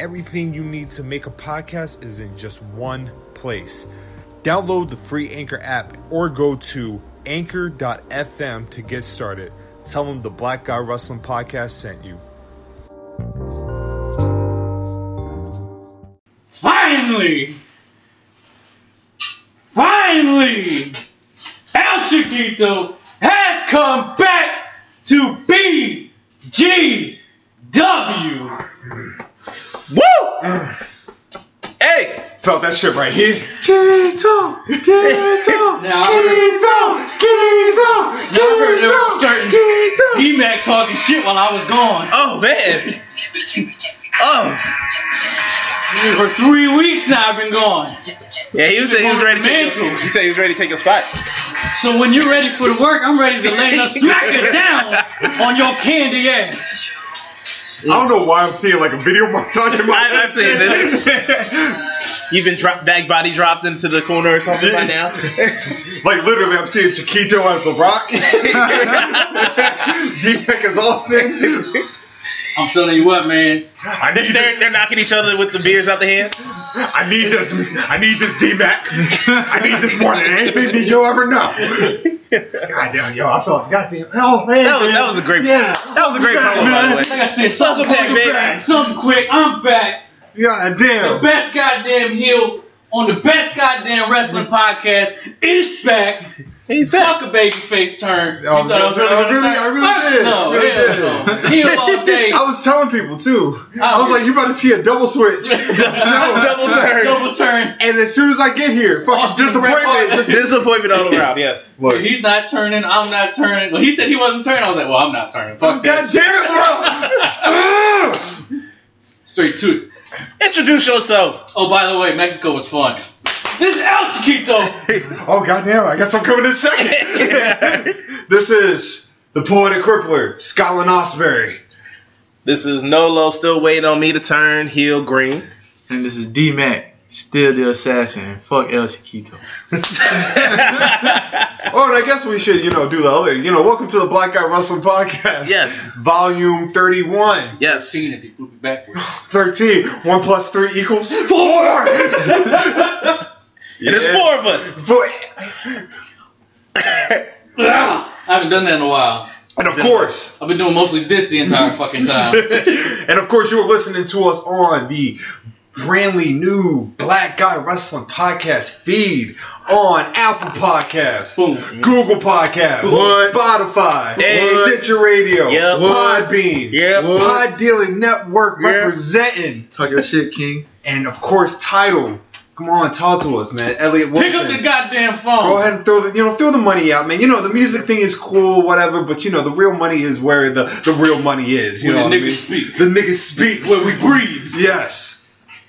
everything you need to make a podcast is in just one place. Download the free Anchor app or go to anchor.fm to get started. Tell them the Black Guy Wrestling Podcast sent you. Finally! Finally! El Chiquito has come back to BGW! Woo! Hey! Felt that shit right here. Keto, Keto, Now, I Keto, Keto, heard there was a Keto, certain Keto. D-Mac talking shit while I was gone. Oh man! Oh! For three weeks now I've been gone. Yeah, he was he was ready to take Mantle. your, he said he was ready to take your spot. So when you're ready for the work, I'm ready to lay the smacker down on your candy ass. I don't know why I'm seeing like a video montage in my I- I've seen this. You've been drop, bag body dropped into the corner or something by now. like literally, I'm seeing Chiquito as the Rock. Deepak is Austin. I'm telling you what, man. I need They're, they're knocking each other with the beers out the hands. I need this. I need this D-Mac. I need this more than anything that you'll ever know. Goddamn, yo, I felt goddamn. Oh man, That was man. that was a great Yeah, that was a great promo by the man. way. Like I said, something Welcome back, quick, baby. something quick. I'm back. God the damn. best goddamn heel on the best goddamn wrestling podcast is back. He's back. Fuck a babyface turn. You I was thought I was gonna really say, I gonna Oh, say- really- I really Fuck did. No, Really hell did. no. Heel all day. I was telling people too. I was Oh. like, you about to see a double switch. Double turn. Double turn. And as soon as I get here, fucking Austin Bret disappointment. Hart. Disappointment all around. Yes. Look, He's not turning. I'm not turning. Well, he said he wasn't turning. I was like, well, I'm not turning. Fuck Oh, God damn Ah! that. it, bro. Straight to it. Introduce yourself. Oh, by the way, Mexico was fun. This is El Chiquito. oh goddamn! I guess I'm coming in second. this is the poetic crippler, Scotland Osbury. This is Nolo. Still waiting on me to turn heel green. And this is D Mac, still the assassin. Fuck El Chiquito. Oh, and I guess we should, you know, do the other. You know, welcome to the Black Guy Wrestling Podcast. Yes. Volume 31, Yes. Seen if you group it backwards. 13. 1 plus 3 equals 4. and And it's four of us. four. Ah! I haven't done that in a while. And of course, I've been doing mostly this the entire fucking time. and of course, you're listening to us on the brandly new Black Guy Wrestling Podcast feed on Apple Podcasts. Boom. Google Podcasts, What? Spotify, Hey. Stitcher Radio, Yep. What? Podbean, Yep. What? Pod Dealing Network Yep. representing Talk your shit, King. And of course, title. Come on, talk to us, man. Elliot Wilson. Pick up the goddamn phone. Go ahead and throw the you know throw the money out, man. You know the music thing is cool, whatever. But you know the real money is where the, the real money is. You Where know the what I niggas mean? speak. The niggas speak. Where we breathe. yes.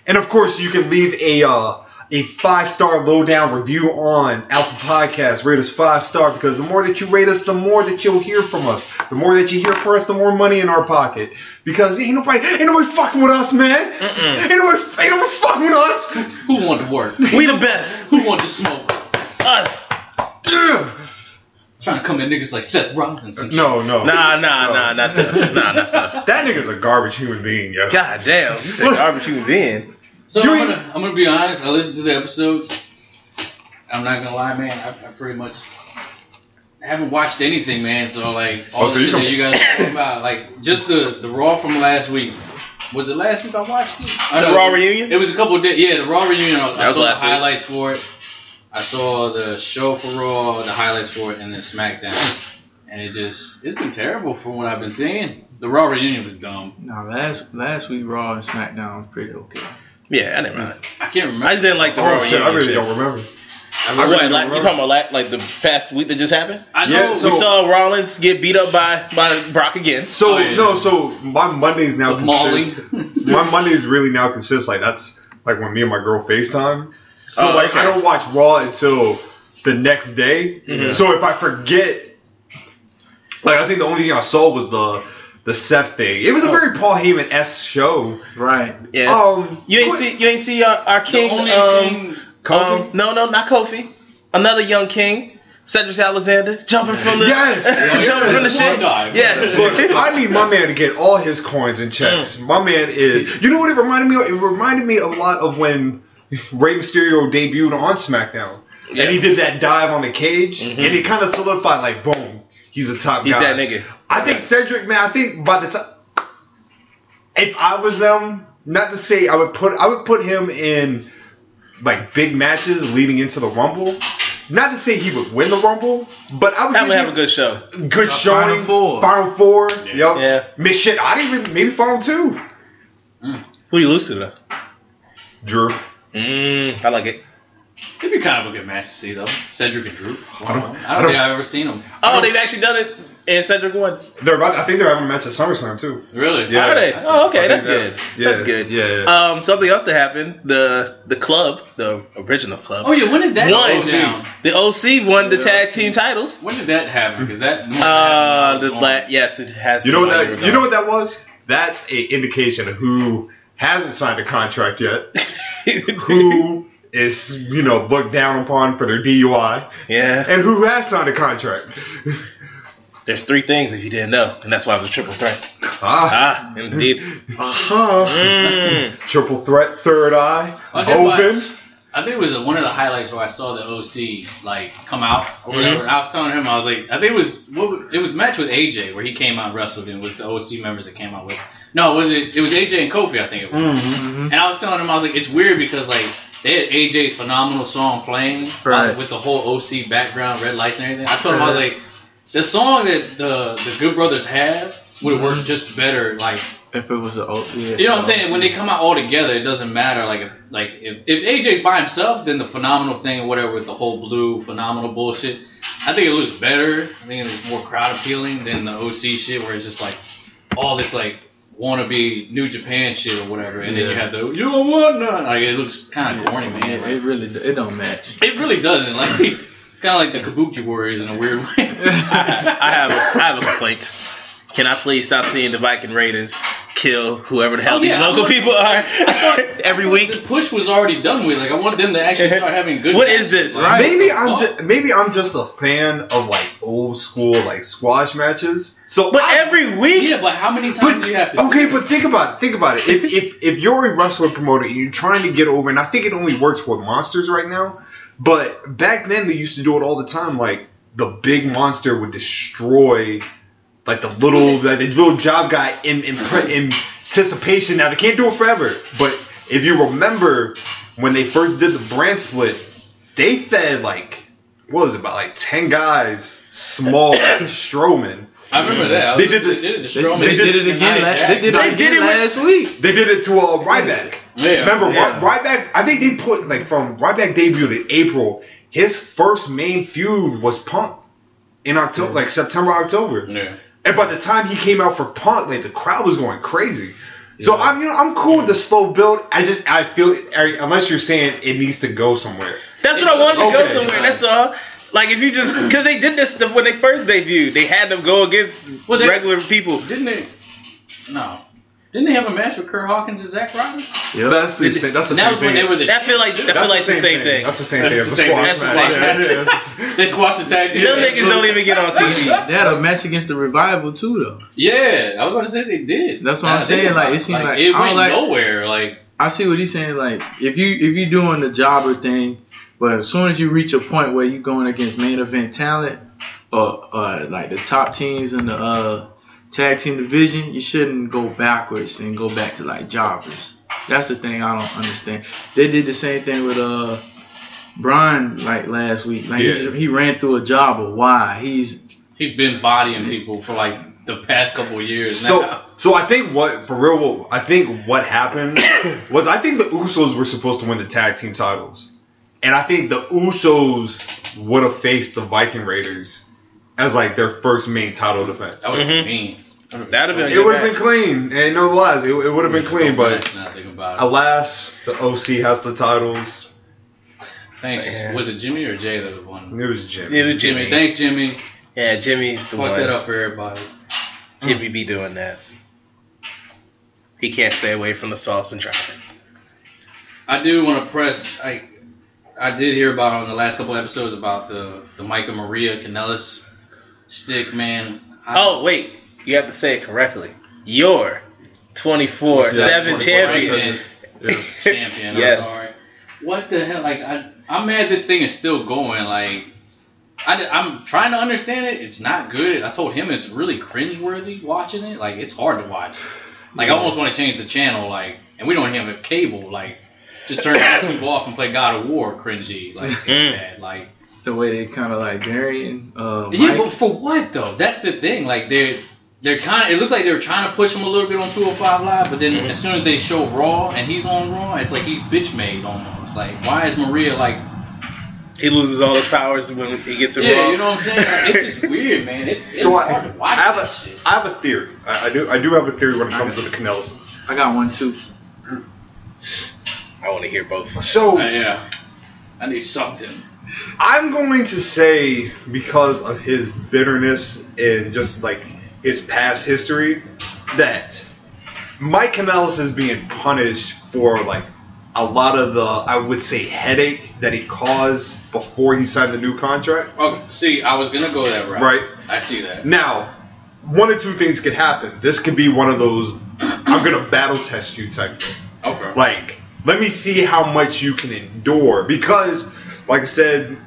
And of course, you can leave a uh, a five star lowdown review on Apple Podcasts. Rate us five star because the more that you rate us, the more that you'll hear from us. The more that you hear from us, the more money in our pocket. Because ain't nobody ain't nobody fucking with us, man. Ain't nobody ain't nobody fucking with us. Who want to work? We the best. Who want to smoke? Us. Trying to come at niggas like Seth Rollins and No, no. Nah, nah, nah, not stuff. Nah, not stuff. That nigga's a garbage human being, yo. God damn. You said garbage you was in. shit. So You I'm ain't- gonna, I'm gonna be honest. I listened to the episodes. I'm not gonna lie, man. I, I pretty much haven't watched anything, man. So like all Oh, so the you shit can- that you guys are talking about, like just the the Raw from last week. Was it last week I watched it? I The know, Raw it- reunion? It was a couple of days. Yeah, the Raw reunion. I, I was saw last the week. highlights for it. I saw the show for Raw, the highlights for it, and then SmackDown. And it just it's been terrible from what I've been seeing. The Raw reunion was dumb. Now last last week Raw and SmackDown was pretty okay. Yeah, I didn't mind. I can't remember. I just didn't like the Oh Raw shit, I reunion really shit. don't remember. I I really really don't like. You remember. talking about like, like the past week that just happened? I know. Yeah, we so- saw Rollins get beat up by by Brock again. So Oh, yeah. no, so my Mondays now The mauling. consist. my Mondays really now consist like that's like when me and my girl FaceTime. So Oh, like okay. I don't watch Raw until the next day. Mhm. So if I forget, like I think the only thing I saw was the the Seth thing. It was a very Paul Heyman s show. Right. Oh. Yeah. Um, you ain't what- see you ain't see our, our king. only um, thing- Kofi? um, no, no, not Kofi. Another young king, Cedric Alexander, jumping from the Yes. jumping from the yes. shit. Dive. Yes. Look, I need my man to get all his coins and checks. Mm. My man is. You know what it reminded me of? It reminded me a lot of when Rey Mysterio debuted on SmackDown. And he Yes. Mm-hmm. did that dive on the cage, and it kind of solidified, like, boom, he's a top He's guy. that nigga. I think Cedric, man, I think by the time. If I was them, not to say I would put I would put him in like big matches leading into the Rumble. Not to say he would win the Rumble, but I would That would give have him- a good show. good showing. Final Four. Final Four. Yep. Yeah. Miss shit. I didn't even maybe Final Two. Mm. Who you lose to though? Drew. Mm, I like it. It'd be kind of a good match to see though. Cedric and Drew. I don't- don't, I don't- think I've ever seen them. Oh, they've actually done it, and Cedric won. They're about. I think they're having a match at SummerSlam too. Really? Yeah. Are they? That's- Oh, okay, I that's think good. that- yeah, That's good. yeah, yeah. Um, something else that happened the the club, the original club, Oh yeah. When did that won. go down? The OC won the The tag OC. team titles. When did that happen? Because that. Uh, the la- yes, it has. You know been what a year that? ago. You know what that was? That's a indication of who hasn't signed a contract yet. Who is you know looked down upon for their DUI, yeah, and who has signed a contract? there's three things if you didn't know, and that's why it was a triple threat. ah. Ah, indeed. Uh-huh. Mm. Triple threat, third eye, I did watch- open. I think it was one of the highlights where I saw the OC like come out or Mhm. whatever. And I was telling him I was like, I think it was what, was- it was a match with AJ where he came out and wrestled and it was the OC members that came out with. No, was it? It was AJ and Kofi. I think it was. And I was telling him I was like, it's weird because like they had AJ's phenomenal song playing uh, Right. with the whole OC background, red lights and everything. I told him I was like, the song that the the Good Brothers have would have worked just better like If it was a old, yeah, you know what I'm saying? When they come out all together, it doesn't matter. Like, if, like if, if AJ's by himself, then the phenomenal thing or whatever with the whole blue phenomenal bullshit, I think it looks better. I think it's more crowd appealing than the OC shit, where it's just like all this like wannabe New Japan shit or whatever, and then you Yeah. have the you don't want none. Like it looks kind of corny, it, man. it Like, really do- it don't match. it really doesn't. Like it's kind of like the Kabuki Warriors in a weird way. I have a, I have a complaint. Can I please stop seeing the Viking Raiders kill whoever the hell Oh, these yeah, I local want- people are thought- every the week? push was already done with. Like I want them to actually start having good. What is this? Like, Maybe I'm fuck? just maybe I'm just a fan of like old school like squash matches. So But I- every week, Yeah, but how many times but, do you have to? do okay, it? but think about it. Think about it. If if if you're a wrestler promoter and you're trying to get over, and I think it only works with monsters right now, but back then they used to do it all the time. Like the big monster would destroy like the little the, the little job guy in, in pre- in anticipation. Now they can't do it forever, but if you remember when they first did the brand split, they fed like what was it about like ten guys small like Strowman. I remember that. I They was- did this- They did it, to They, Strowman. they did it again. to Last, Nia they did Jax. it They did again it with- last week. They did it to uh, Ryback. Yeah. Remember, Yeah. Ry- Ryback? I think they put like from Ryback debuted in April. His first main feud was Punk in October, like September, October. Yeah. And by the time he came out for Punk, like the crowd was going crazy. So I'm, you know, I'm cool with the slow build. I just, I feel, I- unless you're saying it needs to go somewhere. That's what I wanted to go Okay. somewhere. That's all. Like if you just because they did this stuff when they first debuted, they had them go against Well, they- regular people. Didn't they? No. Didn't they have a match with Kurt Hawkins and Zack Ryder? Yep. That's the same. That's the That same was thing. when they were the. That feel like that feel like the same thing. That's the same thing. That's as the a same- squash that's the match. same- Yeah, that's yeah, that's- They squashed the tag team. Them niggas don't even get on TV. They had a match against the revival too, though. Yeah, I was gonna say they did. That's what Nah, I'm they saying, were like, not- it seemed like- it I don't went like- nowhere. Like I see what he's saying. Like if you if you doing the jobber thing, but as soon as you reach a point where you going against main event talent or uh, like the top teams in the uh, tag team division, you shouldn't go backwards and go back to like jobbers. That's the thing I don't understand. They did the same thing with uh Brian like last week. Like Yeah. he, he ran through a jobber. Why? He's he's been bodying people for like the past couple years So, now. so I think what for real, what- I think what happened was I think the Usos were supposed to win the tag team titles, and I think the Usos would have faced the Viking Raiders as like their first main title defense. That would Mhm. be mean. That'd have It would have been clean, and no lies, it, it would have been clean. But Nothing about it. alas, the OC has the titles. Thanks. Yeah. Was it Jimmy or Jay that won? It was Jimmy. It was Jimmy. Jimmy. Thanks, Jimmy. Yeah, Jimmy's the Fuck that one. up for everybody. Jimmy be doing that. He can't stay away from the sauce and driving. I do want to press. I I did hear about on the last couple episodes about the the Micah Maria Canellis stick man. I- Oh wait, you have to say it correctly. Your 24 Yeah, 7 champion. champion. Yeah. champion. I'm Yes. sorry. What the hell? Like I, I'm mad this thing is still going. Like I, am trying to understand it. It's not good. I told him it's really cringeworthy watching it. Like it's hard to watch. Like I almost want to change the channel. Like and we don't even have cable. Like just turn YouTube off and play God of War. Cringy. Like it's Mm. bad. Like The way they kind of like burying uh, yeah, Mike. but for what though? That's the thing. Like they're they're kind. Of, it looks like they were trying to push him a little bit on 205 Live, but then Mm-hmm. as soon as they show Raw and he's on Raw, it's like he's bitch made almost. Like why is Maria like? He loses all his powers when he gets it yeah, wrong. you know what I'm saying? Like, it's just weird, man. It's, it's So hard I, to I watch have that a, shit. I have a theory. I, I do I do have a theory when it comes to the Canellisons. I got one too. I want to hear both. So Uh, yeah, I need something. I'm going to say because of his bitterness and just like his past history that Mike Canellis is being punished for like a lot of the I would say headache that he caused before he signed the new contract. Okay, see, I was gonna go that route. Right. I see that. Now, one or two things could happen. This could be one of those I'm gonna battle test you type thing. Okay. Like, let me see how much you can endure. Because, like I said,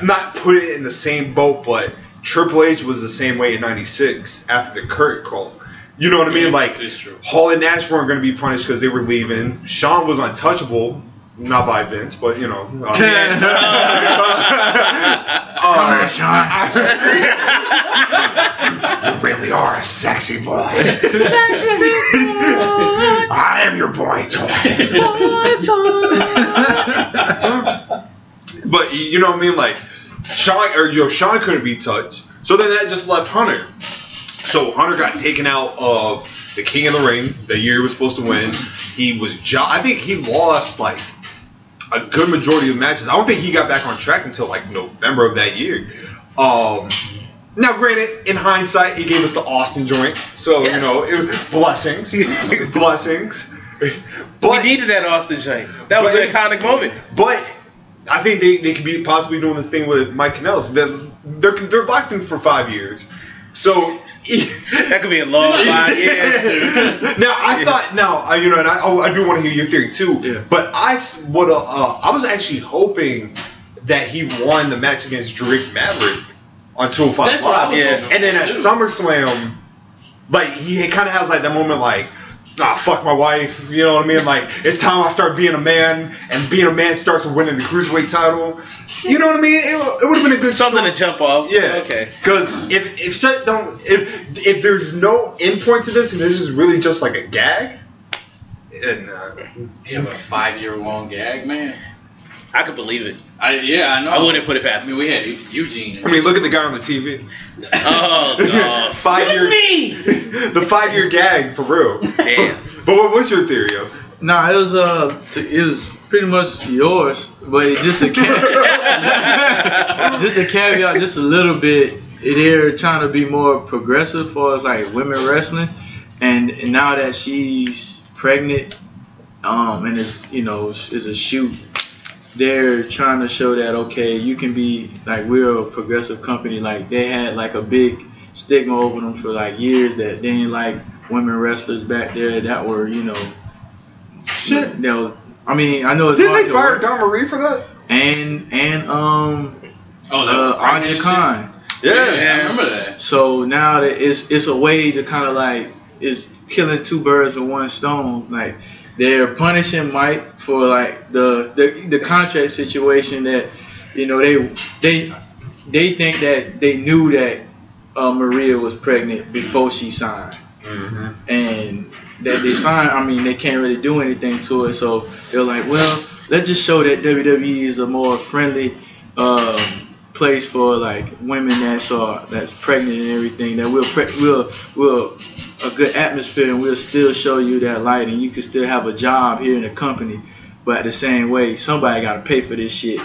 I'm not putting it in the same boat, but Triple H was the same way in '96 after the Kurt call. You know what I mean? Yeah, Like, this is true. Hall and Nash weren't going to be punished because they were leaving. Sean was untouchable, not by Vince, but you know. uh, Come uh, on, Sean. really are a sexy boy. I am your boy toy. But you you know what I mean? Like Sean or yo, Sean couldn't be touched. So then that just left Hunter. So Hunter got taken out of the King of the Ring the year he was supposed to win. He was jo- I think he lost like a good majority of matches. I don't think he got back on track until like November of that year. Um now, granted, in hindsight, he gave us the Austin joint, so you Yes. know, it, blessings, blessings. But we needed that Austin joint. That was But- an iconic moment. but I think they, they could be possibly doing this thing with Mike Canellis. They're, they're, they're locked in for five years. So. That could be a long five years. now I thought now I, you know and I oh, I do want to hear your theory too Yeah. but I s- what uh, uh, I was actually hoping that he won the match against Drake Maverick on That's 205 Live what I was Yeah. hoping and then for, at too. SummerSlam like he kind of has like that moment like ah fuck my wife you know what I mean like it's time I start being a man and being a man starts with winning the cruiserweight title you know what I mean it, wa- it would have been a good Something to jump off. yeah. Okay. Because if if shit don't if if there's no endpoint to this and this is really just like a gag, and uh, Yeah, but a five-year-long gag, man. I could believe it. I yeah, I know. I wouldn't put it I past mean, him. we had E- Eugene. I mean, look at the guy on the TV. Oh, God. five year the five year gag for real. Damn. But what was your theory of? Nah, it was uh, t- it was pretty much yours, but it just a caveat, just a caveat, just a little bit. It They're trying to be more progressive for as like women wrestling, and, and now that she's pregnant, um, and it's you know is a shoot. They're trying to show that okay, you can be like we're a progressive company. Like they had like a big stigma over them for like years that they ain't like women wrestlers back there that were you know Shit. no, I mean, I know it's Didn't hard they to fire work. Don Marie for that? and and um Oh, that uh, Archie shit? Khan. Yeah, Yeah. I remember that. So now that it's it's a way to kind of like is killing two birds with one stone. Like they're punishing Mike for like the the, the contract situation that you know they they they think that they knew that uh, Maria was pregnant before she signed. Mm-hmm. and that they signed, I mean, they can't really do anything to it. So they're like, well, let's just show that WWE is a more friendly um, place for like women that's uh, that's pregnant and everything. That we'll pre- we'll we'll a good atmosphere, and we'll still show you that light, and you can still have a job here in the company. But at the same way, somebody got to pay for this shit.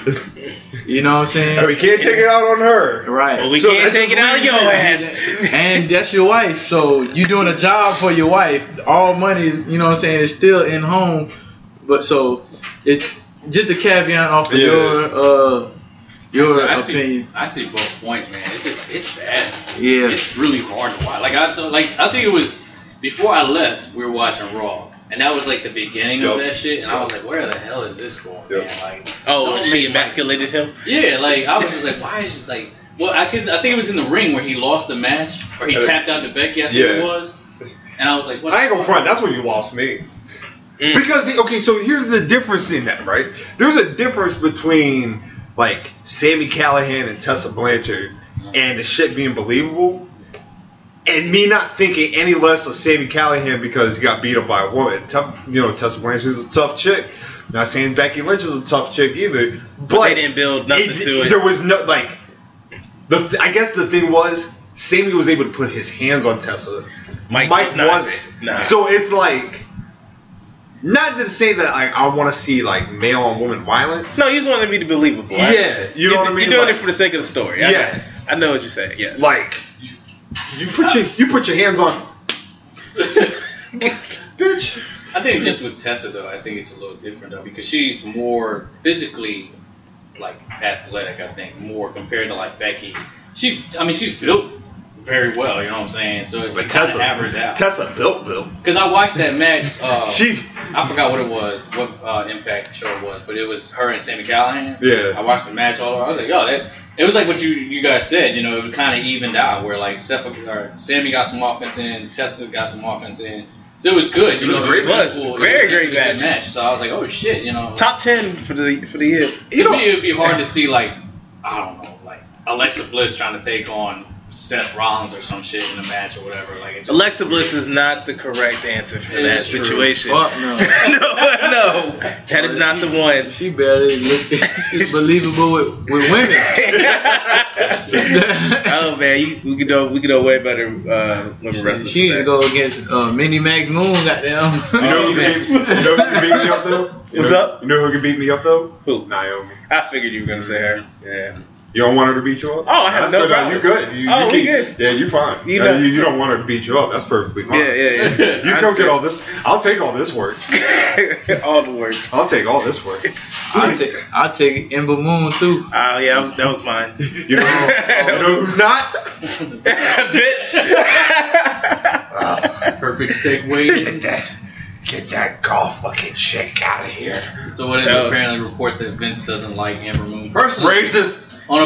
You know what I'm saying? And we can't take it out on her. Right. But we So can't that's take it out of your ass. and that's your wife. So you doing a job for your wife. All money is, you know what I'm saying, is still in home. But so it's just a caveat off of Yeah. your uh your I see, opinion. I see both points, man. It's just it's bad. Yeah. It's really hard to watch. Like I told, like I think it was before I left, we were watching Raw, and that was like the beginning of Yup. that shit. And I was like, where the hell is this going? Yup. Man? Like, Oh, Don't she make money. emasculated him. yeah, like I was just like, why is like. Well, I, cause I think it was in the ring where he lost the match, or he Uh, tapped out to Becky. I think yeah. it was, and I was like, "What?" I ain't gonna front. That's when you lost me. Mm. Because the- okay, so here's the difference in that, right? There's a difference between like Sammy Callahan and Tessa Blanchard and the shit being believable, and me not thinking any less of Sammy Callahan because he got beat up by a woman. Tough, you know, Tessa Blanchard's a tough chick. Not saying Becky Lynch is a tough chick either, but, But they didn't build nothing it- to it. There was no like the. Th- I guess the thing was Sammy was able to put his hands on Tessa. Mike, Mike not was. it. Nah. So it's like, not to say that I, I want to see like male on woman violence. no, you just wanted me to be believable. I- Yeah, you know what I mean? You're doing Like- it for the sake of the story. I Yeah. know. I know what you're saying. Yes. Like, you, you put your you put your hands on, bitch. I think just with Tessa though, I think it's a little different though because she's more physically like athletic. I think more compared to like Becky. She, I mean, she's built very well. You know what I'm saying? So it But but Tessa, average out. Tessa built Bill. Because I watched that match. Uh, She, I forgot what it was, what uh, Impact show it was, but it was her and Sammy Callahan. Yeah. I watched the match all over. I was like, yo, that. It was like what you, you guys said, you know, it was kind of evened out where like Seth, or Sammy got some offense in, Tessa got some offense in. So it was good. You It was know, a great match. equal- Very it was a great good match. So I was like, oh shit, you know. top ten for the for the year. to you me, know, it would be hard to see like, I don't know, like Alexa Bliss trying to take on Seth Rollins or some shit in a match or whatever. Like, it's just, Alexa Bliss is not the correct answer for It that is true. situation. Fuck no. no, no, that is not the one. She better look she's believable with, with women. oh man, you, we could do we could do way better uh, women wrestlers. she need to than go against uh, Minnie Max Moon, goddamn. you know who man. can beat, you know who can beat me up though. You What's know- up? You know who can beat me up though? that. Who? Naomi. I figured you were gonna say her. Yeah. You don't want her to beat you up? Oh, I have That's no good. problem. You're good. You, Oh, you we keep- good. Yeah, you're fine. You Uh, know. you, you don't want her to beat you up. That's perfectly fine. Yeah, yeah, yeah. You come get all this. I'll take all this work. all all the work. I'll take all this work. I'll take, I'll take Ember Moon too. Oh yeah, that was mine. You know, you know who's not? Bitch. perfect segue. that, get that golf fucking chick out of here. So what is No. apparently reports that Vince doesn't like Amber Moon personally Racist. on a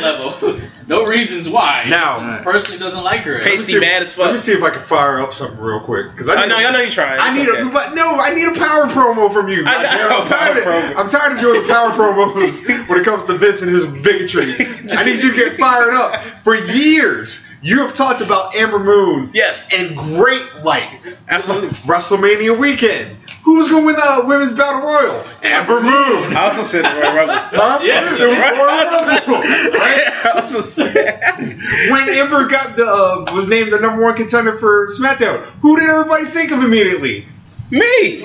personal level. no reasons why. Now, Alright. personally doesn't like her. let me Pace- see, mad as fuck. Let me see if I can fire up something real quick because I I need know, a- I Oh, know you're trying. I need a, but no, I need a power promo from you. I know, goddamn. I'm, power tired of, promo. I'm tired of doing the power promos when it comes to Vince and his bigotry. I need you to get fired up. For years, you have talked about Amber Moon Yes. in great light. Absolutely. WrestleMania weekend. Who's going to win the Women's Battle Royal? Amber Moon. I also said Royal Rumble. Huh? Yes. It was Royal Rumble, right? I also said. When Amber got the uh, was named the number one contender for SmackDown, who did everybody think of immediately? Me.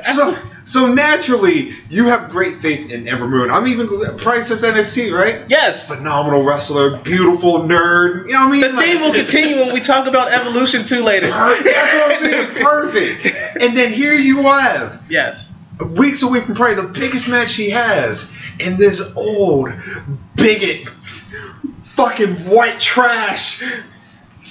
so so naturally, you have great faith in Ember Moon. I'm even probably since NXT, right? yes. Phenomenal wrestler, beautiful nerd. You know what I mean? The Like, theme will continue when we talk about evolution too later. per- That's what I'm saying. Perfect. And then here you have Yes. weeks away from probably the biggest match she has, and this old bigot, fucking white trash.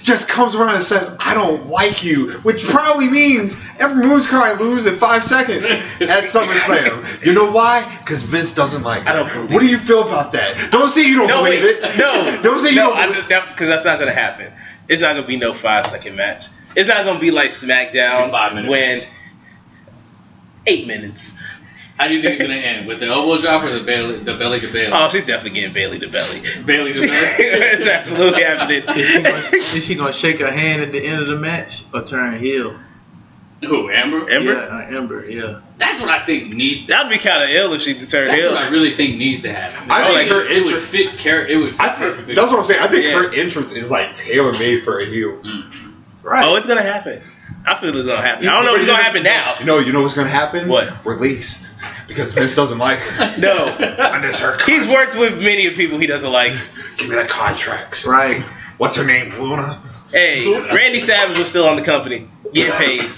Just comes around and says, "I don't like you," which probably means every Moon's cry lose in five seconds at SummerSlam. You know why? Because Vince doesn't like. Her. I don't believe What do you feel about that? Don't say you don't No, believe wait. it. No. Don't say you no, don't I- believe- that- Cause that's not gonna happen. It's not gonna be no five second match. It's not gonna be like SmackDown Five minutes. when eight minutes. How do you think it's gonna end? With the elbow drop or the belly the belly to belly? Oh, she's definitely getting Bailey to belly. belly to it's belly. absolutely Is she, gonna, happening. is she gonna shake her hand at the end of the match or turn heel? Who, Amber? Ember? Yeah, uh, Ember. Yeah. That's what I think needs to That'd be kind of ill if she turned that's ill. what I really think needs to happen. I think like, her it would interest- fit care it would fit I perfectly. think, that's what I'm saying. I think Yeah. Mm. her entrance is like tailor made for a heel. Right. Oh, it's gonna happen. I feel it's gonna happen. I don't know if it's gonna happen now. You know, you know what's gonna happen? What? Release. Because Vince doesn't like her. No, And it's her. he's worked with many of people he doesn't like. Give me that contract. Right. What's her name? Luna. Hey, Randy Savage was still on the company, getting paid.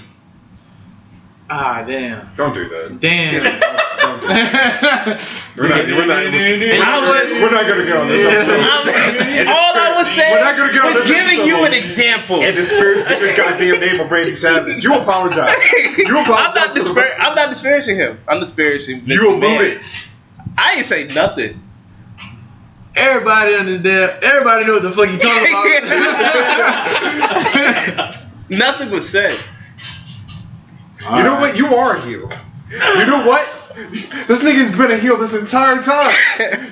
Ah, damn. Don't do that. Damn. Don't do that. We're not. We're not. We're, I was- we're not gonna go on this episode. I'm- all I was We're not gonna saying get on was this giving you episode. an example. And disparage the good goddamn name of Randy Savage. You apologize. You apologize. I'm not to the- dispar- I'm not disparaging him. I'm disparaging. Vince You McMahon. alluded. I ain't say nothing. Everybody understand. Everybody know what the fuck you talking about. Nothing was said. You know what? You are a heel. You know what? This nigga's been a heel this entire time.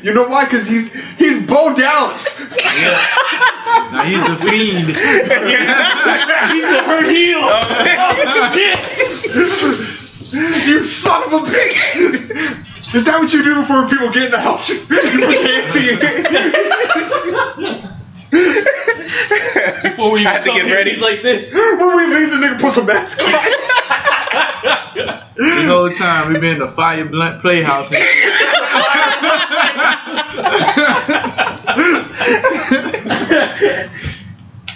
You know why? Because he's he's Bo Dallas. Now he's the fiend. He's the hurt heel. you son of a bitch! Is that what you do before people get in the house? You pretend to Before we I had to come get here, ready. he's like this. When we leave, the nigga puts a mask on. This whole time we've been in the fire blunt playhouse. and shit.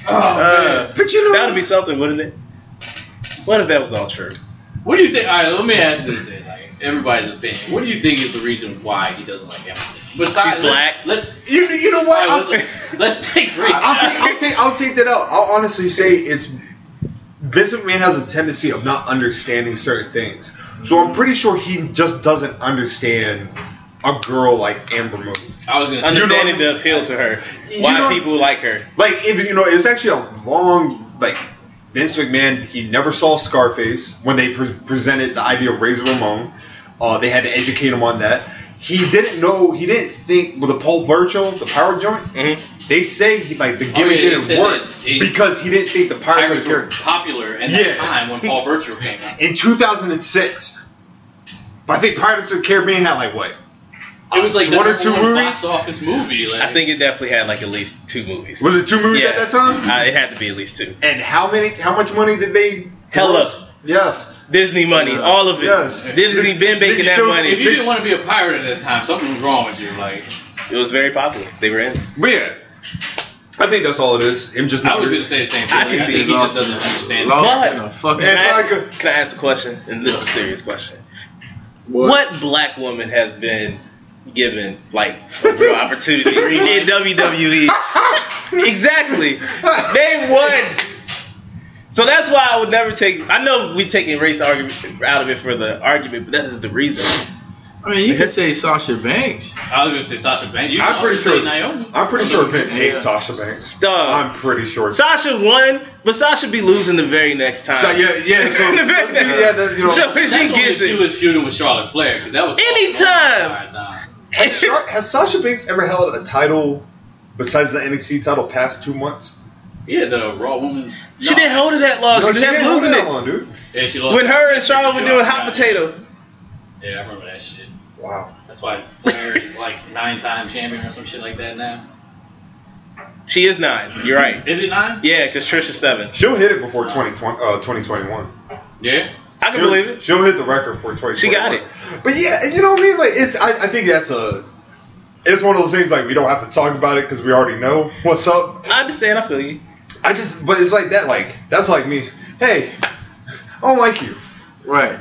Uh, But you that would know, be something, wouldn't it? What if that was all true? What do you think? All right, let me ask this then. Like everybody's opinion. What do you think is the reason why he doesn't like Emma? Besides, She's black. Let's you, you know what? I'll, let's, take, let's, let's take race. I'll, take, I'll, take, I'll take that out. I'll honestly say it's. Vincent McMahon has a tendency of not understanding certain things. So I'm pretty sure he just doesn't understand a girl like Amber Moon. I was gonna say. Understanding the appeal to her, You why know- people like her. Like, if, you know, it's actually a long, like, Vince McMahon, he never saw Scarface when they pre- presented the idea of Razor Ramon. Uh, they had to educate him on that. He didn't know, he didn't think, with the Paul Burchill, the power joint, they say, he, like, the gimmick yeah, they didn't said work that Mm-hmm. he- because he didn't think the pirates was Pirates were here. popular at Yeah. that time when Paul Burchill came out. In 2006, I think Pirates of the Caribbean had, like, what? It was like the one or number two one movies? box office movie. Like, I think it definitely had like at least two movies. Was it two movies Yeah. at that time? Uh, it had to be at least two. And how many, how much money did they? Hella. gross? Yes. Disney money, Yeah. all of it. Yes. Disney been making that Still- if money. you didn't want to be a pirate at that time, something was wrong with you. Like It was very popular. They were in. it. But yeah, I think that's all it is. Him just I was gonna say the same thing. I Like, I, can see think he it's just awesome. doesn't understand. Oh, Lost But- in a fucking- Can I, If I could- ask, can I ask a question? And this is a serious question. What black woman has been given like a real opportunity in WWE? exactly. They won. So that's why I would never take. I know we taking race argument out of it for the argument, but that is the reason. I mean, you could say Sasha Banks. I was gonna say Sasha Banks. You I'm can pretty also sure- Say Naomi. I'm pretty sure Vince hates Yeah. Sasha Banks. Duh. I'm pretty sure. So, Sasha won, but Sasha be losing the very next time. yeah, yeah. So yeah, that, you know, so if That's she only gets she it. was feuding with Charlotte Flair because that was Anytime. Entire time. has, Sha- has Sasha Banks ever held a title besides the NXT title past two months? Yeah, the Raw Women's. She didn't hold it that long. No, she she kept didn't hold losing that it. long, dude. Yeah, she lost When her and Charlotte were doing hot potato. Yeah, I remember that shit. Wow. That's why Flair is like nine-time champion or some shit like that now. She is nine. You're right. Is it nine? Yeah, because Trisha's seven. She'll hit it before 2020, uh, 2021. Yeah. I can She'll- believe it. She'll hit the record for 2021. She got it. But yeah, you know what I mean? Like it's I, I think that's a it's one of those things like we don't have to talk about it because we already know what's up. I understand. I feel you. I just but it's like that like that's like me. Hey, I don't like you. Right.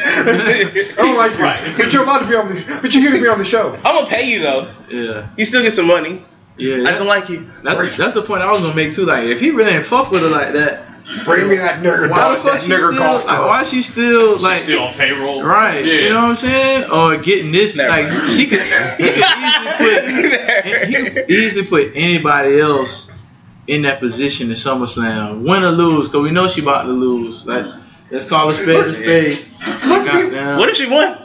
I don't like you. Right. But you're allowed to be on the but you're here to be on the show. I'm gonna pay you though. Yeah. You still get some money. Yeah. I just don't like you. That's that's the point I was gonna make too. Like, if he really ain't fuck with her like that, Bring me that nigger why dog, the fuck that she still? nigger golf Like, club. why she still like? She's still on payroll. Right, Yeah. you know what I'm saying, or getting this Never. like she could, he could easily put he could easily put anybody else in that position in SummerSlam, win or lose, because we know she about to lose. Like, let's call a spade a spade. Let's be- Goddamn, What if she won?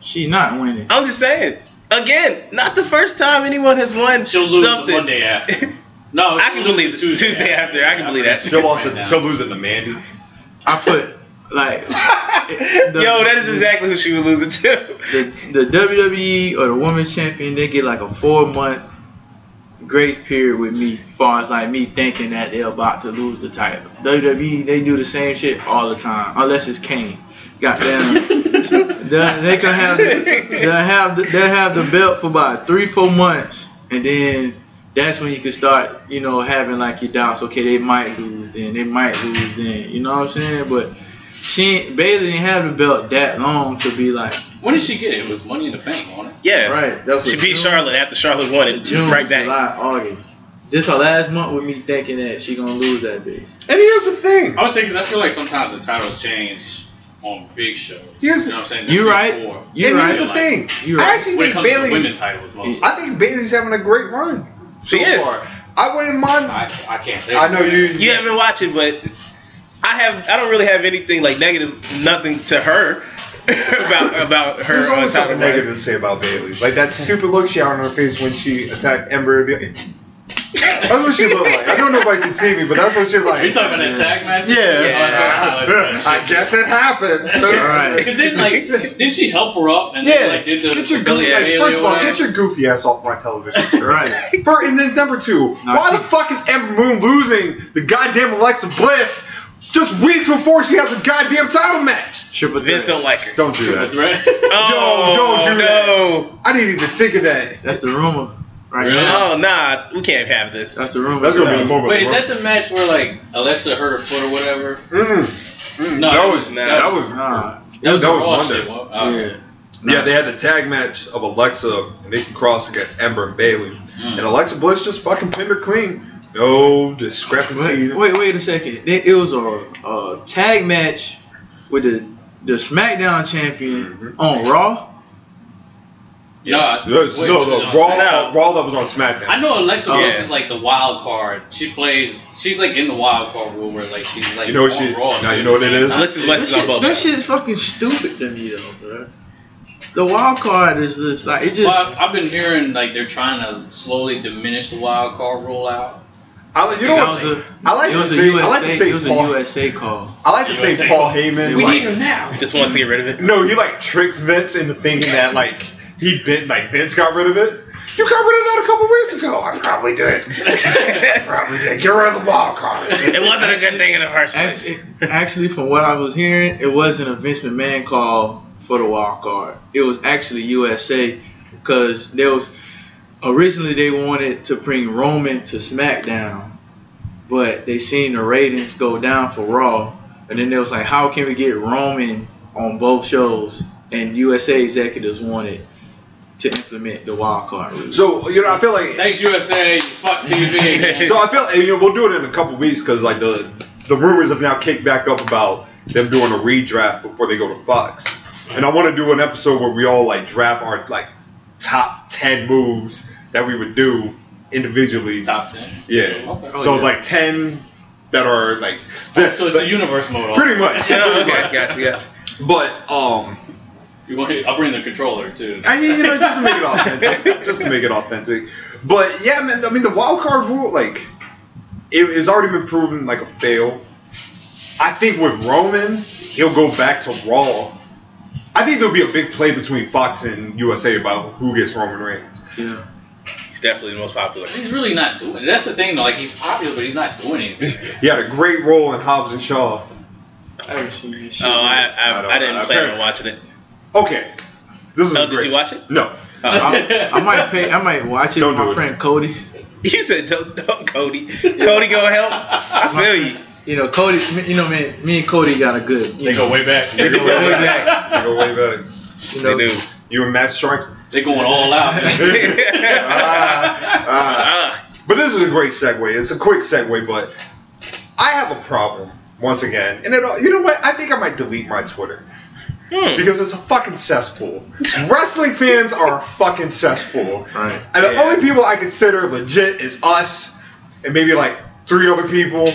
she not winning? I'm just saying. Again, not the first time anyone has won She'll lose something. the Monday after. No, I can believe it. Tuesday, after. I can believe that. She'll also Right now. she'll lose it to Mandy. I put like the- Yo, that is exactly who she would lose it to. E the, the WWE or the Women's Champion. They get like a four month grace period with me, far as like me thinking that they're about to lose the title. WWE they do the same shit all the time, unless it's Kane. Goddamn, they they can have the, they have the, they have the belt for about three four months, and then that's when you can start you know having like your doubts. Okay, they might lose, then they might lose, then you know what I'm saying, but. She Bailey didn't have the belt that long to be like When did she get it? It was Money in the Bank, wasn't it? Yeah. right. That's what She beat June- Charlotte after Charlotte won it. June, right back. July, August. This her last month with me thinking that she gonna lose that bitch. And here's the thing. I would say because I feel like sometimes the titles change on big shows. Here's- you know what I'm saying? You Big right. Four. You and right. here's the like, thing. you I right. actually When it think comes to Bailey. women titles, mostly. I think Bailey's having a great run. She so is. Far. I wouldn't mind. I, I can't say. I know you. You haven't watched it, but I have. I don't really have anything like negative, nothing to her about about her. There's on always top of something that. negative to say about Bailey. Like that stupid look she had on her face when she attacked Ember. The, that's what she looked like. I don't know if nobody can see me, but that's what she Are looked you like. talking about a tag match? Yeah. yeah. I guess it happened. Right. Because then, like, did she help her up? And Yeah. then, like, did the Get your the Billie goofy, like, Bailey first of all, away? get your goofy ass off my television screen. Right. For, and then number two, No, why she- the fuck is Ember Moon losing the goddamn Alexa Bliss just weeks before she has a goddamn title match? Triple Vince threat. don't like her. Don't do that. Right? Oh don't do no! I didn't even think of that. That's the rumor. Right Really? now. Oh nah, we can't have this. That's the rumor. That's gonna be the moment. Wait, is that the match where like Alexa hurt her foot or whatever? Mm, mm, No, that that was was- that was Nah. That was That a was Raw Monday. shit. Well, uh, Yeah. Yeah, they had the tag match of Alexa and Nikki Cross against Ember and Bailey, Mm. and Alexa Bliss just fucking pinned her clean. No discrepancy. Wait, wait, wait a second. It, it was a, a tag match with the the SmackDown champion on Raw. Nah, Yes, wait, no, was no, it on Raw, SmackDown? Raw that was on SmackDown. I know Alexa Bliss Yeah. is like the wild card. She plays. She's like in the wild card rule where like she's like You know what on she- Raw. now too, you know what it same is? time. Alexa's That Lex is on shit, both. that shit is fucking stupid to me though, bro. The wild card is just like it just. Well, I've, I've been hearing like they're trying to slowly diminish the wild card rule out. I, you know what? that was a, I like it was to a think- I USA, like to think it was a Paul- USA call. I like to You think know Paul what I'm Heyman. We like- need her now. Just wants to get rid of it. no, he like tricks Vince into thinking that like he bent like Vince got rid of it. You got rid of that a couple weeks ago. I probably did. probably did. Get rid of the wild card. It wasn't a good thing in the first place. Actually, actually, from what I was hearing, it wasn't a Vince McMahon call for the wild card. It was actually USA because there was originally they wanted to bring Roman to SmackDown, but they seen the ratings go down for Raw, and then they was like, how can we get Roman on both shows? And USA executives wanted to implement the wild card rule. So you know, I feel like Thanks USA. You fuck TV. again. So I feel and, you know, we'll do it in a couple weeks because like the the rumors have now kicked back up about them doing a redraft before they go to Fox, and I want to do an episode where we all like draft our like top ten moves that we would do individually. Top ten. Yeah. Okay. Oh, so Oh, yeah. like ten that are like the- So it's the- a universe mode. pretty much. Yeah, okay, Oh, gotcha, gotcha. But um, You want, I'll bring the controller too. I mean, you know, just to make it authentic, just to make it authentic. But yeah, man, I mean, the wild card rule, like, it, it's already been proven like a fail. I think with Roman, he'll go back to Raw. I think there'll be a big play between Fox and USA about who gets Roman Reigns. yeah. He's definitely the most popular. He's really not doing. That's the thing though. Like he's popular, but he's not doing anything. He had a great role in Hobbs and Shaw. I haven't seen this shit. Oh, I I, I don't- I, didn't I- plan on watching it. Okay, this is Oh, did great. you watch it? Oh. No, I, I might pay. I might watch it Don't with do my it. friend Cody. You said don't, don't Cody. Cody gonna help. I feel you. You know, Cody. me- You know, man. Me and Cody got a good. You They know, go way back. they go way back. we go way back. You They know, do. You and Matt Striker. They're going all out. man. Ah, ah. Ah, But this is a great segue. It's a quick segue, but I have a problem once again. And it, all- you know what? I think I might delete my Twitter hmm. because it's a fucking cesspool. Wrestling fans are a fucking cesspool. Right. And the Yeah. only people I consider legit is us and maybe like three other people,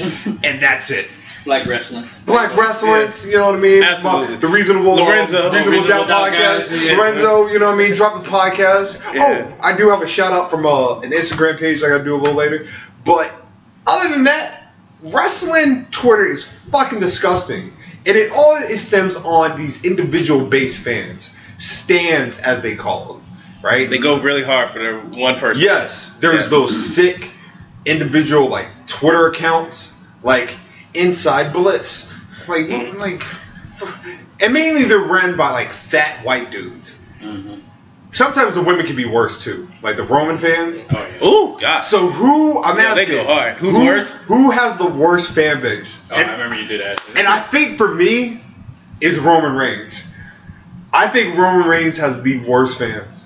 and that's it. Black wrestling. Black wrestlers, you know what I mean? Absolutely. The reasonable Lorenzo. reasonable, Reasonable doubt Doubt podcast. guys, yeah. Lorenzo, you know what I mean? Drop the podcast. Yeah. Oh, I do have a shout out from uh, an Instagram page I gotta do a little later. But other than that, wrestling Twitter is fucking disgusting, and it all it stems on these individual base fans, stands as they call them. right? They go really hard for their one person. Yes, there's Yeah. those sick individual like Twitter accounts, like Inside Bliss, like Mm. like, and mainly they're run by like fat white dudes. Mm-hmm. Mhm. Sometimes the women can be worse too, like the Roman fans. Oh, yeah. Ooh, gosh. So who I'm Uh, Yeah, they asking, go hard. Who's who- worse? Who has the worst fan base? Oh, And- I remember you did that. and I think for me, is Roman Reigns. I think Roman Reigns has the worst fans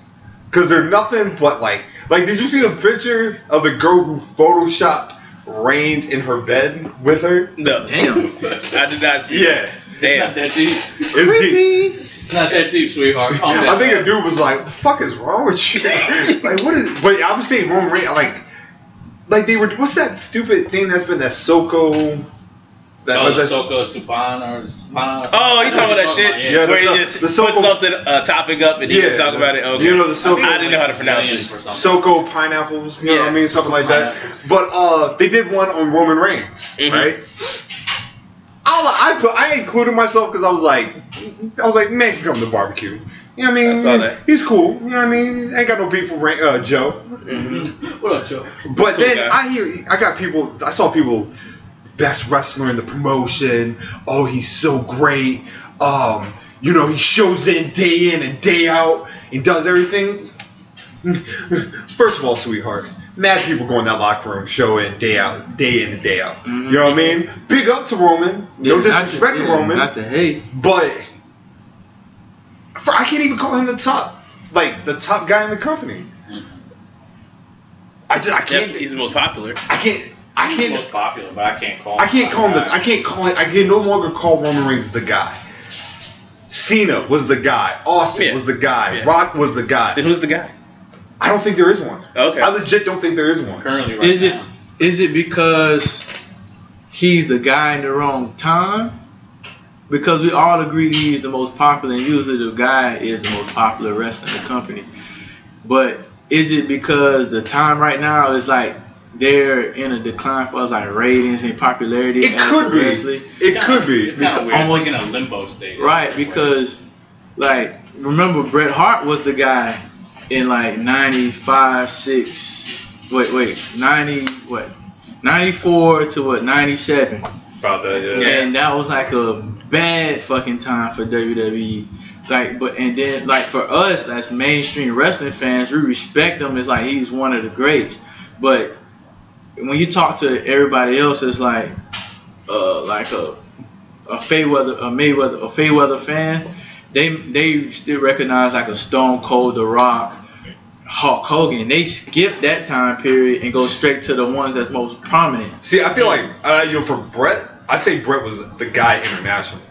because they're nothing but like like. Did you see the picture of the girl who photoshopped Reigns in her bed with her? No. Damn. I did not see Yeah, It's not Damn. that deep. it's deep. It's not that deep, sweetheart. Calm down. I think a dude was like, "What the fuck is wrong with you?" like, what is? But I'm saying Roman Reigns, like, like they were. What's that stupid thing that's been that Soko? That, Oh, the that's- Soka Tupan or Tupan or Oh, you talking about that shit? Yeah. Yeah, Where the you so- just the put so-called- something, a topic up, and you Yeah, can talk the- about it. Okay. you know the I think so- it was I didn't know how to pronounce Zillions it. or something. Soko pineapples, you know what I Yeah. mean, something like that. Pineapples. But uh, they did one on Roman Reigns, Mhm. right? I, I put I included myself because I was like, I was like, man can come to barbecue. You know what I mean? I saw that. He's cool. You know what I mean? Ain't got no beef with Ra- uh, Joe. Mm-hmm. What up, Joe? But Cool then guy. I hear I got people. I saw people best wrestler in the promotion. Oh, he's so great. Um, you know, he shows in day in and day out and does everything. First of all, sweetheart, mad people go in that locker room, show in day out, day in and day out. You know what I mean? Big up to Roman. No Mm-hmm. Yeah, not disrespect to, yeah, Roman, Not to hate. but for, I can't even call him the top, like the top guy in the company. I just I Yeah, can't. he's the most popular. I can't. I He's the can't. most popular, but I can't call. I can't call him the. guy. I can't call. Him, I can no longer call Roman Reigns the guy. Cena was the guy. Austin Yeah. was the guy. Yeah. Rock was the guy. Then who's the guy? I don't think there is one. Okay. I legit don't think there is one. currently right Is it now. is it because he's the guy in the wrong time? Because we all agree he's the most popular, and usually the guy is the most popular wrestler in the company. But is it because the time right now is like they're in a decline for us, like ratings and popularity? It as could a be. wrestler? It could be. It's kind of weird. Almost- it's like in a limbo state. Right, because like remember Bret Hart was the guy in like 95, 6, wait, wait, 90, what? 94 to what, 97. About that. Yeah. And that was like a bad fucking time for WWE. Like, but and then like for us as mainstream wrestling fans, we respect him as like he's one of the greats. But when you talk to everybody else, it's like, uh, like a a Fayweather, a Mayweather, a Fayweather fan, they they still recognize like a Stone Cold, The Rock, Hulk Hogan. They skip that time period and go straight to the ones that's most prominent. See, I feel like uh, you know, for Brett, I say Brett was the guy internationally.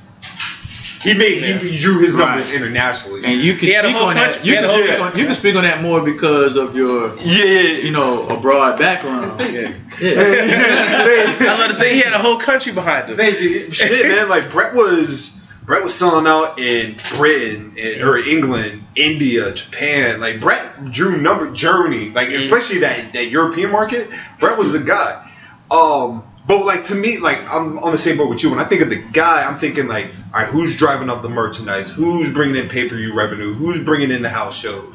He made he drew his numbers Right. internationally. And you can He had a speak whole on country- that. You he had can, a whole speak on, country. you can speak on that more because of your, yeah, yeah, you know, a broad background. yeah. Yeah. I was about to say he had a whole country behind him. Thank you. Shit, man. Like Brett was Brett was selling out in Britain and, or England, India, Japan. Like Brett drew number Germany. Like especially that that European market. Brett was the guy. Um, but like to me, like I'm on the same boat with you. When I think of the guy, I'm thinking like, all right, who's driving up the merchandise? Who's bringing in pay per view revenue? Who's bringing in the house show?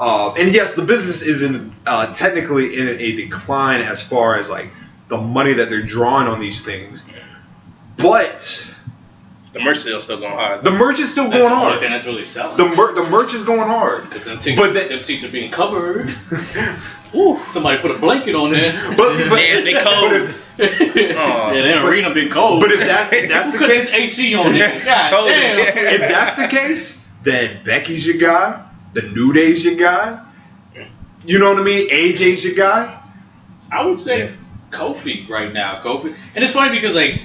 Uh, and yes, the business is in uh, technically in a decline as far as like the money that they're drawing on these things. But The merch sale's still going hard. the merch is still That's going the only thing hard. that's really selling. The mer- the merch is going hard. Because them, seats- But that- them seats are being covered. Somebody put a blanket on there. But but, Damn, they cold. but if, yeah, that But- arena been cold. but if that if that's the Who put this case, AC on there? God Cold. damn. if that's the case, then Becky's your guy. The New Day's your guy. You know what I mean? AJ's your guy. I would say Kofi right now. Kofi, and it's funny because like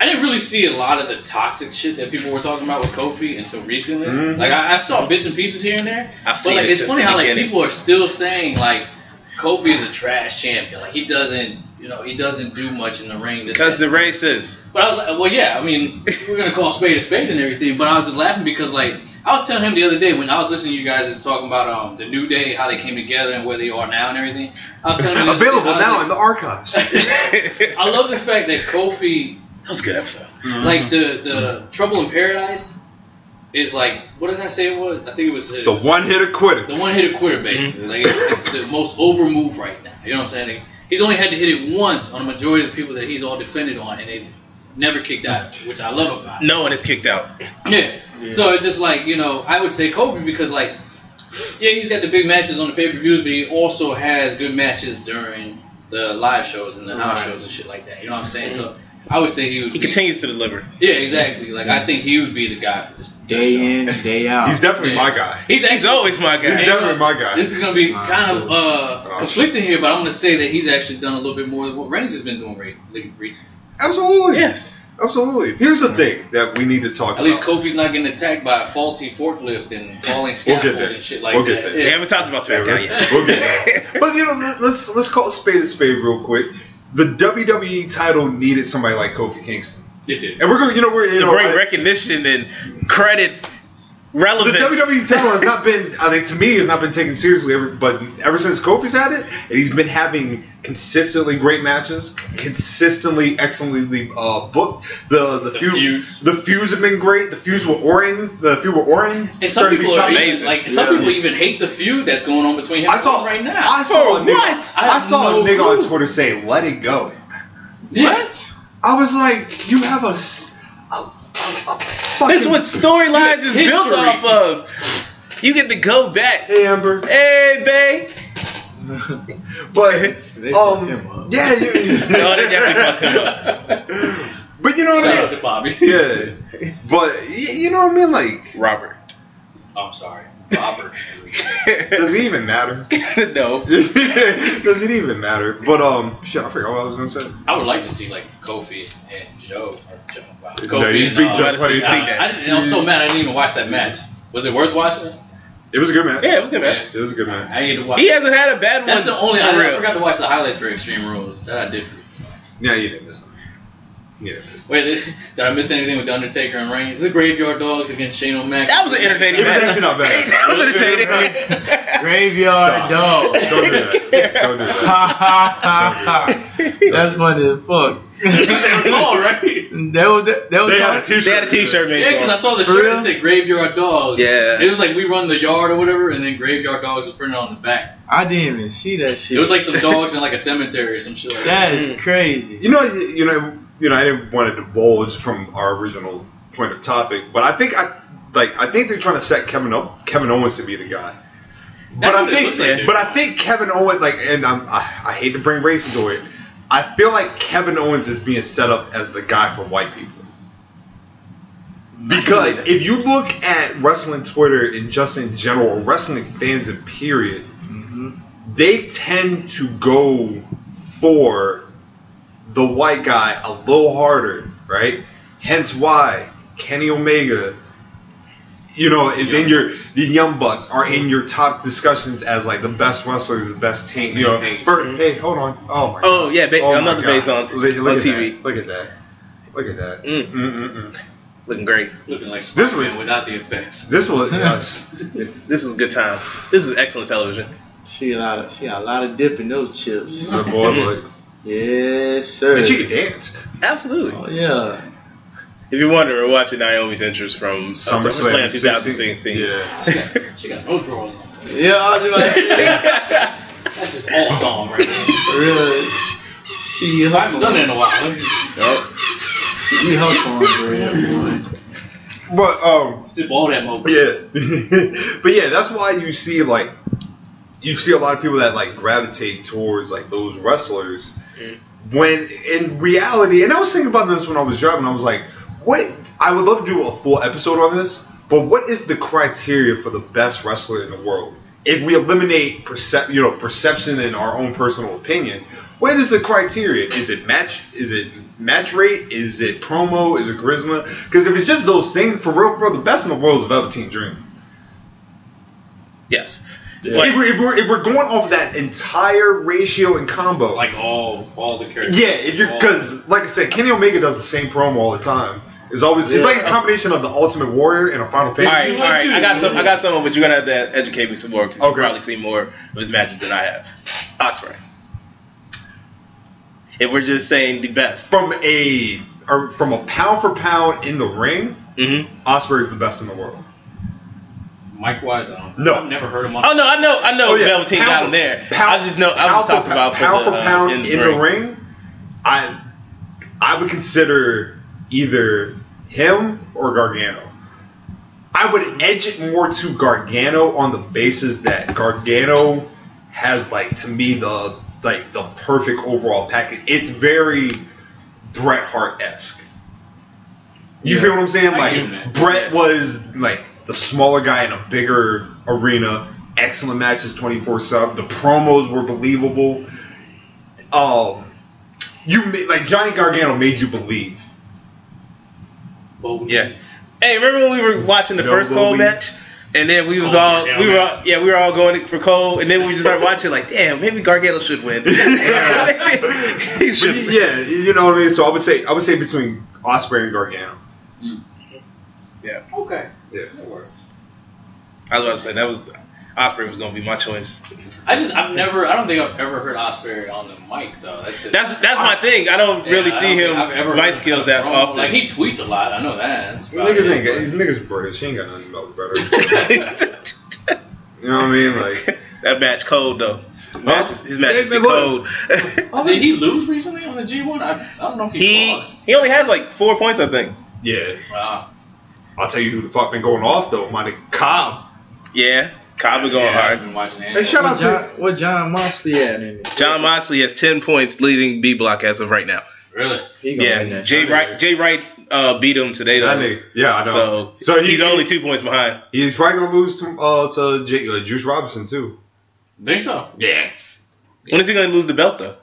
I didn't really see a lot of the toxic shit that people were talking about with Kofi until recently. Mhm. Like I, I saw bits and pieces here and there. I've seen but like it it's since funny the how like beginning. people are still saying like Kofi is a trash champion. Like he doesn't, you know, he doesn't do much in the ring. This, Because that. the racist. But I was like, well, yeah, I mean, we're gonna call a spade a spade and everything. But I was just laughing because, like, I was telling him the other day when I was listening to you guys just talking about um the new day, how they came together and where they are now and everything. I was telling him the other day, Available I was now like- in the archives. that I love the fact that Kofi, was a good episode. like the the Trouble in Paradise, is like what did I say it was? I think it was The one hitter quitter. the one hitter quitter basically. Like it's, it's the most over move right now. You know what I'm saying? Like, he's only had to hit it once on a majority of the people that he's all defended on, and they never kicked out, which I love about. it. No one is kicked out. Yeah. So it's just like you know, I would say Kobe because like, yeah, he's got the big matches on the pay per views, but he also has good matches during the live shows and the house shows and shit like that. You know what I'm saying? So I would say he would. He be- continues to deliver. yeah, exactly. Like I think he would be the guy for this. this show. Day in, day out. He's definitely Yeah. my guy. He's He's actually- always my He's guy. Yeah. definitely my guy. This is going to be Nah, kind of true. uh, Oh, conflicting here, but I'm going to say that he's actually done a little bit more than what Reigns has been doing re- re- recently. Absolutely. Yes. Absolutely. Here's the thing that we need to talk At least about. Kofi's not getting attacked by a faulty forklift and falling Uh-huh. We'll get scaffold there. and shit like We'll get that. there. Yeah. We haven't talked about SmackDown yet. We'll get there. But you know, let- let's let's call it spade a spade real quick. The WWE title needed somebody like Kofi Kingston, It did. and we're gonna, you know, we're you To know, bring I- recognition and credit, the E relevance. WWE title has not been, I think, to me, has not been taken seriously. Ever, but ever since Kofi's had it, and he's been having consistently great matches, consistently excellently uh, booked. The the, The few- feuds. the feuds have been great. The feuds with Orin, the feud with Orin, And some starting to be people, are top- even, amazing. like, some Yeah. people even hate the feud that's going on between him I and saw Cole right now. I saw a nigga, what? I I, have saw no a nigga on clue. Twitter say, "Let it go." yeah. I was like, "You have a." s- a- a- a fucking- That's what storylines is History. built off of. You get to go back. Hey Amber. Hey, babe. But They fucked him um, up. yeah, you, No, they definitely fucked him up. but you know what Shout I out mean. to Bobby. Yeah, but y- you know what I mean. Like, Robert. Oh, I'm sorry. Robert. does it even matter? no. does it even matter? But um, shit, I forgot what I was gonna say. I would like to see, like, Kofi and Joe. Or Joe wow. Kofi No, you and, beat uh, Joe Plenty uh, See that. I, didn't- I'm so mad I didn't even watch that match. Was it worth watching? It was a good match. Yeah, it was good, man. it was a good match. I need to watch. He hasn't had a bad one. That's the only. for I, real. I forgot to watch the highlights for Extreme Rules. That I did. For you. Yeah, you didn't miss nothing. You didn't miss. Wait, did, did I miss anything with the Undertaker and Reigns? The Graveyard Dogs against Shane O'Mac. That was an entertaining It was match. actually not bad. that was entertaining. Graveyard dog. Don't do that. Don't do that. Ha ha ha ha. That's funny as fuck. all right. That was that, that was They had a t-shirt. they had a T-shirt made Yeah, because I for him. saw the For shirt real? that said Graveyard Dogs. Yeah. It was like we run the yard or whatever, and then Graveyard Dogs was printed on the back. I didn't even see that It shit. was like some dogs in like a cemetery or some shit like that. that is crazy. You know, you you know, you know. I didn't want to divulge from our original point of topic, but I think I like. I think they're trying to set Kevin up, Kevin Owens to be the guy. But That's I what it think, looks like, dude. but I think Kevin Owens, like, and I'm, I, I hate to bring race into it. I feel like Kevin Owens is being set up as the guy for white people. Because if you look at wrestling Twitter and just in general, or wrestling fans in period, they tend to go for the white guy a little harder, right? Hence why Kenny Omega, you know, is in your the Young Bucks are in your top discussions as like the best wrestlers, the best team. You know, for, hey, hold on, oh my, Oh yeah, ba- oh my another God. base on, on Look- look at TV, that. Look at that, look at that. Mm. Mm-mm-mm. looking great. Looking like This Spider-Man was- without the effects. This was yes. This is good times. This is excellent television. She a lot of she a lot of dip in those chips. the boy, look. Yes, sir. and she could dance. Uh, Absolutely. oh yeah. If you're wondering, we're watching Naomi's interest from uh, SummerSlam 2016. Yeah. She got no drawers on. Yeah, I was about to say, That's just Oh. all gone right now. really. She I haven't done it in a while. Let me- she hustle on boy. But um, Sip all that mo. Yeah, but yeah, that's why you see like you see a lot of people that like gravitate towards like those wrestlers. When in reality, and I was thinking about this when I was driving, I was like, "What? I would love to do a full episode on this, but what is the criteria for the best wrestler in the world? If we eliminate percep- you know, perception and our own personal opinion, what is the criteria? Is it match? Is it match rate? Is it promo? Is it charisma? Because if it's just those things, for real, for the best in the world is Velveteen Dream. Yes. If, Like, we're, if, we're, if we're going off that entire ratio and combo, Like all, all the characters. yeah, if you're All- because like I said, Kenny Omega does the same promo all the time. It's always it's Yeah. like a combination of the Ultimate Warrior and a Final all Fantasy. right, all right. I got some. I got some, but you're gonna have to educate me some more because Okay. you probably see more of his matches than I have. Osprey. If we're just saying the best, From a or from a pound for pound in the ring, Mm-hmm. Osprey's the best in the world. Mike Wise, I don't. No. I've never heard him on. Oh no, I know, I know. Oh, yeah. Velveteen Pound- got him there. I pound- just know. I was pound talking for about pound, for pound, the, for uh, pound in the, the ring. ring. I I would consider either him or Gargano. I would edge it more to Gargano on the basis that Gargano has like to me the like the perfect overall package. It's very Bret Hart esque. You Yeah. feel what I'm saying? I Like get that. Brett was like the smaller guy in a bigger arena. Excellent matches, twenty four seven. The promos were believable. Um, you ma- like Johnny Gargano made you believe. Bo- Yeah. Hey, remember when we were watching the No first Cole belief. match? And then we was Oh, all yeah, we were man. all, yeah we were all going for Cole, and then we just started watching like damn maybe Gargano should win. he But should. y- yeah, you know what I mean. So I would say I would say between Osprey and Gargano. Okay. Yeah. That works. I was about to say that was Osprey was gonna be my choice. I just I've never I don't think I've ever heard Osprey on the mic though. That's it. That's that's my thing. I don't Yeah, really I see don't think him I've ever my heard skills him that promo. often. Like he tweets a lot. I know that. That's about niggas it. ain't got, these niggas British. He ain't got nothing about Brett. You know what I mean? Like that match cold though. Match is- his match Hey, is be man, look. cold. Did he lose recently on the G1? I, I don't know if he, he lost. he only has like four points I think. yeah, Wow. I'll tell you who the fuck been going off though. My nigga Cobb. Yeah, Cobb been going yeah, I've hard. been watching Hey, that. shout out What John, to what John Moxley at in it? John Moxley has ten points, leading B Block as of right now. Really? He gonna win Yeah, that. Jay Wright. Jay Wright uh, beat him today. that Though. nigga. Yeah, I know. So, So he- he's only two points behind. He's probably gonna lose to uh, to J- uh, Juice Robinson too. Think so? Yeah. When is he going to lose the belt though?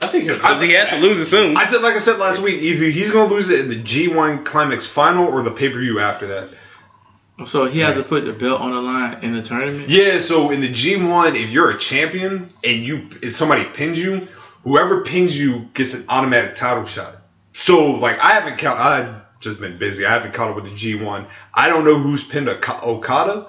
I think he'll. I think he has to lose it soon. I said, like I said last week, either he's gonna lose it in the G1 Climax final or the pay per view after that. So he has to put the belt on the line in the tournament. Yeah, so in the G1, if you're a champion and you if somebody pins you, whoever pins you gets an automatic title shot. So like I haven't count, I just been busy. I haven't caught up with the G1. I don't know who's pinned Oka- Okada, I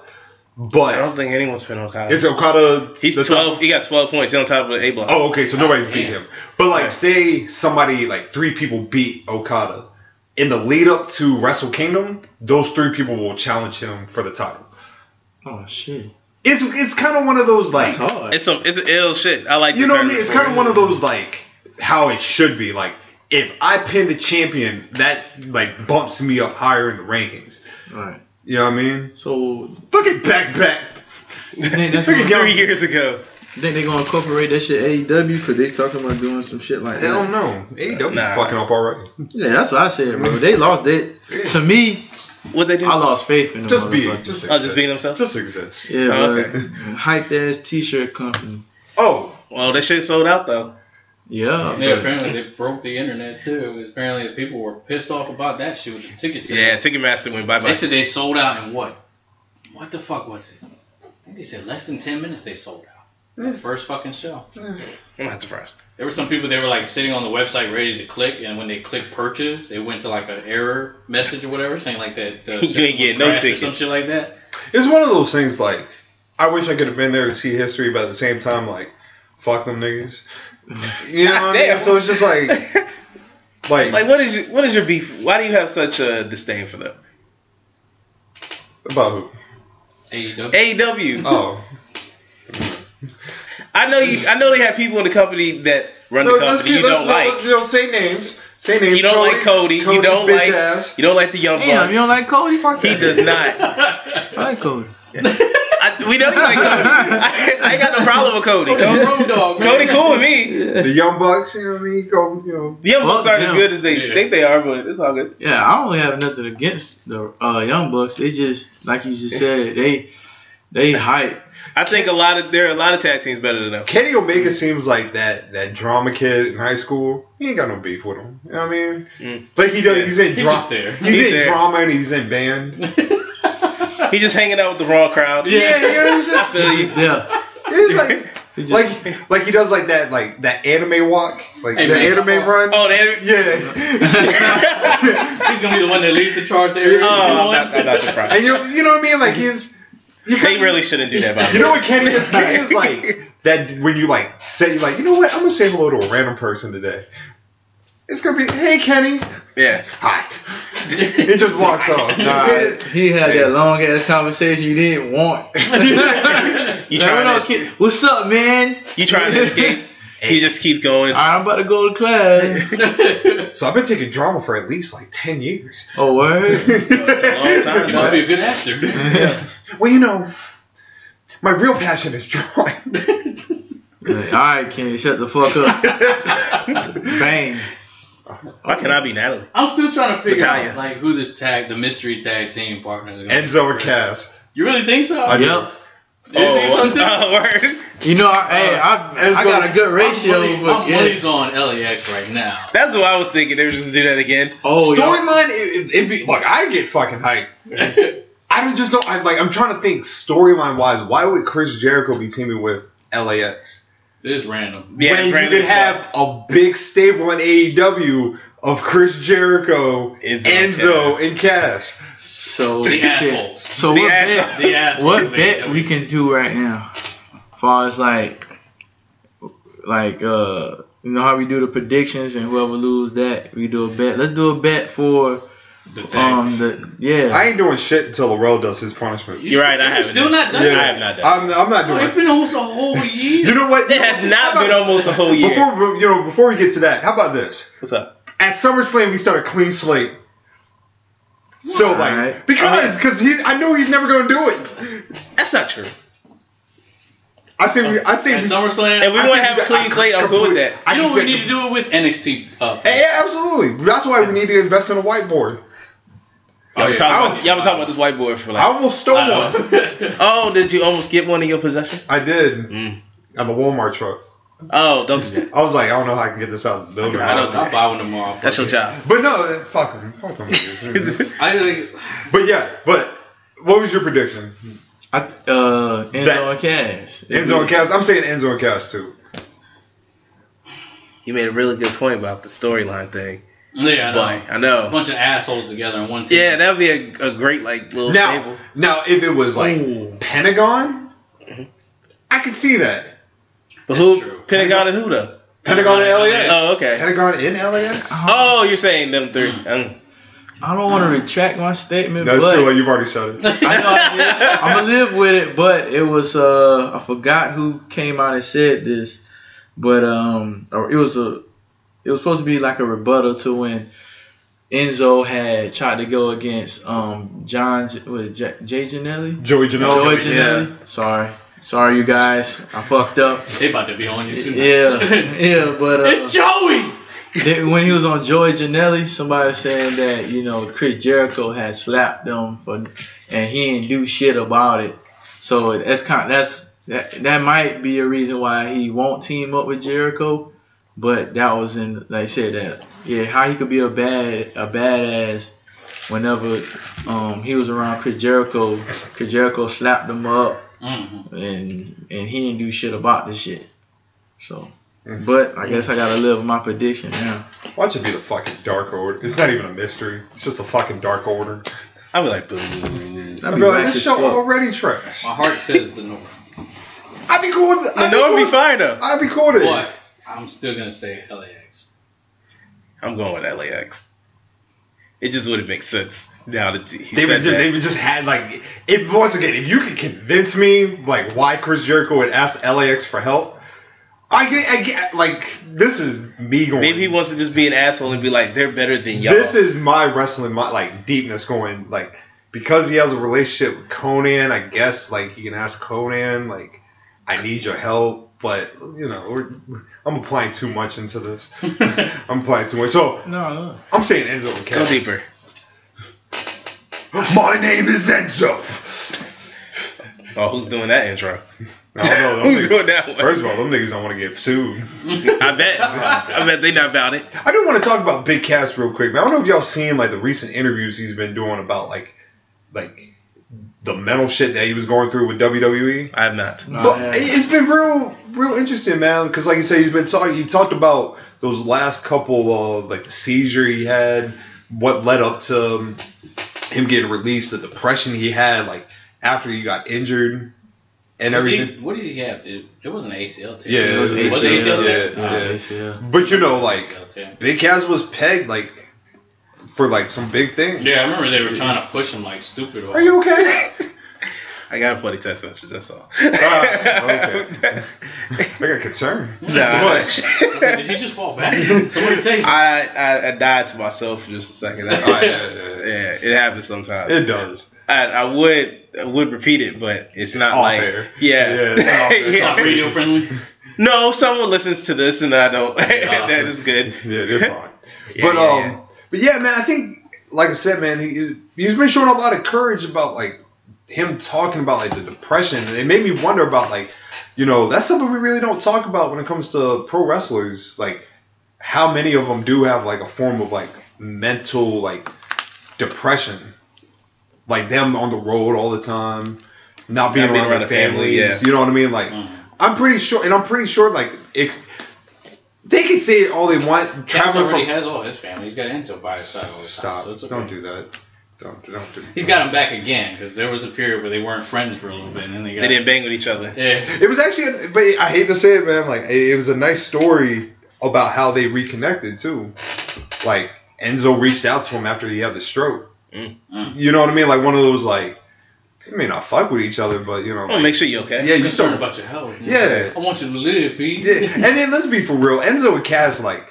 but don't think anyone's pinned Okada. it's Okada. He's the top- twelve. He got twelve points. He's on top of A Block. Oh, okay. So nobody's beat damn. him. But like, say somebody like three people beat Okada in the lead up to Wrestle Kingdom. Those three people will challenge him for the title. Oh shit. It's it's kind of one of those like Hard. It's some. It's an ill shit. I like. you the know what I mean. tournament It's for kind of it. one of those like how it should be. Like if I pin the champion, that like bumps me up higher in the rankings. Right. You know what I mean? So Look at back back. you think that's Look at what- Gary. three years ago. you think they gonna incorporate that shit AEW because they talking about doing some shit like Hell that. no. AEW Nah. E fucking up already. Yeah, that's what I said, bro. They lost it. To me, What they do? I lost faith in them. Just be motherfuckers. just Oh, just beating exist. himself. Just exist. Yeah, Oh, bro. okay. Hyped ass t-shirt company. Oh, Well, that shit sold out though. Yeah. Yeah, bro. apparently they broke the internet too. Apparently the people were pissed off about that shit with the ticket sales. Yeah, Ticketmaster went bye They bye. said they sold out in what? What the fuck was it? I think they said less than ten minutes they sold out. The first fucking show. I'm not surprised. There were some people that were like sitting on the website ready to click, and when they clicked purchase, it went to like an error message or whatever, saying like that the You ain't system was getting no crashed or ticket. some shit like that. It's one of those things like I wish I could have been there to see history, but at the same time, like fuck them niggas. You know what I mean? Goddamn. So it's just like, like, Like, what is your, what is your beef? Why do you have such a disdain for them? about who? AEW. E AEW. Oh, I know you. I know they have people in the company that run no, the let's company you get let's, don't no, like. let's- you know, say names. Say names. You don't like Cody. You don't bitch like. ass. You don't like the young Damn, bucks. you don't like Cody? Fuck he that. does not. I like Cody. I, we know you like Cody. I, I ain't got no problem with Cody. Cody, Road dog. man. Cody cool with me. Yeah. The young bucks. You know what I mean? Go, you know. The young Well, bucks aren't as yeah. good as they Yeah. think they are, but it's all good. Yeah, I don't have nothing against the uh, Young Bucks. They just, like you just said, they they hype. I think a lot of there are a lot of tag teams better than them. Kenny Omega seems like that that drama kid in high school. He ain't got no beef with him. You know what I mean? Mm. Like he does. Yeah. He's in He's drama. just there. He's, He's in there. drama and he's in band. He's just hanging out with the wrong crowd. Yeah. Yeah, you know, he's I just feel you. Yeah. he's like. They just- like like he does like that like that anime walk like Hey, the man, anime I- run Oh, they, yeah He's gonna be the one that leads the charge to everyone. oh I'm, not, I'm not and surprised. you you know what I mean like he's you They really shouldn't do that. By the you know way. what Kenny is Kenny is like that when you like say like you know what I'm gonna say hello to a random person today it's gonna be hey Kenny Yeah. hi He just walks off. Nah, he had that long ass conversation you didn't want. You Like, trying what to up, escape? kid? What's up, man? You trying to escape? He just keep going. Alright, I'm about to go to class. So I've been taking drama for at least like ten years. Oh, word? It's a long time. You must man. be a good actor. Well, you know, my real passion is drawing. Like, Alright, Kenny, shut the fuck up. Bang. Why can I be Natalie? I'm still trying to figure Natalia. out like who this tag, the mystery tag team partners are. Gonna Enzo and Cass. you really think so? I do. Yep. You think so, too? oh, word. You know, I, hey, I, I got a good I'm, ratio money, with I'm money's guests. on LAX right now. That's what I was thinking. They were just gonna do that again. Oh, yeah. Storyline, it, it, it'd be look. I get fucking hyped. I don't just know. I like. I'm trying to think storyline wise. Why would Chris Jericho be teaming with LAX? This random. Yeah, when it's you random could as well. have a big stable in AEW of Chris Enzo Jericho, and Enzo, Cass. and Cass. So, The shit. assholes. So, The what asshole. bet, The assholes. what bet we can do right now? far as like, like, uh, you know how we do the predictions and whoever lose that, we do a bet. Let's do a bet for, The tag um, team. the, yeah. I ain't doing shit until Laurel does his punishment. You're right. I haven't. Still done not it. done. I it. have not done. I'm, I'm not Oh, doing it's it. been almost a whole year. You know what? it has not been almost a whole year. Before you know, before we get to that, how about this? What's up? At SummerSlam, we start a clean slate. So like Alright. because because he's I know he's never gonna do it. That's not true. I say we I say At we, SummerSlam. And we I want to say have we- a clean I- slate. I'm cool with that. I you know just what we said- need to do it with NXT. Uh, Yeah, yeah, absolutely. That's why we need to invest in a whiteboard. Y'all yeah. been talking about, y'all been talking about this white boy for I like. almost stole I one. know. Oh, did you almost get one in your possession? I did. Mm. I'm a Walmart truck. Oh, don't do that. I was like, I don't know how I can get this out of the building. I don't I'll buy one tomorrow. That's your job. But no, fuck them. Fuck them. I like, but yeah, but what was your prediction? I, uh, Enzo That- and Cash. Enzo and Cass. I'm saying Enzo and Cass too. You made a really good point about the storyline thing. yeah, I know. Boy, I a know. bunch of assholes together in one team. Yeah, that would be a, a great like little Now, stable. now, if it was like Ooh. Pentagon, I could see that. But That's who? true. Pentagon and who though? Pentagon in LAX. Oh, okay. Pentagon in Ah, LAX? Oh, you're saying them three. Mm. I don't want to retract my statement, That's but too late. You've already said it. I know I did. I'm gonna live with it. But it was uh, I forgot who came out and said this, but um, or it was a, it was supposed to be like a rebuttal to when Enzo had tried to go against um John was it J- Jay Janelli. Joey Joey Janela. Janelli. Sorry, sorry, you guys. I fucked up. They about to be on you too. Yeah, yeah, but uh, it's Joey. then when he was on Joy Janelli, somebody was saying that you know Chris Jericho had slapped them for, and he didn't do shit about it. So that's kind that's that that might be a reason why he won't team up with Jericho. But that was in like I said that yeah how he could be a bad a badass whenever um he was around Chris Jericho. Chris Jericho slapped him up Mm-hmm. hmm and and he didn't do shit about this shit. So. But I guess I gotta live with my prediction now. Watch it be the fucking Dark Order. It's not even a mystery. It's just a fucking Dark Order. I'll be like, boo. That'd I be mean, whack this as show fuck. already trash. My heart says the North, I'd be cool with it. The North be fine though. I'd be cool with but it. I'm still gonna say LAX. I'm going with LAX. It just wouldn't make sense now that he They said would just, they that. would just had like, if once again, if you could convince me like why Chris Jericho would ask LAX for help, I get, I get like this is me going. Maybe he wants to just be an asshole and be like, they're better than y'all. This is my wrestling, my like deepness going like because he has a relationship with Conan. I guess like he can ask Conan like, I need your help. But you know, we're, I'm applying too much into this. I'm applying too much. So No, I'm saying Enzo and Go Cass. deeper. My name is Enzo. Oh, who's doing that intro? I don't know. Who's Them doing niggas, that one? first of all, them niggas don't want to get sued. I bet. I bet they not about it. I do want to talk about Big Cass real quick, man. I don't know if y'all seen like the recent interviews he's been doing about like, like the mental shit that he was going through with WWE. I have not. no. But I- it- it's been real, real interesting, man. Because like you said, he's been talking. He talked about those last couple of like the seizure he had, what led up to um, him getting released, the depression he had, like after he got injured, and Was he- everything. what did he have? It, it was an ACL tear. Yeah, it was it was ACL, ACL tear. yeah, Nah, yeah. ACL. But you know, like ACL tear. Big Cass was pegged like for like some big thing. Yeah, I remember they were trying to push him like stupid. Are you okay? I got a funny text message. That's all. Ah, okay. I got concerned. Nah. Did he just fall back? Somebody say something. I, I I died to myself for just a second. That's all. Ah, yeah, yeah, yeah, yeah. it happens sometimes. It does. I, I would I would repeat it, but it's not Off like air. yeah, Yeah, it's not off air. Not radio friendly. No, someone listens to this and I don't. that is good. Yeah, they're fine. Yeah, but yeah, um, yeah. but yeah, man, I think like I said, man, he he's been showing a lot of courage about like him talking about like the depression, and it made me wonder about like you know that's something we really don't talk about when it comes to pro wrestlers, like how many of them do have like a form of like mental like depression, like them on the road all the time, not being, around, their families, yeah. you know what I mean, like. I'm pretty sure, and I'm pretty sure, like it, they can say all they want. Travis Traveling already from has all his family. He's got Enzo by his side all the time. Stop. So it's okay. Don't do that. Don't, don't do He's got him back again because there was a period where they weren't friends for a little bit, and then they got. They didn't bang with each other. Yeah. It was actually, but I hate to say it, man. Like it, it was a nice story about how they reconnected too. Like Enzo reached out to him after he had the stroke. Mm. Mm. You know what I mean? Like one of those like, you may not fuck with each other, but you know, Well, like, make sure you're okay. yeah, you concerned still about your health. man. Yeah. I want you to live, Pete. yeah. And then let's be for real, Enzo and Cass like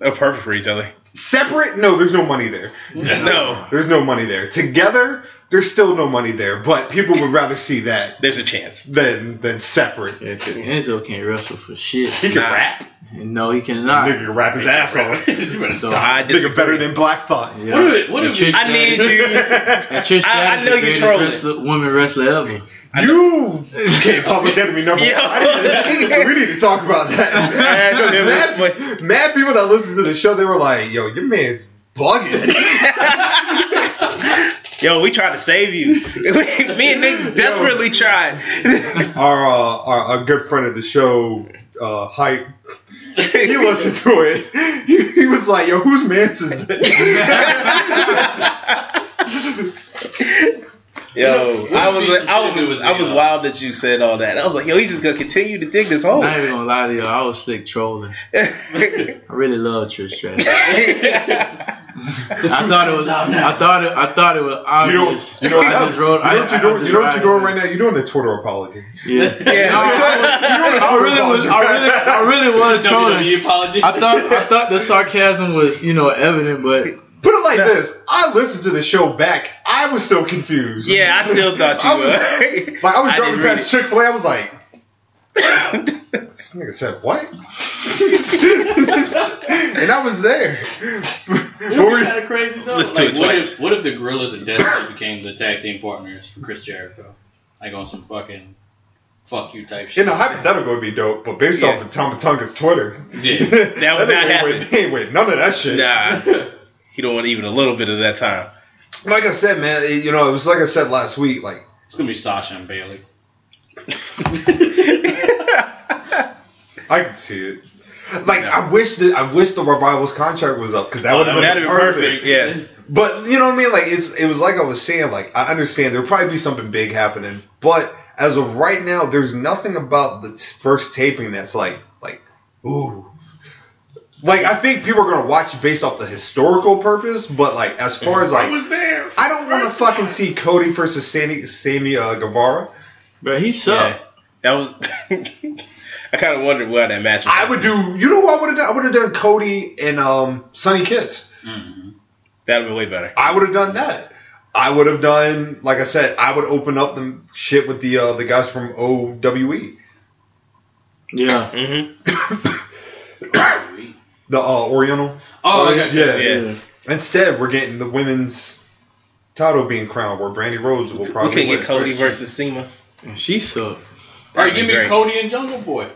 They're perfect for each other. separate. No, there's no money there. No, There's no money there. Together, there's still no money there. But people would rather see that there's a chance. than than separate. Yeah, 'cause Enzo can't wrestle for shit. He can Nah. rap. And no, he Nigga cannot. can rap his ass off. you better stop. I Nigga disagree. better than Black Thought. Yeah. What if- what And if- Trish I need Stratus- you. and Trish I- I Stratus, know the you greatest trolling. wrestler, woman wrestler ever. You became Public Enemy number Yo. one. I didn't- we need to talk about that. Yeah, Because true, mad, but- mad people that listen to the show, they were like, "Yo, your man's bugging." Yo, we tried to save you. Me and Nick desperately tried. our, uh, our our good friend of the show, uh, hype. He listened to it. He, he was like, "Yo, whose man's is this?" Yo, I was What we I should do was is, I was uh, wild that you said all that. I was like, yo, he's just gonna continue to dig this hole. Not even gonna lie to you, I was slick trolling. I really love Trish Stratus. I thought it was. I thought it. I thought it was You know, obvious. you know, I that- just wrote. you know I- what you're I- I doing. just You know what you're doing ride right now. You're doing a Twitter apology. with it. Yeah. Yeah. No, I, I really was. I really, I really was trolling. WWE E apology. I thought. I thought the sarcasm was, you know, evident, but Put it like this: I listened to the show back. I was still confused. yeah, I still thought I you was- were. Like I was I driving didn't read past Chick Fil A, I was like, "This nigga said what?" and I was there. You But know we- kind of crazy though. Let's do like, it what twice. if what if the Gorillas and Destiny became the tag team partners for Chris Jericho? Like on some fucking fuck you type shit. in a hypothetical would be dope, but based Yeah. off of Tomatunga's Twitter, yeah. That would nigga not ain't happen. with- he ain't with none of that shit. nah, he don't want even a little bit of that time. Like I said, man, it- you know, it was like I said last week. Like It's gonna be Sasha and Bailey. I could see it. Like No. Oh, I wish that I wish the revivals contract was up because that would That have would been, have been perfect. Yes. But you know what I mean? Like it's it was like I was saying, like I understand there'll probably be something big happening, but as of right now, there's nothing about the t- first taping that's like like ooh. Like I think people are gonna watch based off the historical purpose, but like as far as like there. I don't wanna fucking see Cody versus Sammy Sammy uh, Guevara. but he Yeah. sucked. That was. I kind of wondered why that match. Was I would do you know what I would have done? I would have done Cody and um Sonny Kiss. Mm-hmm. That'd be way better. I would have done that. I would have done, like I said, I would open up the shit with the uh, the guys from E, OWE, Yeah. Mm-hmm. the uh, Oriental. Oh, I got you. yeah. Yeah. Instead, we're getting the women's title being crowned, where Brandy Rhodes will We probably could get win. Cody versus Sema. And she sucked. All right, That'd give be me great. Cody and Jungle Boy.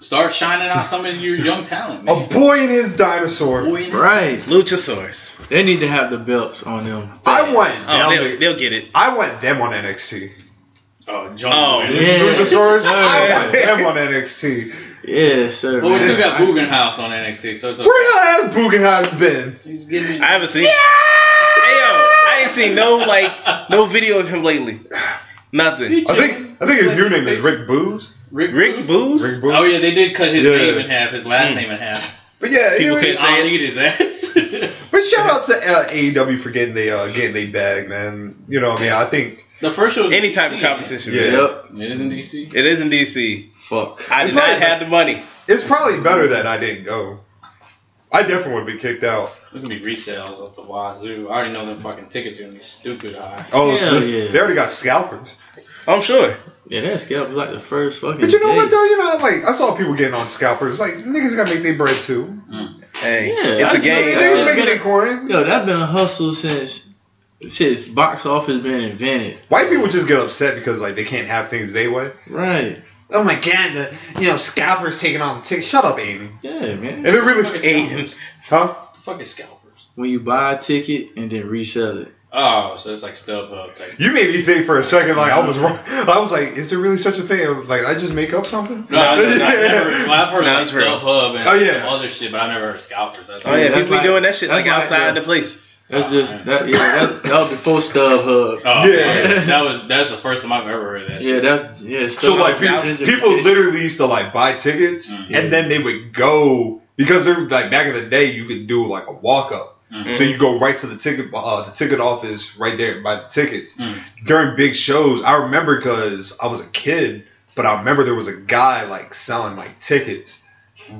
Start shining out some of your young talent. A Man. boy and his dinosaur. Boy, Right. Luchasaurus. They need to have the belts on them. I want Oh, them. they'll, they'll get it. I want them on NXT. Oh, Jungle Oh, Boy. Yeah. Luchasaurus, I Yeah. want them on NXT. Yeah, sir. Well, we still man. got Boogenhouse on NXT, so it's okay. Where the hell has Guggenheim been? He's getting. I haven't seen. Hey, yo, I ain't seen no like no video of him lately. Nothing. I think I think his new name is Rick Booze. Rick, Rick Mm. Boogs? Booze. Rick Booze. Oh yeah, they did cut his Yeah. name in half, his last name in half. But yeah, People anyway, can say it. Ali his ass. but shout out to uh, AEW for getting they uh, getting they bag, man. You know, what I mean, I think the first show was Any in type DC, of competition. Yeah. man. Yep. man. It is in DC. It is in DC. Fuck. I It's did not right. have the money. it's probably better that I didn't go. I definitely would have been kicked out. There's gonna be resales up the wazoo. I already know them fucking tickets are gonna be stupid high. Oh, so Hell yeah. they already got scalpers. I'm sure. Yeah, that scalp was like the first fucking. But you know day. what though? You know, like I saw people getting on scalpers. Like niggas gotta make their bread too. Hey, Yeah, it's I a just- They, game. they I just- was making their coin. Yo, that's been a hustle since since box office been invented. White people just get upset because like they can't have things they way. Right. Oh my god, the, you know scalpers taking on the ticket. Shut up, Aiden. Yeah, man. And it really, Fucking Aiden, scalpers. huh? Fucking scalpers. When you buy a ticket and then resell it. Oh, so it's like StubHub type. You made me think for a second, like I was wrong. I was like, is there really such a thing? I was Like I just make up something? No, no, no, I've never. Well, I've heard No, like it's real. StubHub and Oh, yeah. some other shit, but I've never heard of scalpers. That's Oh yeah, That's people be like- doing that shit that's like like, outside uh, the place. That's Oh, just man. that. Yeah, that's that was before StubHub. Oh, Yeah. man, that was that's the first time I've ever heard that. Shit. Yeah, that's yeah. So like StubHub pe- was people, gentrification. literally used to like buy tickets Mhm. and then they would go because they're like back in the day you could do like a walk up. Mhm. So you go right to the ticket uh, the ticket office right there by the tickets. Mhm. During big shows, I remember cuz I was a kid, but I remember there was a guy like selling like tickets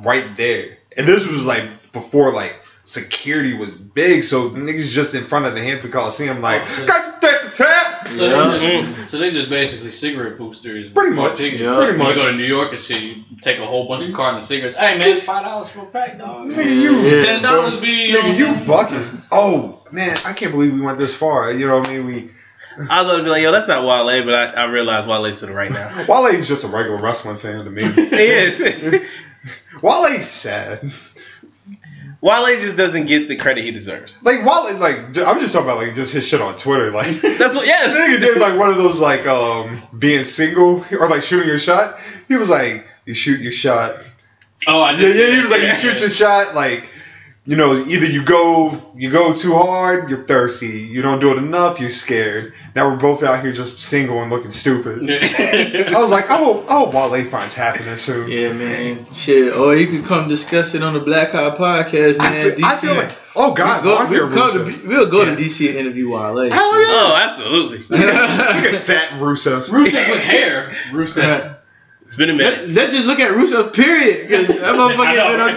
right there. And this was like before like security was big, so niggas just in front of the Hampton Coliseum like Oh, shit. got to take the tap. So, Yeah. they just, so they just basically cigarette boosters. Pretty much. Tickets. Yeah. Pretty When You much. go to New York and shit, you take a whole bunch of cartons of cigarettes. Hey man, it's five dollars for a pack, dog. Nigga, you Yeah. Ten dollars be you know Nigga, what I'm you saying? bucking. Oh man, I can't believe we went this far. You know what I mean? We I was about to be like, yo, that's not Wale, but I, I realize Wale's to the right now. Wale's just a regular wrestling fan to me. he is. Wale's sad. Wale just doesn't get the credit he deserves. Like Wale, like j- I'm just talking about like just his shit on Twitter. Like this That's what. Yes. nigga did like one of those like um being single or like shooting your shot. He was like, you shoot your shot. Oh, I Yeah, just yeah. He was like, you shoot your shot. Like you know, either you go you go too hard, you're thirsty. You don't do it enough, you're scared. Now we're both out here just single and looking stupid. I was like, oh, I hope, I hope Wale finds happiness soon. Yeah, man. Shit. Or you can come discuss it on the Black Hot Podcast, I, man. feel, I DC. feel like, oh God, we Mario will go Rusev. to, we'll go to DC and interview Wale. Hell yeah. Oh, absolutely. Look at fat Rusev. Rusev with hair. Rusev. It's been a minute. Let's just look at Rusev, period. Because that I motherfucker know, been on right?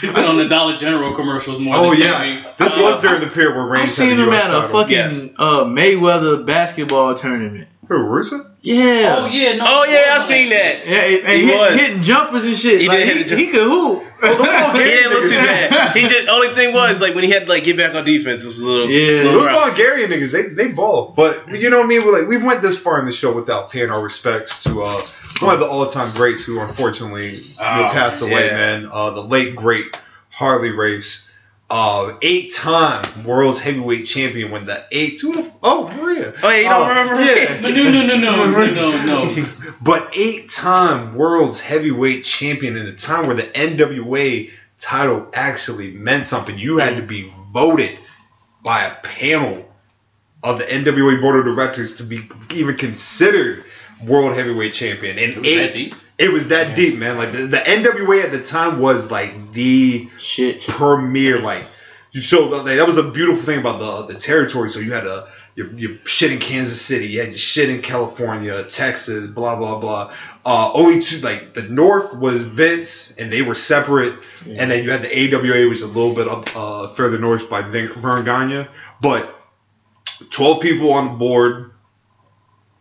He's been on the Dollar General commercials more Oh than yeah, TV. this Uh, was during the period where I Reigns had seen the him U.S. at a title. fucking Yes. uh, Mayweather basketball tournament. Who Rusev? Yeah. Oh yeah, no. Oh he was yeah, I on seen shit. that. Yeah, and, and He hit- was. hitting jumpers and shit. He like, did hit a he, jump- Oh, he could hoop. Yeah, it looked too bad. He just only thing was like when he had to like get back on defense was a little Yeah. little Those rough. Bulgarian niggas, they they ball, but you know what I mean. We're like, we've went this far in the show without paying our respects to uh, one of the all time greats who unfortunately you know, Oh, passed away, yeah. man. Uh, the late great Harley Race, uh, eight time world's heavyweight champion, when the eight who the oh Maria, Oh yeah, you don't Uh, remember? yeah. But no, no, no, no, no, no, no. but eight time world's heavyweight champion in a time where the NWA title actually meant something. You had to be voted by a panel of the NWA board of directors to be even considered world heavyweight champion. And It was that eight, deep. it was that deep, man. Like the, the NWA at the time was like the Shit. premier like you so that that was a beautiful thing about the the territory so you had a your, your shit in Kansas City you had your shit in California Texas blah blah blah uh only two like the north was Vince and they were separate and then you had the AWA which is a little bit up uh further north by Vin- Vern Gagne but 12 people on the board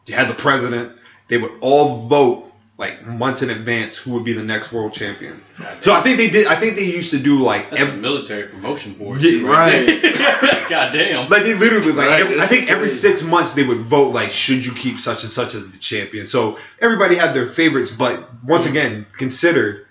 you had the president they would all vote like months in advance who would be the next world champion so I think they did I think they used to do like That's every- a military promotion board. Yeah, shit right. there. God damn. Like they literally like Right. every, I think every Crazy. six months they would vote like should you keep such and such as the champion. So everybody had their favorites, but once Mm. again, consider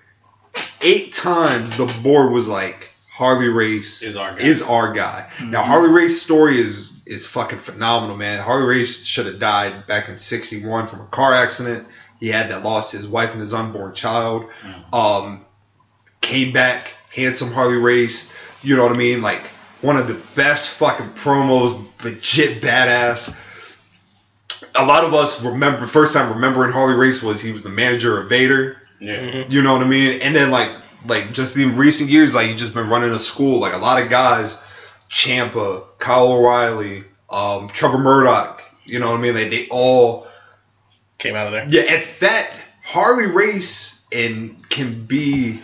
eight times the board was like Harley Race Is our guy. Mm-hmm. is our guy. Now Harley Race's story is is fucking phenomenal, man. Harley Race should have died back in '61 from a car accident he had that lost his wife and his unborn child. Mm-hmm. Um, came back, handsome Harley Race. You know what I mean? Like one of the best fucking promos, legit badass. A lot of us remember first time remembering Harley Race was he was the manager of Vader. Yeah. You know what I mean? And then like Like just in recent years, like you've just been running a school. Like a lot of guys, Champa, Kyle O'Reilly, um, Trevor Murdoch. You know what I mean? Like they all Came out of there. yeah. If that Harley race and can be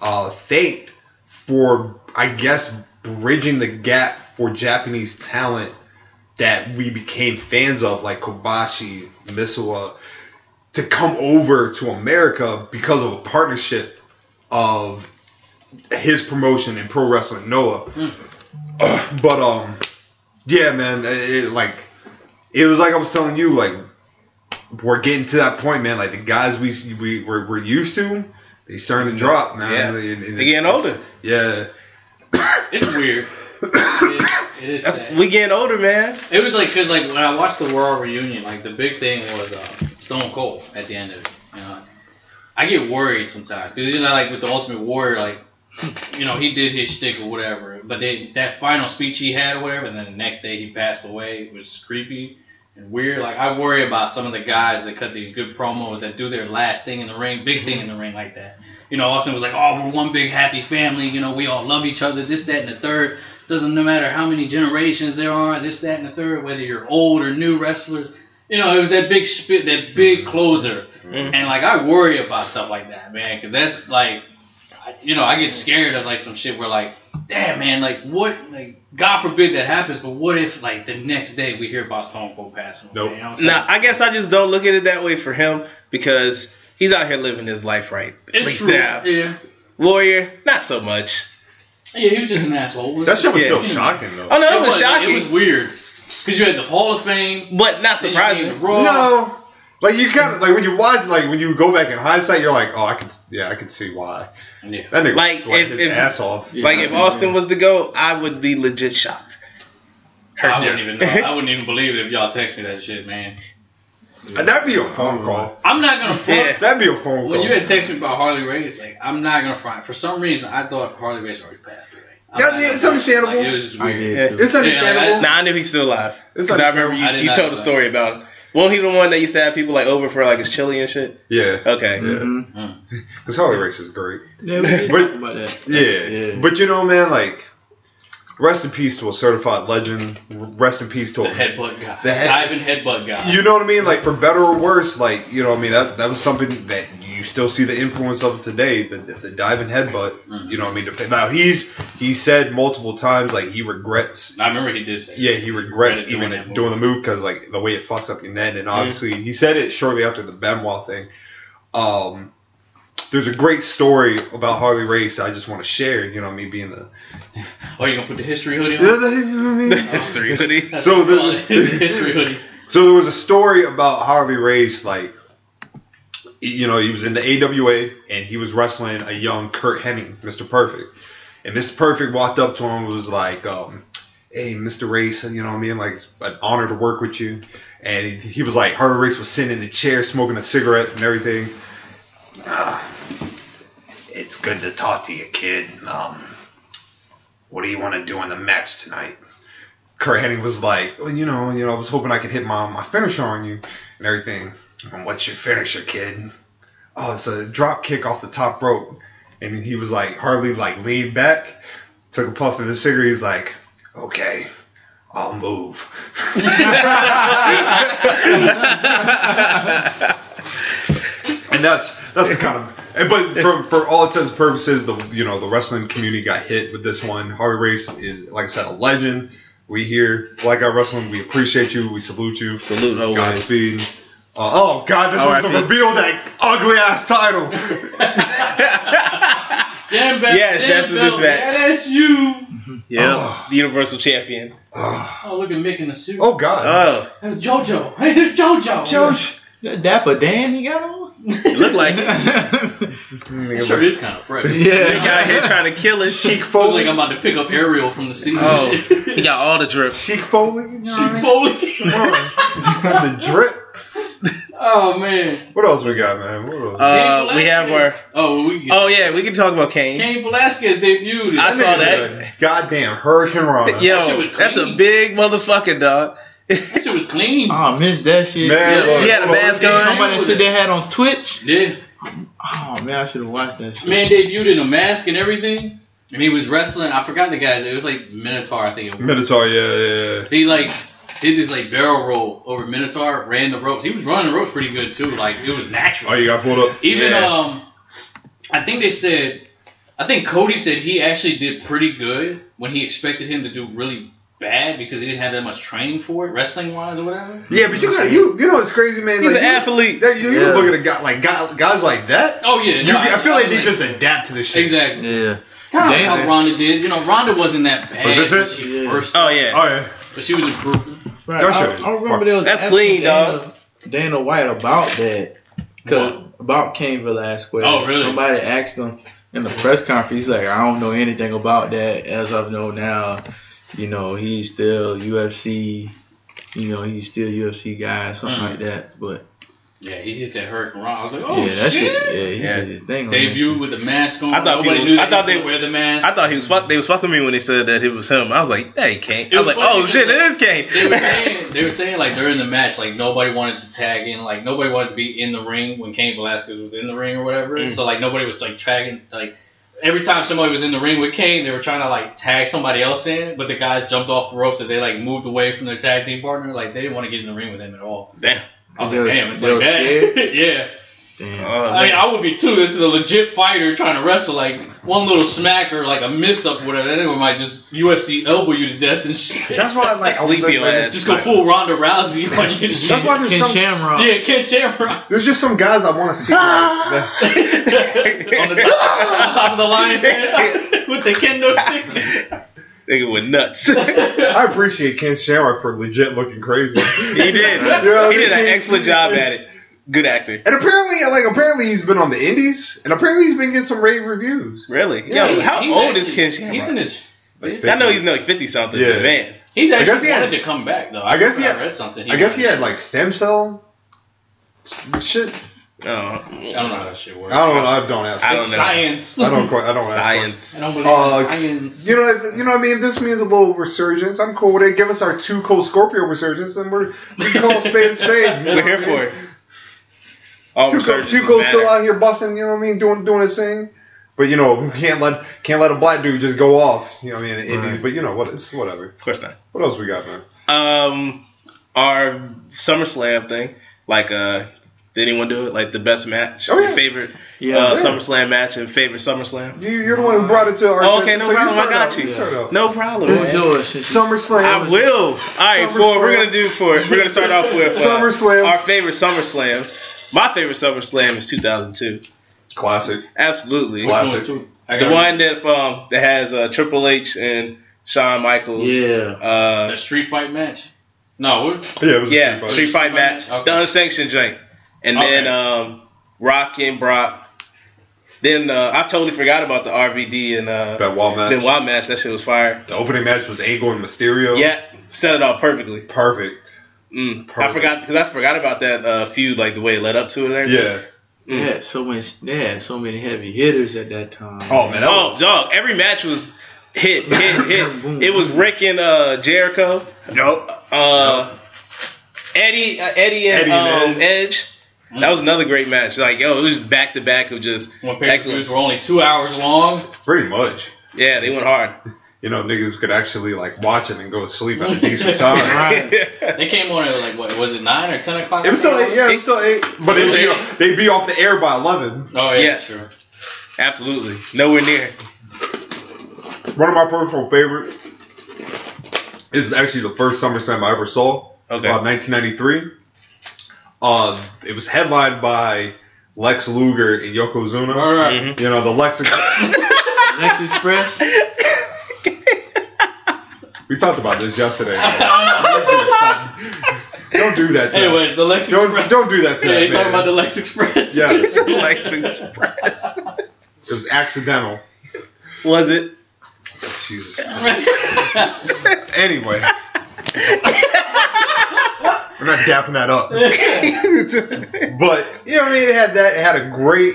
uh, thanked for, I guess, bridging the gap for Japanese talent that we became fans of, like Kobashi, Misawa, to come over to America because of a partnership of his promotion in pro wrestling Noah. but um, yeah, man, it, it, like it was like I was telling you, like we're getting to that point, man. Like the guys we we we're, we're used to, they starting to drop, man. Yeah. And- and it's- They're getting older. Yeah, It's weird. It, it is. That's sad. we getting older, man. It was like because like when I watched the World Reunion, like the big thing was uh, Stone Cold at the end of it. You know, I get worried sometimes because you know like with the Ultimate Warrior, like you know he did his shtick or whatever, but they, that final speech he had or whatever, and then the next day he passed away was creepy and weird. Like I worry about some of the guys that cut these good promos that do their last thing in the ring, big thing in the ring like that. You know, Austin was like, "Oh, we're one big happy family. You know, we all love each other. This, that, and the third. Doesn't no matter how many generations there are. This, that, and the third. Whether you're old or new wrestlers. You know, it was that big spit, that Mm-hmm. big closer. And like, I worry about stuff like that, man, because that's like, I- you know, I Mm-hmm. get scared of like some shit where like, damn, man, like what, like God forbid that happens, but what if like the next day we hear about Stone Cold passing? away, Nope. You know what I'm Now, I guess I just don't look at it that way for him because he's out here living his life right. At It's least true. now. Yeah. Warrior, not so much. Yeah, he was just an asshole. that shit was Yeah. still shocking though. Oh no, It it was shocking, It was weird. Because you had the Hall of Fame. but not then you had the surprising. Raw. No. Like you kind of like when you watch like when you go back in hindsight, you're like, oh, I can yeah, I can see why Yeah. that Like, nigga like, sweat if- his if- ass off. Yeah. Like if Austin was to go, I would be legit shocked. I wouldn't Yeah. even know. I wouldn't even believe it if y'all text me that shit, man. That'd be a phone call. I'm not gonna front. Yeah. That'd be a phone When call. you had texted me about Harley Race, like I'm not gonna front. For some reason, I thought Harley Race already passed away. I'm Yeah, not gonna it's front. understandable. Like, it was just I weird. did too. it's understandable. Yeah, Nah, I knew he's still alive. It's 'Cause I remember I did you, you not told know a that. story about him. Wasn't he the one that used to have people like over for like his chili and shit? yeah, Okay. Mhm. because Harley Race is great. Yeah, we did talk about that. Yeah. Yeah. but you know, man, like, rest in peace to a certified legend. Rest in peace to The a headbutt guy. The head- Diving headbutt guy. You know what I mean? Like for better or worse, like you know what I mean. That that was something that you still see the influence of today. The, the, the diving headbutt. Mm-hmm. You know what I mean? Dep- Now he's he said multiple times like he regrets. I remember he did say. Yeah, he regrets Regretted doing even that move. doing the move because like the way it fucks up your net, and obviously he said it shortly after the Benoit thing. Um, there's a great story about Harley Race. I just want to share. You know what I mean? Being the Oh, you gonna put the history hoodie you know on? what I mean? History hoodie. so Oh, the, the history hoodie. So there was a story about Harley Race, like you know, he was in the AWA and he was wrestling a young Kurt Hennig, Mr. Perfect. And Mr. Perfect walked up to him and was like, um, hey, Mr. Race, you know what I mean? Like, it's an honor to work with you. And he, he was like, Harley Race was sitting in the chair smoking a cigarette and everything. "Ah, it's good to talk to you, kid. Um, what do you want to do in the match tonight? Kurt Hennig was like, well, you know, you know, I was hoping I could hit my, my finisher on you and everything. Um, And what's your finisher, kid? Oh, it's a drop kick off the top rope. And he was like, hardly like leaned back, took a puff of his cigarette. He's like, okay, I'll move. and that's that's the kind of. and- But for, for all intents and purposes, the you know the wrestling community got hit with this one. Harley Race is like I said, a legend. We here, Black Guy Wrestling. We appreciate you. We salute you. Salute always. Godspeed. Uh, oh God, this was to R.I.P. reveal that ugly ass title. Jam belt. Yes, jam that's what belt. this match- Yeah, that's you. Yeah. Oh. The Universal Champion. Ah. Oh, look at Mick in the suit. oh God, Oh. That's JoJo. Hey, there's JoJo. George. That Dapper Dan he got on? It looked like it. It sure is kind of fresh. They yeah. got here trying to kill us. Cheek I feel like Foley. I'm about to pick up Ariel from the sea. Oh. He got all the drip. Cheek Foley. You know what I Chick Foley. mean? Come on. the drip. Oh man. What else we got, man? What else? Uh, we have our. Oh, well, we. Get, Oh yeah, we can talk about Kane. Cain Velasquez debuted. I saw that. Goddamn Hurricane Rana. That shit Yo, was that's a clean. big motherfucker, dog. That shit was clean. Oh, I missed that shit. Man, Yeah, look, he had a look, mask Talking on. about that shit they had on Twitch. Yeah. Oh man, I should have watched that shit. Man debuted in a mask and everything, and he was wrestling. I forgot the guy's. name. It was like Minotaur, I think. It was. Minotaur, yeah, yeah, yeah. He like did this like barrel roll over Minotaur, ran the ropes. He was running the ropes pretty good too. Like it was natural. Oh, you got pulled up. Even Yeah. um, I think they said, I think Cody said he actually did pretty good when he expected him to do really bad because he didn't have that much training for it, wrestling wise or whatever. Yeah, but you got you. You know what's crazy, man? He's Like, an you- athlete. that- You, you Yeah. look at a guy like guy, guys like that. Oh yeah, you, no, I, feel like they was just adapt to this shit. exactly. Yeah. Kind of Damn. how Ronda did. You know, Ronda wasn't that bad. Was this when it? She Yeah. first, Oh yeah. Oh yeah, but she was improving. Right. That I, shit is- I remember there was That's asking clean, Dana, dog. Dana White about that. 'Cause- about Cain Velasquez. Oh, really? Somebody asked him in the press conference. He's like, I don't know anything about that as of know now. You know, he's still UFC. You know, he's still UFC guy, something Mm. like that. But Yeah, he hit that Hurricane Ron. I was like, oh yeah, that shit. shit. Yeah, he Yeah. did his thing. on that Debut shit. with the mask on. I thought Nobody people- knew I that thought he they- could wear the mask. I thought he was fuck. They was fucking me when they said that it was him. I was like, that ain't Kane. It I was was like, funny oh shit, because it is they Kane. were saying they were saying like during the match, like nobody wanted to tag in, like nobody wanted to be in the ring when Cain Velasquez was in the ring or whatever. Mm. So like nobody was like tagging like every time somebody was in the ring with Kane, they were trying to like tag somebody else in, but the guys jumped off the ropes and they like moved away from their tag team partner. Like they didn't want to get in the ring with him at all. Damn. I was They like, were- damn, it's they like were that. yeah. Damn. uh, Oh, I mean, man. I would be too. This is a legit fighter trying to wrestle. Like one little smack or like a miss up, whatever. That nigga might just UFC elbow you to death and shit. that's why. Like, I was Sleepy like, ass. just go full Ronda Rousey on your shit. That's why there's Ken some. Shamrock. Yeah, Ken Shamrock There's just some guys I want to see. like, on the top, on top of the line man, with the kendo stick. Nigga went nuts. that- I appreciate Ken Shamrock for legit looking crazy. He did. Yeah, he did I an mean, excellent he- job at it. Good actor. And apparently, like apparently, he's been on the Indies, and apparently, he's been getting some rave reviews. Really? Yeah, Yo, he- how He's old actually- is Ken He's in Shamrock? his. Like, I know he's like fifty something. Yeah. Yeah. Man, He's I guess he actually had- wanted to come back though. I, I guess he forgot had- I read something. I guess he had like stem cell s- shit. I oh, don't know how that shit works. I don't know. I don't ask. I I don't don't. It's know. Science. I don't. Quite, I don't ask. science. I don't believe Uh, in science. You know, you know what I mean. This means a little resurgence. I'm cool with it. Give us our two cold Scorpio resurgence, and we're we can call a spade a spade. We're here for it. All Two, co- resurgences two cold matter. still out here busting. You know what I mean, doing doing his thing. But you know, we can't let can't let a black dude just go off. You know what I mean, in the Indies. Right. But you know what? It's whatever. Of course not. What else we got, man? Um, our SummerSlam thing. Like, uh, did anyone do it? Like the best match, Oh, yeah. your favorite Yeah. uh, yeah. SummerSlam match, and favorite SummerSlam. You, you're the one who brought it to our. Oh, okay, no so you problem. I start got out. you. start out. No problem. What was man. yours? since you- SummerSlam. I will. All right, for we're gonna do for we're gonna start off with uh, SummerSlam. Our favorite SummerSlam. My favorite SummerSlam is 2002. Classic. Absolutely, Wow. Which one was two? I the got one that um, that has uh, Triple H and Shawn Michaels. Yeah. Uh, the street fight match. No, what- Yeah, it was yeah, a street fight. street fight Street match, fight? Okay. the unsanctioned joint, and then Okay. um, Rock and Brock. Then uh, I totally forgot about the RVD and uh, Benoit match. Benoit match. That shit was fire. The opening match was Angle and Mysterio. Yeah, set it off perfectly. Perfect. Mm. I Perfect. forgot because I forgot about that uh, feud, like the way it led up to it. And everything. Yeah. They had so much. They had so many heavy hitters at that time. Oh man, that Oh, was dog! Every match was hit, hit, hit. Boom. it was Rick and uh, Jericho, nope. uh, Eddie, uh, Eddie and, Eddie and um, Edge. That was another great match. Like yo, it was just back to back of just when excellent. pay-per-views were only two hours long. Pretty much. Yeah, they went hard. You know, niggas could actually like watch it and go to sleep at a decent time. Right. They came on at like what was it nine or ten o'clock? It was still eight, yeah, it was still eight, but it, you know, they'd be off the air by eleven. Oh yeah, Yes. sure. Absolutely, nowhere near. One of my personal favorite is actually the first SummerSlam I ever saw. Okay. About 1993. Uh, it was headlined by Lex Luger and Yokozuna. All right. Mhm. You know the Lexicon. Next Express. we talked about this yesterday. Mm-hmm. don't do that. To him. Anyways, the Lex don't Express. don't do that to yeah, that you talking man. about the Lex Express? Yes. Lex Express. It was accidental. Was it? Jesus. Anyway. We're not dapping that up. But you know what I mean? It had that it had a great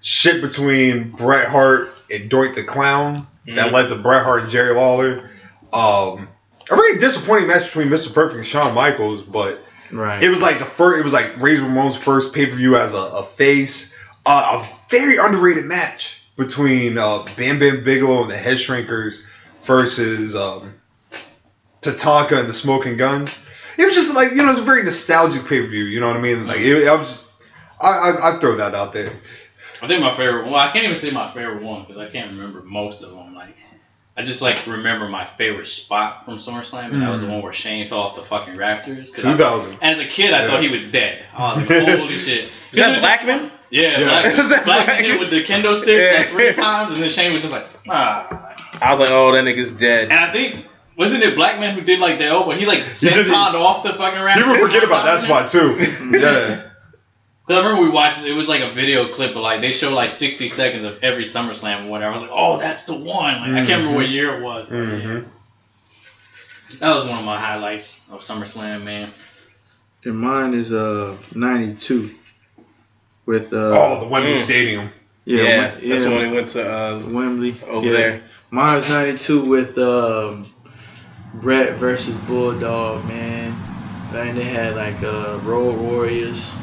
shit between Bret Hart and Doink the Clown that Mhm. led to Bret Hart and Jerry Lawler. Um a really disappointing match between Mr. Perfect and Shawn Michaels, but Right. it was like the first. It was like Razor Ramon's first pay per view as a, a face. Uh, a very underrated match between uh, Bam Bam Bigelow and the Head Shrinkers versus um, Tatanka and the Smoking Guns. It was just like you know, it's a very nostalgic pay per view. You know what I mean? Like it, I was, I, I I throw that out there. I think my favorite. Well, I can't even say my favorite one because I can't remember most of them. Like, I just like remember my favorite spot from SummerSlam, and that Mm. was the one where Shane fell off the fucking rafters. 'Cause I- Two thousand. as a kid, I Yeah. thought he was dead. I was like, holy shit! Is that Blackman? Yeah, Yeah. Black, Is that Black Black- hit it with the kendo stick like Yeah. three times, and then Shane was just like, ah. I was like, oh, that nigga's And dead. I think wasn't it Black Man who did like that elbow? He like sent Todd off the fucking round. You would forget about that spot too. Yeah. Cause I remember we watched it was like a video clip, but like they show like sixty seconds of every SummerSlam or whatever. I was like, oh, that's the one. Like I can't remember Mm-hmm. what year it was. but, yeah. Mhm. That was one of my highlights of SummerSlam, man. And mine is uh '92 with uh Oh, the Wembley Mm. Stadium. Yeah, Wem- that's yeah, when he went to uh, Wembley over yeah. there. Mine's 92 with um, Brett versus Bulldog, man. Then they had like uh, Road Warriors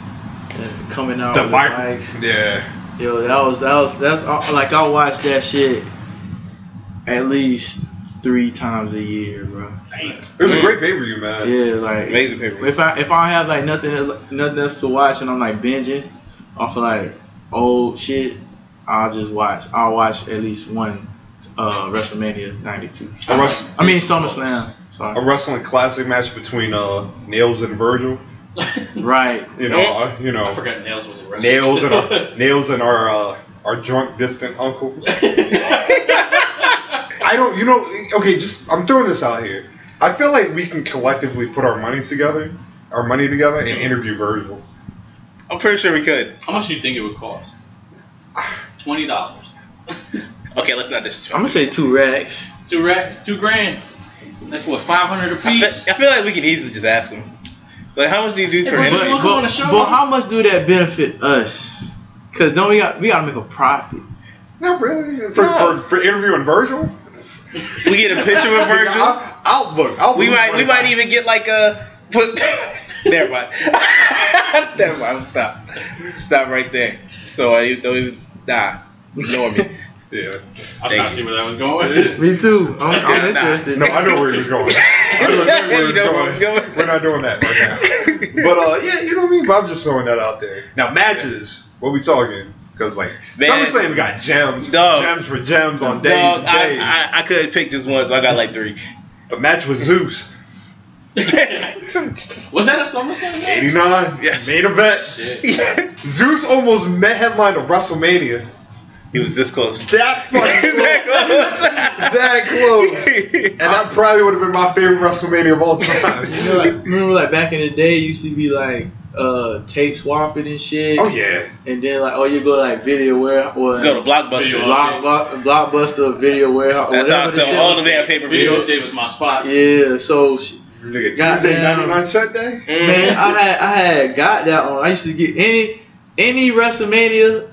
uh, coming out The with Mar- bikes. Yeah. Yo, that was that was that's all- like I watched that shit at least three times a year, bro. Damn. It was a great pay per view, man. Yeah, like Amazing paper. if I if I have like nothing else- nothing else to watch and I'm like binging off of like old shit, I'll just watch. I'll watch at least one uh, WrestleMania '92. A, wrest- I mean SummerSlam. Sorry. a wrestling classic match between uh, Nails and Virgil. Right. You know, uh, you I know, forgot Nails was a wrestler. Nails and our, Nails and our uh, our drunk distant uncle. I don't, you know, okay, just I'm throwing this out here. I feel like we can collectively put our monies together, our money together, and interview Virgil. I'm pretty sure we could. How much do you think it would cost? Twenty dollars. Okay, let's not I'm disrespect. gonna say two racks. Two racks, two grand. That's what five hundred I apiece. feel, I feel like we can easily just ask him. Like, how much do you do for Hey, But, Come interview? on, but, come on the show. but how much do that benefit us? Cause don't we got we gotta make a profit. Not really. For, No. for, for interviewing Virgil? We get a picture with Virgil. I'll, I'll look. I'll We lose might, we money. might even get like a. Put, never mind. never mind. Stop. Stop right there. So I don't even nah. Ignore me. Yeah. I'm trying to see where that was going. with. Me too. I'm, Nah. I'm interested. No, I know where he was going. I know where he was You know where he's going. going. We're not doing that right now. But uh, yeah, you know what I mean. But I'm just throwing that out there. Now matches. What we talking? Because like Man. SummerSlam we got gems, Dog. gems for gems on days. Dog, and I, days. I, I couldn't pick just one, so I got like three. the match with Zeus, Was that a SummerSlam? match? '89, Yes. main event. Shit. Zeus almost met headline of WrestleMania. he was this close. That fucking That close. that close. close. And that probably would have been my favorite WrestleMania of all time. You know, like, remember like back in the day, it used to be like uh, tape swapping and shit. oh yeah. And then like, oh, you go to, like video warehouse or Go to Blockbuster. Video. block, block, blockbuster video warehouse. That's how I whatever the sell shit all was- the damn pay per Video views. save was my spot. Yeah, so sh- Nigga, Tuesday Goddamn. '99 set day. Mm-hmm. man, I had I had got that one. I used to get any any WrestleMania.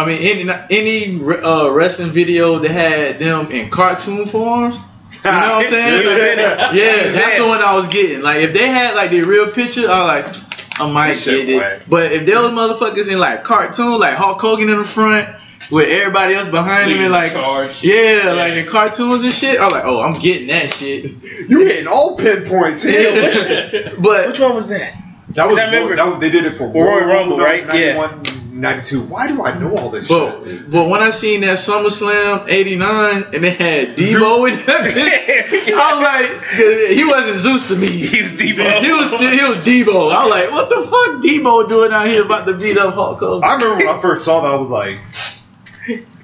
I mean, any any uh, wrestling video that had them in cartoon forms. You know what I'm saying? He was in it. Yeah, that's the one I was getting. Like if they had like the real picture, I was like, I might That shit get it. whack. But if there was motherfuckers in like cartoon, like Hulk Hogan in the front with everybody else behind him, Leading and like charge. yeah, like in cartoons and shit, I'm like, oh, I'm getting that shit. You hitting all pinpoints here. But one was that? That was, I remember- that was- they did it for Royal Rumble, right? Yeah. 91, 92. Why do I know all this but shit? but when I seen that SummerSlam '89 and they had Debo in that bitch, I was like, he wasn't Zeus to me. He was deep. He was he was Debo. I was like, what the fuck, Debo doing out here about to beat up Hulk Hogan? I remember when I first saw that, I was like,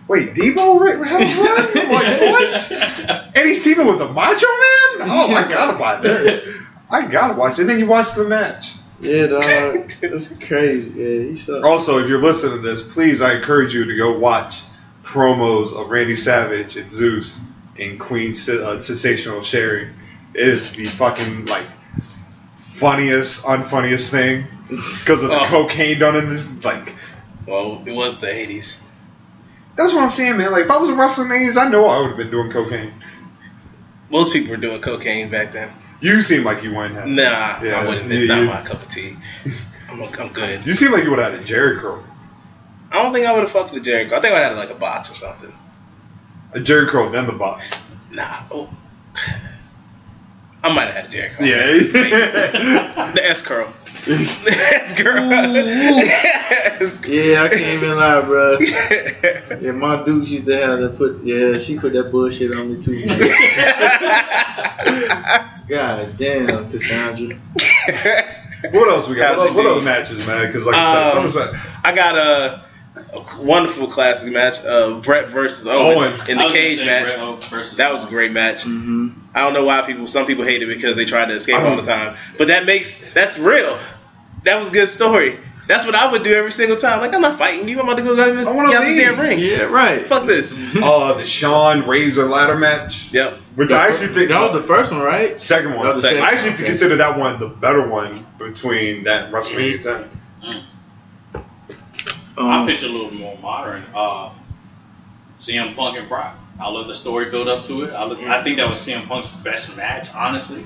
wait, Debo Rick had a run? Like, what? And he's teaming with the Macho Man? Oh, I gotta buy this. I gotta watch it. And then you watch the match. Yeah, dog. That's crazy. Yeah, he sucked. Also, if you're listening to this, please, I encourage you to go watch promos of Randy Savage and Zeus and Queen Se- uh, Sensational Sherry. It is the fucking like funniest, unfunniest thing because of the Oh. cocaine done in this. Like, Well, it was the 80s. that's what I'm saying, man. Like, if I was wrestling names, I know I would have been doing cocaine. Most people were doing cocaine back then. You seem like you wouldn't have. Nah, Yeah, I wouldn't. It's you- not you- my cup of tea. I'm, I'm good. You seem like you would have had a Jerry curl. I don't think I would have fucked with Jericho. I think I would have like a box or something. A Jerry Curl, then the box. Nah. Oh. I might have had Jericho. Yeah. The S curl. S curl. S Yeah, I can't even lie, bro. curl. Yeah, my dudes used to have to put. Yeah, she put that bullshit on me too. man. God damn, Cassandra. what else we got? How's What, it what do? other matches, man? Because like I said, Um, SummerSlam. I got a, a wonderful classic match of Brett versus Owen, in Owen. I the was gonna cage say match. Bret Hart versus That was a great match. Mm-hmm. I don't know why people. Some people hate it because they try to escape I all the time. But that makes that's real. That was a good story. That's what I would do every single time. Like I'm not fighting you. I'm about to go get in this, I wanna get out this leave. damn ring. Yeah, right. Fuck this. Uh, the Shawn Razor ladder match, Yep. which I actually think That was the first one, right? second one. That was the I actually second one, consider that one the better one between that and WrestleMania ten. I Um, picture a little more modern. Uh, CM Punk and Brock. I love the story build up to it. I, look, I think that was CM Punk's best match, honestly.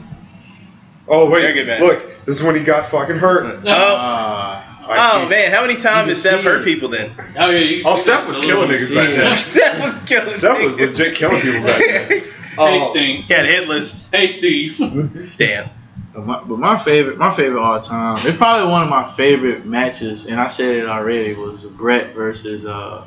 Oh Very wait, good match. look, this is when he got fucking hurt. Oh, ah. I oh see. man, how many times You has Seth see hurt it. people then? Oh, yeah, you Oh, see Seth the- was the killing little- niggas back Yeah. then. Seth was killing. Seth was niggas. legit killing people back then. Hey, Oh. Sting. He had hitless. Hey, Steve. Damn. But my- but my favorite, my favorite all time, it's probably one of my favorite matches, and I said it already was Brett versus uh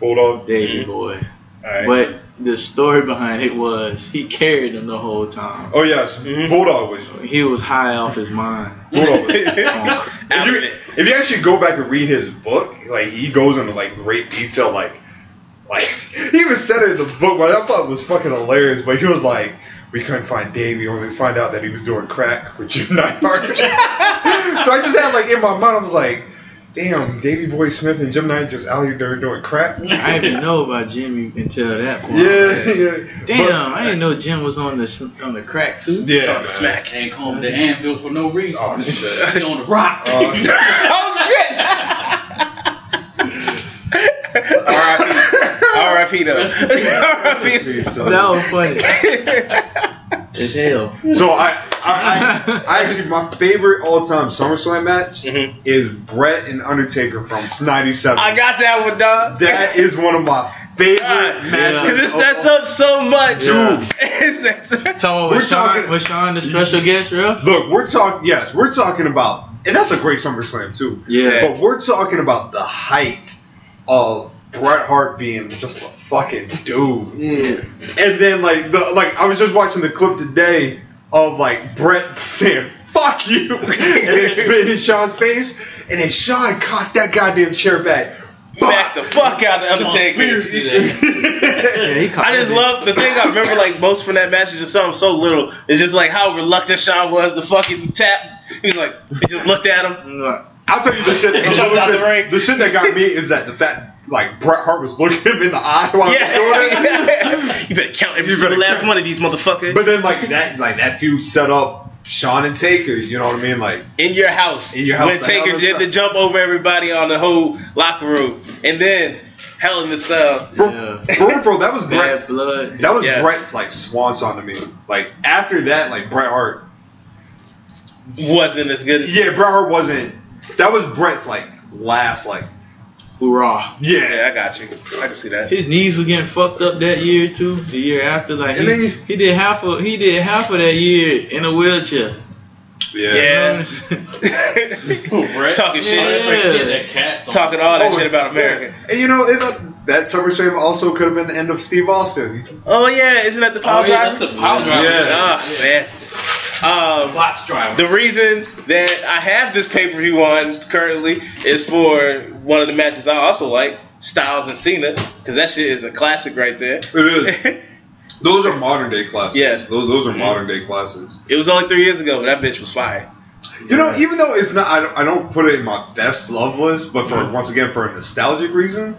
Bulldog. Davey Boy. All right. But the story behind it was he carried him the whole time. Oh yes, Bulldog was. He was high off his mind. Bulldog was. On cr- If you, if you actually go back and read his book, like he goes into like great detail, like like he even said it in the book, but I thought it was fucking hilarious. But he was like, we couldn't find Davey when we find out that he was doing crack with Juvenile Parker. so I just had like in my mind, I was like, damn, Davey Boy Smith and Jim Knight just out here doing, doing crack. Yeah, I didn't even know about Jimmy until that point. yeah. Damn, But- I didn't know Jim was on the s- on the crack too. yeah, Talk man. smack. Can't call him the anvil for no reason. Oh He shit. on the rock. Oh, Uh, R.I.P. though. Rest in peace. R.I.P. That was funny as hell. so I, I, I, I actually my favorite all time SummerSlam match Mhm. is Brett and Undertaker from '97. I got that one, dog. that is one of my favorite matches. Because it sets oh. up so much. Yeah. it sets up. Tell me, We're was Sean, talking- was Sean the special guest, real? Look, we're talking. Yes, we're talking about, and that's a great SummerSlam too. Yeah. But we're talking about the height of Bret Hart being just a fucking dude. Yeah. And then like the like I was just watching the clip today of like Brett saying "fuck you" and it spit in Sean's face, and then Sean cocked that goddamn chair back. Back the fuck out of Sean Spears Undertaker. did that. Yeah, he caught I just it. love the thing I remember like most from that match is just something so little. It's just like how reluctant Sean was to fucking tap. He was like, he just looked at him. I'll tell you the shit. The, jumped little out the shit- ring. the shit that got me is that the fact like Bret Hart was looking him in the eye while he was doing it. Yeah. you better count every You better single last count. one of these motherfuckers But then like that like that feud set up Sean and Taker. You know what I mean? Like in your house. In your house, When like, all Taker this did the stuff. jump over everybody on the whole locker room, and then Hell in the Cell. for, Yeah. for, for- that was Bad Bret's blood. that was Yeah. Bret's like swan song to me. Like after that, like Bret Hart wasn't as good as Yeah, Bret Hart wasn't. That was Bret's like last like. Hoorah. Yeah, Yeah. I got you. I can see that. His knees were getting fucked up that year too. The year after, like he, And then- he did half of he did half of that year in a wheelchair. Yeah. Yeah. Who, Brett? Talking shit. Oh, that's right. Yeah. Get that cast on. Talking all that Oh, shit about America. And you know, it, uh, that SummerSlam also could have been the end of Steve Austin. Oh yeah, isn't that the Oh, power yeah, driver? that's the power driver. Yeah. Ah, man. Um, Box driver. the reason that I have this pay per view on currently is for one of the matches I also like, Styles and Cena, because that shit is a classic right there. It it is. Those are modern day classes. Yes. Those, those are Mhm. modern day classes. was only three years ago, but that bitch was fire. You know, even though it's not, I don't, I don't put it in my best love list, but for once again for a nostalgic reason,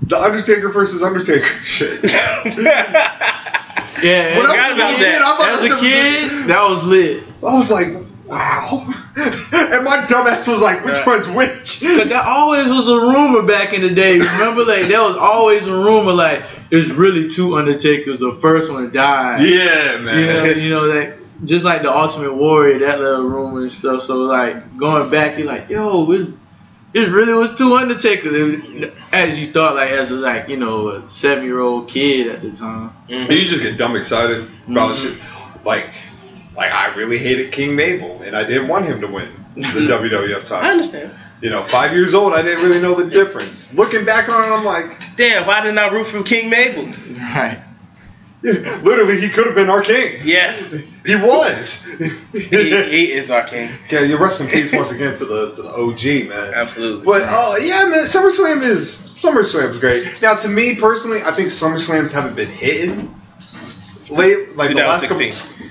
the Undertaker versus Undertaker shit. Yeah. When as I a forgot about kid- that. I thought As that a shit was- kid, that was lit. I was like, wow. and my dumbass was like, which Yeah. one's which? But that always was a rumor back in the day. Remember, like that was always a rumor. Like it's really two Undertakers. The first one died. Yeah, man. You know, you know that just like the Ultimate Warrior, that little rumor and stuff. So like going back, you're like, yo, it's It really was two Undertakers, as you thought, like as a, like you know a seven year old kid at the time. And you just get dumb excited about Mm-hmm. shit. Like, like I really hated King Mabel, and I didn't want him to win the WWF I title. understand. You know, five years old, I didn't really know the difference. Looking back on it, I'm like, Damn, why didn't I root for King Mabel? Right. yeah, literally, he could have been our king. Yes, He was. he, he is our king. yeah, you rest in peace once again to the to the OG man. Absolutely. But oh yeah, man, SummerSlam is SummerSlam's great. Now, to me personally, I think SummerSlams haven't been hitting late, like the last couple. 2016. And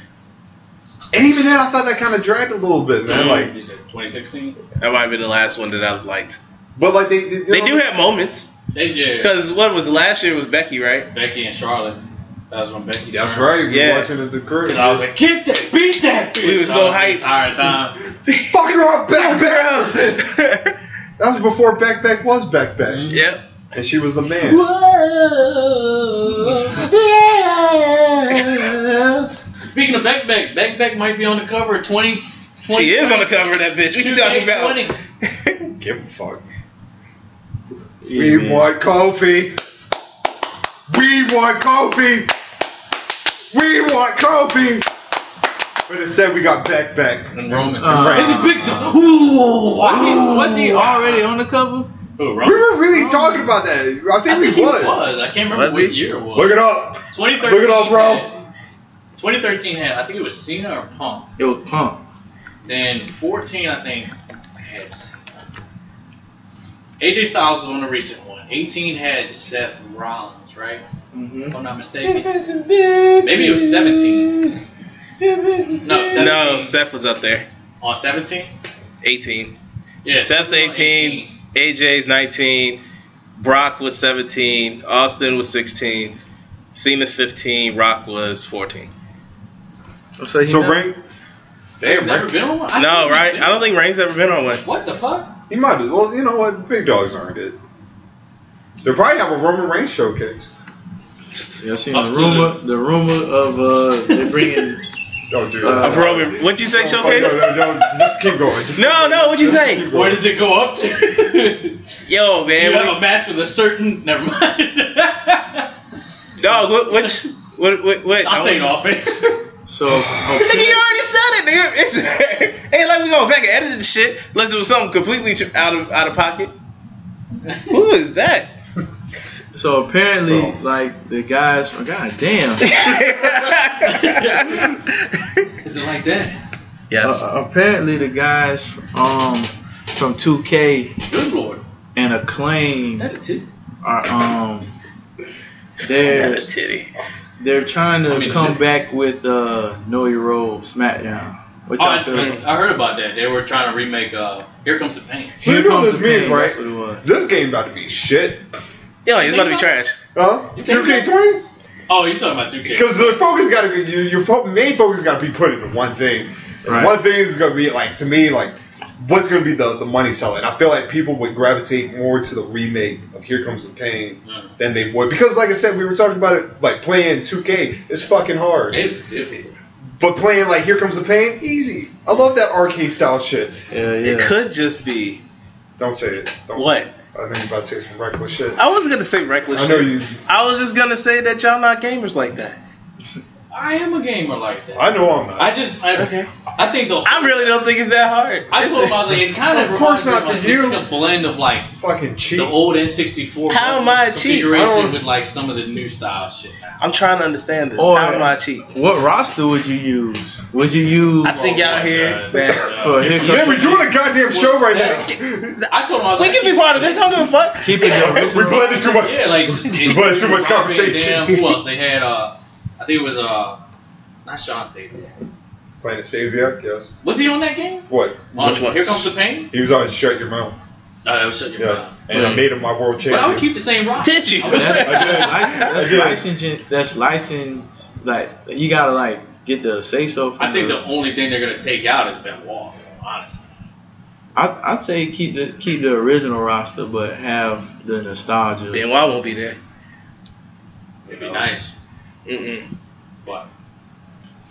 even then, I thought that kind of dragged a little bit, man. Like, Mm-hmm. you said 2016. That might be the last one that I liked. but like they they, They do have moments. They yeah. Because what was it? last year was Becky, right? Becky and Charlotte. That was when Becky. That's turned. right. Yeah. We're watching it the curtain. Because I was like, kick that, beat that bitch. We were so hyped. The entire time. Fuck her up, back back. Girl. That was before back back was back back, yep. and she was the man. Speaking of Beck Beck, Beck Beck might be on the cover of 20. She is on the cover of that bitch. What you talking about? Give a fuck. Yeah, We man. want Kofi. We want Kofi. We want Kofi. But instead, we got back back. And Roman. Uh, and the victim. Ooh, Was he, wow. was he already on the cover? Who, We Roman? were really talking about that. Oh. I think I we think he was. was. I can't remember Was what he? year it was. Look it up. 2013. Look it up, bro. had- 2013 had, I think it was Cena or Punk. It was Punk. Then 14, I think, had Cena. AJ Styles was on the recent one. 18 had Seth Rollins, right? If Mm-hmm. I'm not mistaken. Maybe it was 17. No, 17. No, Seth was up there. On 17? 18. Yeah. Seth's Seth was on 18. AJ's 19. Brock was 17. Austin was 16. Cena's 15. Rock was 14. So he So never- Ray, He's never been on one? I swear no, he's right? been I don't think Reigns ever been on one. on- What the fuck? he might. have- Well, you know what? Big dogs aren't it. They'll probably have a Roman Reigns showcase. Yeah, I seen Up the to rumor. The rumor of uh, they bringing Don't do Uh, that. Of Roman. What'd you say, Don't- no, Showcase? Oh, no, no, Just keep going. Just No, no, what'd you say? Where does it go up to? Yo, you man. have a match with a certain. Never mind. What, dog, what, what, what, what, what? I'll say it off it. so okay. Nigga, you already said it, nigga. It's, ain't like we going back and edit this shit unless it was something completely tr- out of out of pocket. Who is that? So apparently, Bro. like the guys oh, from God damn. Is it like that? yes. Uh, apparently, the guys um from 2K Good lord. and Acclaim That a tip. are um Got they're a titty. they're trying to I mean, it's come it. back with uh Know Your Role SmackDown. Which Oh, I I, feel like I heard about that. They were trying to remake uh, Here Comes the Pain. So you know what Comes this the means, Pain, that's right? what it was. This game about to be shit. Yo, he's about Think to be so? trash. Huh? think 2K20? Oh, you're talking about 2K. Because the focus got to be your, your fo- main focus got to be put into one thing. And Right. One thing is going to be like to me like what's going to be the the money seller. And I feel like people would gravitate more to the remake of Here Comes the Pain Hmm. Mm. than they would because like I said we were talking about it like playing 2K is fucking hard. It's difficult. But playing like Here Comes the Pain easy. I love that arcade style shit. Yeah, yeah. It could just be Don't say it. Don't what? Say it. I know you about to say some reckless shit. I wasn't gonna say reckless I know shit. you. I was just gonna say that y'all not gamers like that. I am a gamer like that. I know I'm not. I just, I, Okay. I think the. I really don't think it's that hard. I told him I was like, it kind of, Of reminds course me not for like, you. It's like a blend of like fucking cheat. the old N64 How am I a cheat? I configuration don't- with like some of the new style shit. Now. I'm trying to understand this. Or- How am I cheap? What roster would you use? Would you use? I think y'all here. Oh God. Man. For Here Man, Comes we're doing a goddamn show right Yes. now. I told him I was We like, can be part of this. I don't give a fuck. Keeping the we original. blended too much. Yeah, like just We had too much Robin, conversation. Damn, who else? They had uh, I think it was uh, not Sean Stacey. Playing Stasiak, yes. Was he on that game? What? On Which one? Oh, Here comes the pain. He was on Shut Your Mouth. No, that was shut your Yes. mouth. And I made him my world But I would champion. keep the same rock. Did you? I would- That's, I did. I that's did. licensing. That's license. Like you gotta like get the say so. I think the only thing they're gonna take out is Ben Wall. Honestly, I, I'd say keep the keep the original roster, but have the nostalgia. Then why won't be there? it'd be nice, Mm-mm. but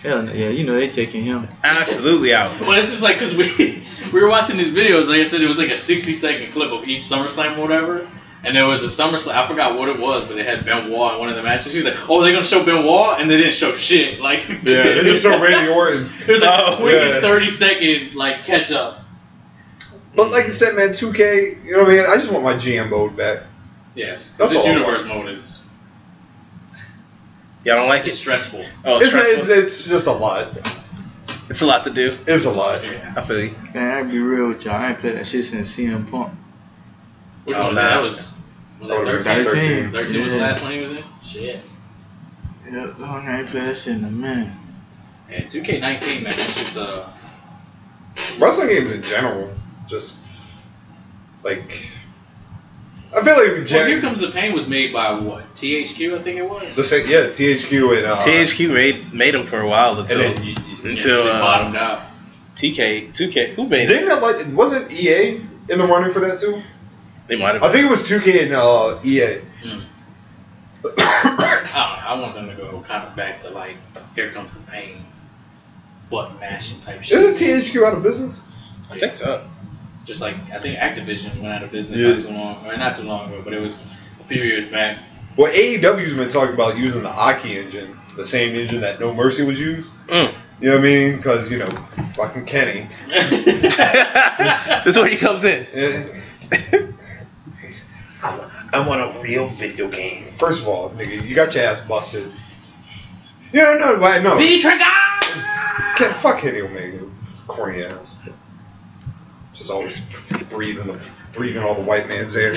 Hell no, yeah, you know they taking him. Absolutely out. But it's just like because we we were watching these videos. Like I said, it was like a sixty second clip of each SummerSlam or whatever. And there was a SummerSlam. I forgot what it was, but they had Benoit in one of the matches. He's like, "Oh, they're gonna show Benoit," and they didn't show shit. Like, Yeah, they just show Randy Orton. It was like Oh, the quickest yeah. thirty second like catch up. But like you said, man, 2K, you know what I mean? I just want my GM mode back. Yes, That's this all I universe mode is Y'all don't like it's it? stressful. Oh, it's, It's, stressful. it's, it's just a lot. It's a lot to do. It's a lot. Yeah. I feel you. Man, I be real with y'all. I ain't played that shit since CM Punk. Which Oh, one? nah. That was was Oh, that thirteen? 13. Thirteen was the last one he was in. Shit. Yep, oh, I ain't played that shit in a minute. And 2K19, man, it's just uh, Wrestling games in general, just like. I feel like in well, Here gen- Comes the Pain was made by what? THQ, I think it was. the same, yeah, THQ and. Uh, THQ made made him for a while until And You- you- you Until, just uh, bottomed out. TK, 2K. Who made it? Didn't that like wasn't EA in the running for that too? They might have. I think it was 2K and uh, EA. Hmm. I don't know. I want them to go kind of back to like Here Comes the Pain, butt mashing type shit. Isn't THQ out of business? I think so. Just like I think Activision went out of business Yeah. not too long, or not too long ago, but it was a few years back. Well, AEW's been talking about using the Aki engine, the same engine that No Mercy was used. Mm. You know what I mean? Because you know, fucking Kenny. That's where he comes in. Eh, I want a real video game. First of all, nigga, you got your ass busted. You know, no, wait, no. V Trigger. Ken- fuck Kenny Omega. It's corny ass. Just always breathing, the, breathing all the white man's air.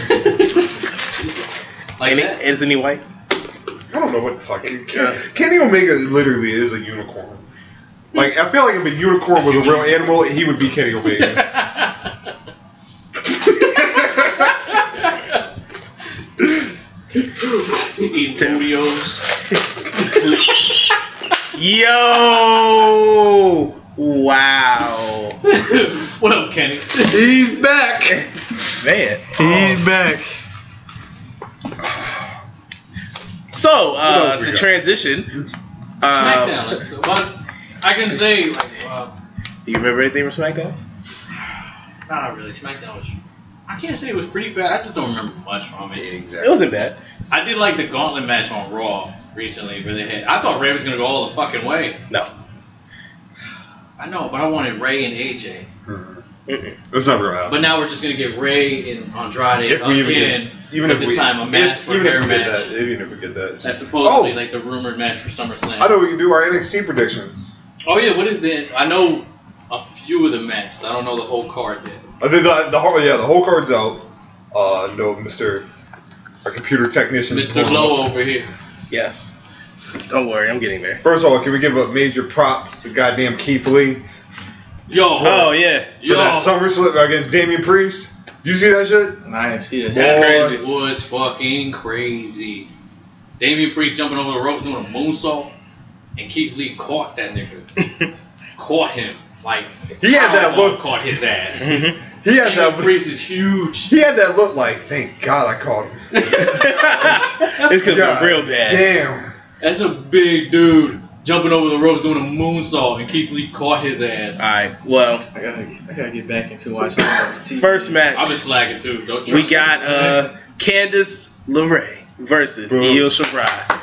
Like Any, that. isn't he white? I don't know what the fuck. Ken, Yeah. Kenny Omega literally is a unicorn. Like I feel like if a unicorn was a real animal, he would be Kenny Omega. Eating Oreos. Yo! Wow. what up, Kenny? He's back. Man. He's back. So, uh, else we to got? transition, SmackDown. uh, Let's do, but I can say, like, uh, do you remember anything from SmackDown? not really. SmackDown was. I can't say it was pretty bad. I just don't remember much from Yeah, it. It exactly. wasn't bad. I did like the Gauntlet match on Raw recently, where they had. I thought Ray was gonna go all the fucking way. No. I know, but I wanted Ray and AJ. Mhm. Mm-mm. That's not real. But now we're just gonna get Ray and Andrade If we even again. get, even but if this we, time a match if, for even if their we get match. that, even if we get that, That's supposedly Oh! like the rumored match for SummerSlam. I know we can do our NXT predictions. Oh yeah, what is the? I know a few of the matches. I don't know the whole card yet. I think the the whole yeah the whole card's out. Uh, no, Mister, our computer technician, Mr. Low over here. Yes. Don't worry, I'm getting there. First of all, can we give a major props to goddamn Keith Lee? Yo. Oh, yeah. for Yo. that summer slip against Damian Priest. You see that shit? And I didn't see that. That shit. Boy. crazy. was fucking crazy. Damian Priest jumping over the ropes doing a moonsault, and Keith Lee caught that nigga. caught him. Like He had that powerbomb look. Caught his ass. Mhm. He had Damian that. Priest is huge. He had that look like, thank God I called him. it's gonna God be real bad. Damn. That's a big dude jumping over the ropes doing a moonsault, and Keith Lee caught his ass. Alright, well, I gotta, I gotta get back into watching NXT. first I've been match, slacking too. Don't we trust got me. uh, Candice LeRae versus Bro. Io Shirai.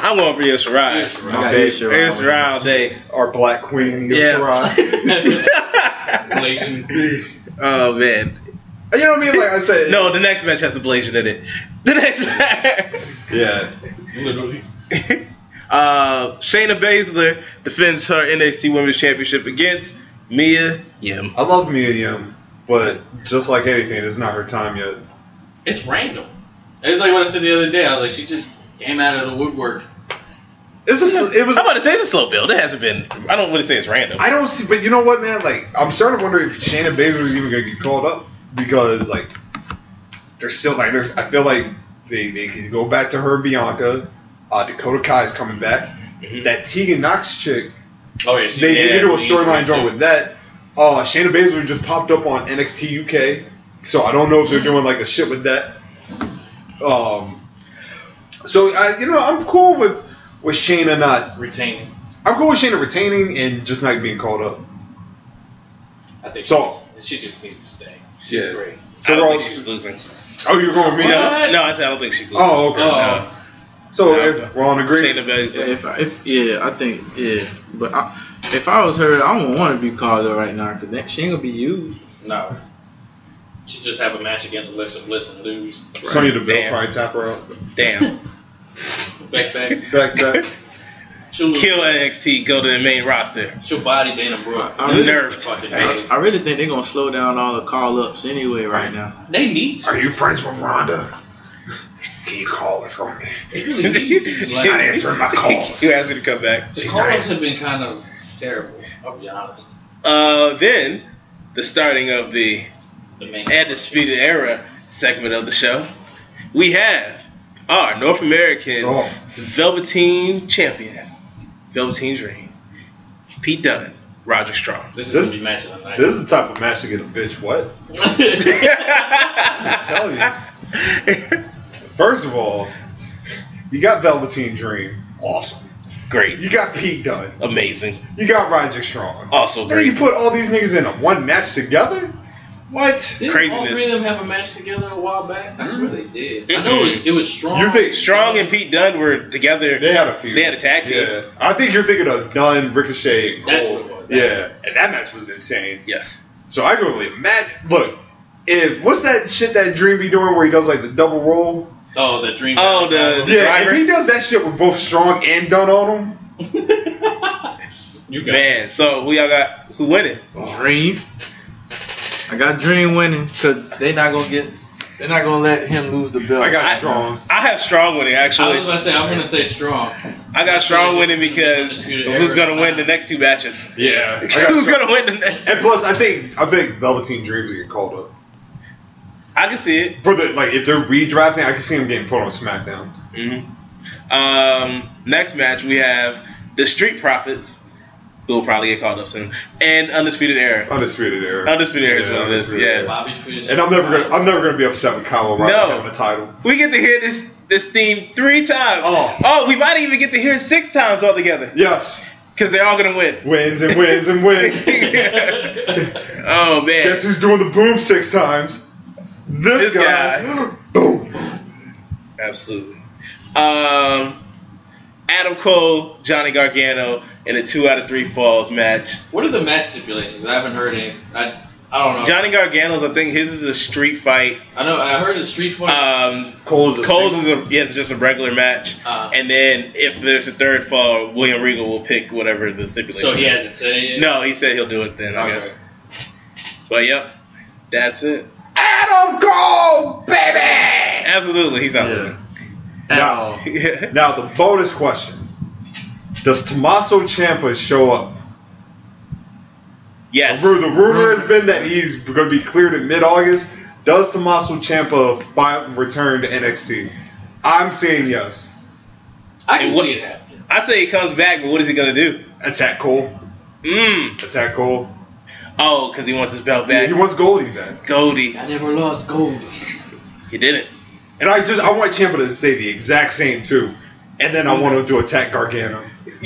I'm going for Io Yeah, Shirai. I Shirai. gotta get Io shit right. Shirai all day. Our black queen. Yeah. Yeah. you Relation. oh man. know what I mean? Like I said. No, the next match has the blazing in it. The next match. Yeah. Literally. uh, Shayna Baszler defends her NXT Women's Championship against Mia Yim. I love Mia Yim, but just like anything, it's not her time yet. It's random. It's like what I said the other day. I was like, she just came out of the woodwork. It's just, it I'm was. about to say it's a slow build. It hasn't been. I don't want to say it's random. I don't see, but you know what, man? Like, I'm starting to wonder if Shannon Baszler is even gonna get called up because, like, there's still like, there's. I feel like they they can go back to her and Bianca. Uh, Dakota Kai's coming back. Mhm. That Tegan Knox chick, Oh yeah, she they did they did do a have storyline leads, draw too. with that. Uh, Shayna Baszler just popped up on NXT UK, so I don't know if they're doing like a shit with that. Um, so I, you know, I'm cool with with Shayna not retaining. I'm cool with Shayna retaining and just not being called up. I think So- she, just, she just needs to stay. She's Yeah. great. So I we're don't all, think she's losing. oh, you're going with me? What? No, no, I said I don't think she's losing. Oh, okay. Oh. So No. if we're on agree. Shayna Baszler. If I, if yeah, I think yeah, but I, if I was her, I wouldn't want to be called up right now because she ain't gonna be used. No. She just have a match against Alexa Bliss and lose. Sonya Deville Damn. probably tap her out. Damn. Back back. Back back. She'll lose. Kill NXT, go to the main roster. She'll body Dana Brooke. I- I'm nerved. Fucking Hey. I really think they're gonna slow down all the call ups anyway right now. They need to. Are you friends with Rhonda? Can you call her for me? They really need to. She's not Like, answering my calls. You asked me to come back. the She's call not ups answering. have been kind of terrible. I'll be honest. Uh, then the starting of the The main. Undisputed Era segment of the show, we have our North American Oh. Velveteen Champion, Velveteen Dream, Pete Dunne, Roger Strong. This is This- gonna be match of the night. This is the type of match to get a bitch wet. I'm telling First of all, you got Velveteen Dream. Awesome. Great. You got Pete Dunne. Amazing. You got Roger Strong. Also And then you great. put all these niggas in a one match together? What? Didn't all Craziness. three of them have a match together a while back? I swear they did. I know it was, it was strong. Mm. You think Strong and Pete Dunne were together. They had a few. They had a tag team. Yeah. I think you're thinking of Dunn, Ricochet, and Cole. That's what it was. That's yeah. And that match was insane. Yes. So I go with Matt. Look, if what's that shit that Dream be doing where he does like the double roll? Oh, the dream. Oh, the- Yeah. Driver? If he does that shit with both Strong and Dunn on him, you got it. Man, so who y'all got? Who winning? Dream, I got Dream winning because they not gonna get, they're not gonna let him lose the belt. I got I- Strong. I have Strong winning, I was actually. about to say I'm gonna say strong. I got Strong winning because of who's going to win the next two matches? Yeah. I got Who's going Strong. to win the next? And plus, I think I think Velveteen Dreams get called up I can see it. for the like if they're redrafting. I can see him getting put on SmackDown. Mm-hmm. Um, next match we have the Street Profits, who will probably get called up soon, and Undisputed Era. Undisputed era. Undisputed Era is what it is. Undisputed Era. Yeah. Bobby Fish. And I'm never gonna I'm never gonna be upset with Kyle O'Reilly No. having a title. We get to hear this this theme three times. Oh. we might even get to hear it six times altogether Yes, because they're all gonna win. wins and wins and wins. oh man, Guess who's doing the boom six times? This This, guy. guy. Boom. absolutely. Um, Adam Cole, Johnny Gargano, in a two out of three falls match. what are the match stipulations? I haven't heard any. I I don't know. Johnny Gargano's, I think his is a street fight. I know. I heard the street fight. Uh, Um, Cole's a Cole's six- is a, yeah, it's just a regular match, Uh. and then if there's a third fall, William Regal will pick whatever the stipulation. so he is. hasn't said it yet. No, he said he'll do it then. I Okay. guess. But yep, that's it. Adam Cole, baby. Absolutely, he's not Yeah. losing. At No. all. Yeah. Now the bonus question: Does Tommaso Ciampa show up? yes. Ru- The rumor has been that he's going to be cleared in mid-August. Does Tommaso Ciampa fi- return to NXT? I'm saying yes. I can And what- see it happening. I say he comes back, but what is he gonna do? Attack Cole. Mm. Attack Cole. Oh, because he wants his belt He, back. he wants Goldie back. Goldie, I never lost gold. he didn't. And I just I want Ciampa to say the exact same too. And then I want him to attack Gargano.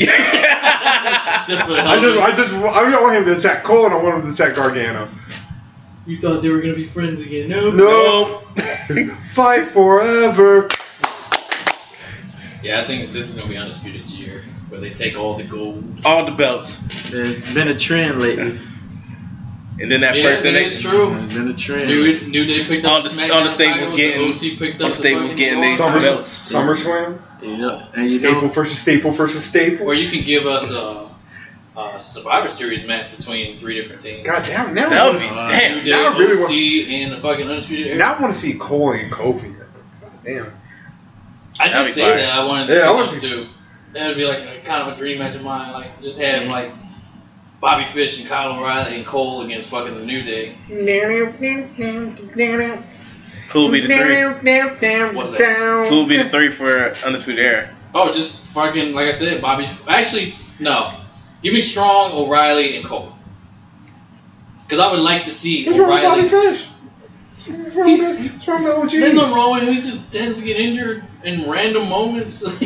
Just for the hell I of just it. I just I don't want him to attack Cole and I want him to attack Gargano. You thought they were gonna be friends again? No. No. Fight forever. Yeah, I think this is gonna be undisputed year where they take all the gold. All the belts, It's been a trend lately. and then that Yeah, first that is next. true. It's been a trend. New, New Day picked up All the- all the stables titles, getting- OC picked all up the stables fucking getting Raw these Summer, titles. belts. SummerSlam. You know, and you Staple know, versus staple versus staple. Or you can give us a, a Survivor Series match between three different teams. God damn, now That I would wanna- be Uh, damn. New Day, now I really want- OC, and the fucking Undisputed Era. Now I want to see Cole and Kofi. God damn. I did That'd be say fire. that I wanted to Yeah, I see wanna those see- two. That would be like a, kind of a dream match of mine. Like just have like Bobby Fish and Kyle O'Reilly and Cole against fucking the New Day. Who will be the three? What's that? Who will be the three for Undisputed Era? Oh, just fucking like I said, Bobby. Actually, no. Give me Strong, O'Reilly, and Cole. Because I would like to see What's wrong with Bobby O'Reilly. Fish? What's wrong with- What's wrong with There's OG? nothing wrong with him. He just tends to get injured in random moments.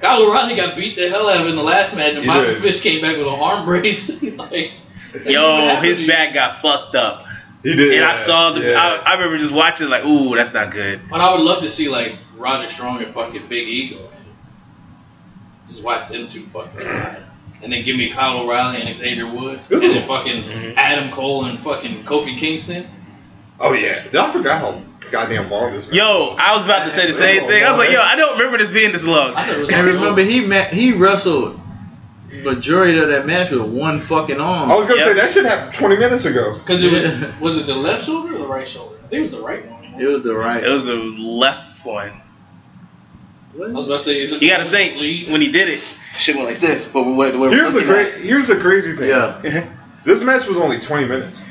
Like, Kyle O'Reilly got beat the hell out of in the last match, and He Bobby did. Fish came back with an arm brace. like, Yo, his back got fucked up. He did. and I saw the. yeah. I, I remember just watching like, ooh, that's not good. But I would love to see like Roger Strong and fucking Big E go. at it. Just watch them two fucking. ride. And then give me Kyle O'Reilly and Xavier Woods, This and is- then fucking Mhm. Adam Cole and fucking Kofi Kingston. Oh yeah. I forgot how goddamn long this. Yo, I was about to say the same thing. I was like, yo, I don't remember this being this long. I thought it was And like, remember, he ma- he wrestled majority of that match with one fucking arm. I was gonna Yep. say that should happen 20 minutes ago. because it Yeah. was was it the left shoulder or the right shoulder? I think it was the right one. it was the right. It was the left one. I was about to say, is it You got to the think sleeve? when he did it, shit went like this. But what? what Here's the what- great. Here's the crazy thing. yeah. This match was only 20 minutes.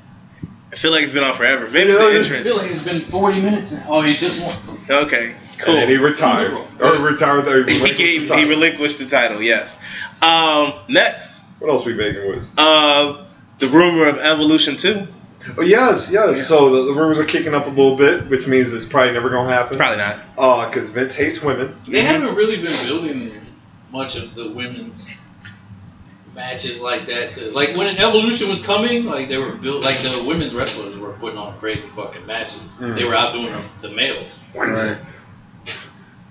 I feel like it's been on forever. Maybe Yeah, it's it's- the I feel entrance. like it's been 40 minutes now. Oh, he just won. Okay, cool. And then he retired. Or retired. Or He gave he relinquished the title. Yes. Um, next, What else we making with? uh, the rumor of Evolution Two. Oh, yes, yes. So the, the rumors are kicking up a little bit, which means it's probably never gonna happen. Probably not. Uh, because Vince hates women. They haven't really been building much of the women's matches like that. To like when Evolution was coming, like they were built, like the women's wrestlers were putting on crazy fucking matches. Mm. They were outdoing the, the males. Right.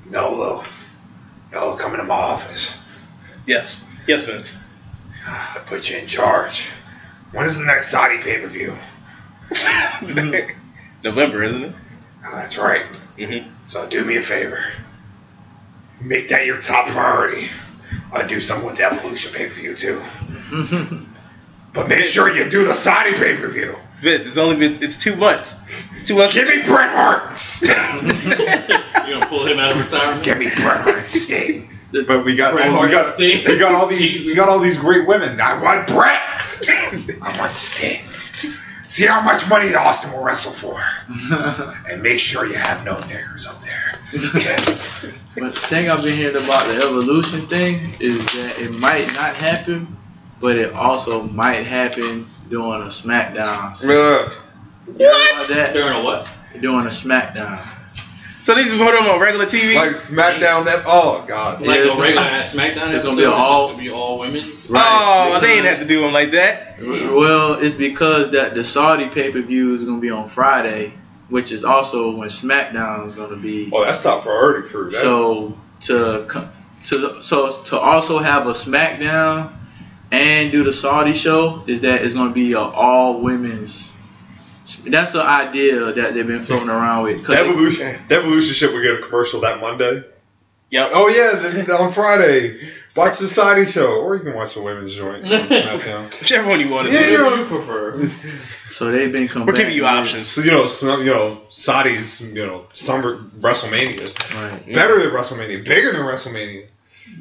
Nolo. Nolo, come into my office. Yes. Yes, Vince. I put you in charge. When is the next Saudi Oh, pay per view? Mm-hmm. November, isn't it? Oh, that's right. Mhm. So do me a favor. Make that your top priority. I'll do something with the Evolution pay per view too. But make sure you do the Saudi pay per view. Vince, it's only been it's two months. It's two months. Give me Bret Hart. Sting. You gonna pull him out of retirement? Give me Bret Hart. Sting. But we got Bret all, we Hart, got Sting. we got all these we Jesus. got all these great women. I want Bret. I want Sting. See how much money Austin will wrestle for, and make sure you have no niggers up there. But the thing I've been hearing about the evolution thing is that it might not happen, but it also might happen during a SmackDown. You Look, know about that? During a what? During a SmackDown. So they just put him on regular TV. like SmackDown. That oh god. Like it's a regular gonna- ass SmackDown it's episode? gonna be It's all- just gonna be all women's. oh, they ain't because- have to do him like that. Well, it's because that the Saudi pay per view is gonna be on Friday, which is also when SmackDown is gonna be. Oh, that's top priority for that. So to co- to so to also have a SmackDown and do the Saudi show is that it's gonna be a all women's. That's the idea that they've been floating around with. 'cause they- Evolution, the evolution ship. We get a commercial that Monday. Yep. Oh yeah, the, the- on Friday, watch the Saudi show, or you can watch the women's joint. on SmackDown. Whichever one you want to Yeah, do. you're- Whatever you prefer. so they've been coming. We're giving you options. So you know, some, you know, Saudi's you know summer WrestleMania, Right. better than WrestleMania, bigger than WrestleMania.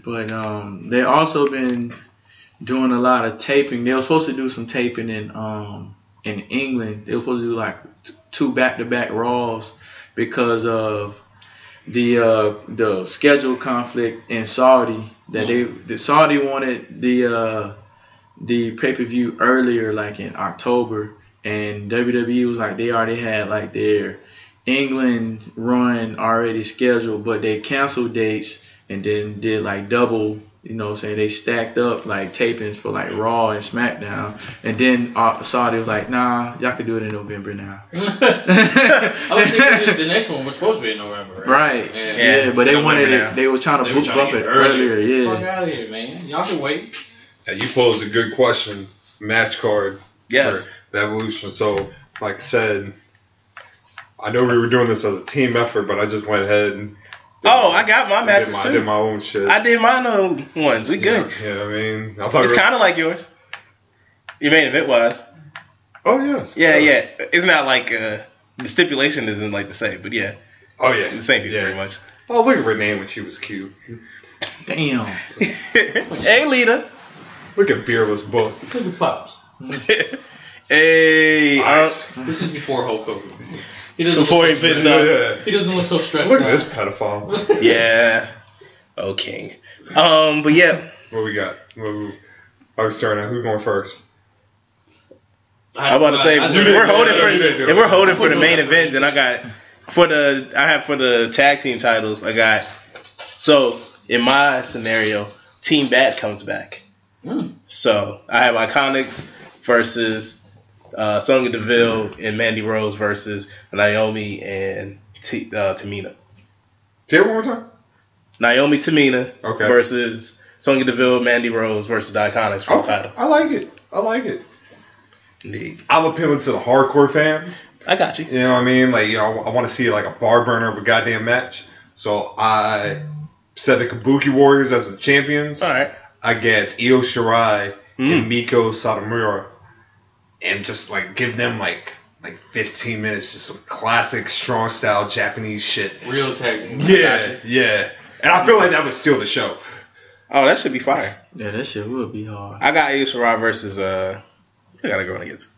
But um, they also been doing a lot of taping. They were supposed to do some taping in um in England. They were supposed to do like t- two back to back Raws because of the uh the schedule conflict in Saudi that they the Saudi wanted the uh the pay per view earlier like in October and WWE was like they already had like their England run already scheduled but they canceled dates and then did like double, you know what I'm saying? They stacked up like tapings for like Raw and SmackDown. And then uh, Saudi was like, nah, y'all can do it in November now. I was thinking that the next one was supposed to be in November. right. Yeah. Yeah, Yeah, but they November wanted now. it. They were trying to They were book trying up to it get earlier. Fuck Yeah. out of here, man. Y'all can wait. Now, you posed a good question, match card. Yes. for the evolution. So, like I said, I know we were doing this as a team effort, but I just went ahead and Oh, I got my I did matches my, I did too. my own shit. I did mine own ones. We Yeah, good. Yeah, I mean, I thought. It's we were- kind of like yours. Your main event wise. oh yes. Yeah, yeah. It's not like uh, the stipulation isn't like the same, but yeah, Oh yeah. the same people Yeah. pretty much. Oh look at Renee when she was cute. Damn. hey, leader. Look at Beerless Book. Look at Pops. hey. uh, Ice. This is before Hulk Hogan. He doesn't Before look he so fits stressed- Yeah, up. yeah. He doesn't look so stressed Look out. at this pedophile. yeah. Oh, King. Um, but yeah. What we got? What we, I was starting out. Who going first? I'm about to say I if do we're that. holding for you didn't do if we're it. holding for the Put main it on. event, then I got for the I have for the tag team titles. I got so in my scenario, Team Bat comes back. Hmm. Mm. So I have Iconics versus uh, Sonya Deville and Mandy Rose versus Naomi and T- uh, Tamina. Say it one more time. Naomi Tamina Okay. versus Sonya Deville, Mandy Rose versus the Iconics for the title. I like it. I like it. Indeed. I'm appealing to the hardcore fan. I got you. You know what I mean? Like, you know, I want to see like a bar burner of a goddamn match. So I set the Kabuki Warriors as the champions All right. against Io Shirai Mm. and Miko Satomura, and just like give them like like 15 minutes, just some classic strong style Japanese shit. Real tag team. Yeah, yeah. And I feel like that would steal the show. Oh, that should be fire. Yeah, that shit would be hard. I got Io Shirai versus uh, I gotta go against.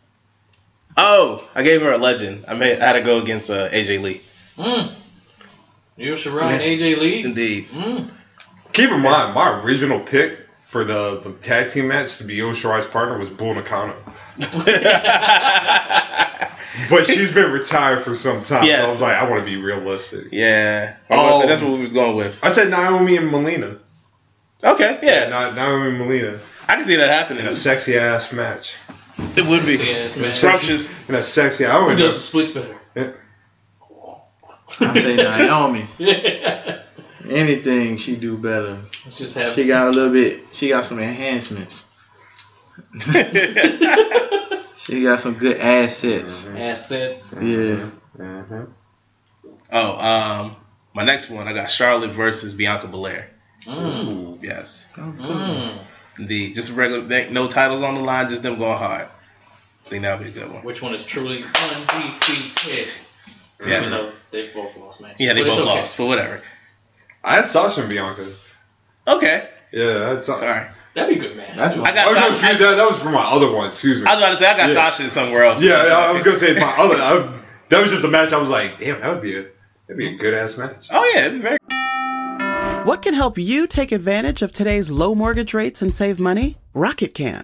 Oh, I gave her a legend. I made I had to go against uh, AJ Lee. Mm. Io Shirai and AJ Lee. Indeed. Mm. Keep in mind, my original pick for the, the tag team match to be Io Shirai's partner was Bull Nakano. But she's been retired for some time. So Yes. I was like, I want to be realistic. yeah. Oh. Oh. that's what we was going with. I said Naomi and Melina. Okay. Yeah. Na- Naomi and Melina I can see that happening. in a sexy ass match. It would be Yes, man. scrumptious. In a sexy, I Who would does the splits better? I say Naomi. Let's Anything she do better. just have. She got a little bit. She got some enhancements. She got some good assets. Assets. Yeah. Mhm. oh, um, my next one I got Charlotte versus Bianca Belair. Mm-hmm. Mm. Hmm. Yes. Mm. Indeed. Just regular, they- no titles on the line, just them going hard. I think that would be a good one. Which one is truly undefeated? Yeah. Even though they both lost matches. Yeah, they But it's both okay. lost, but whatever. I had Sasha and Bianca. Okay. Yeah, I had Sa- All right. That'd be a good match. Hmm. That's I what. got Oh, no, Sasha. excuse- that, that was for my other one. Excuse me. I was about to say I got Yeah. Sasha somewhere else. yeah, I, I was gonna say my other. I, that was just a match. I was like, damn, that would be a that'd be a good ass match. Oh yeah, it'd be very. What can help you take advantage of today's low mortgage rates and save money? Rocket can.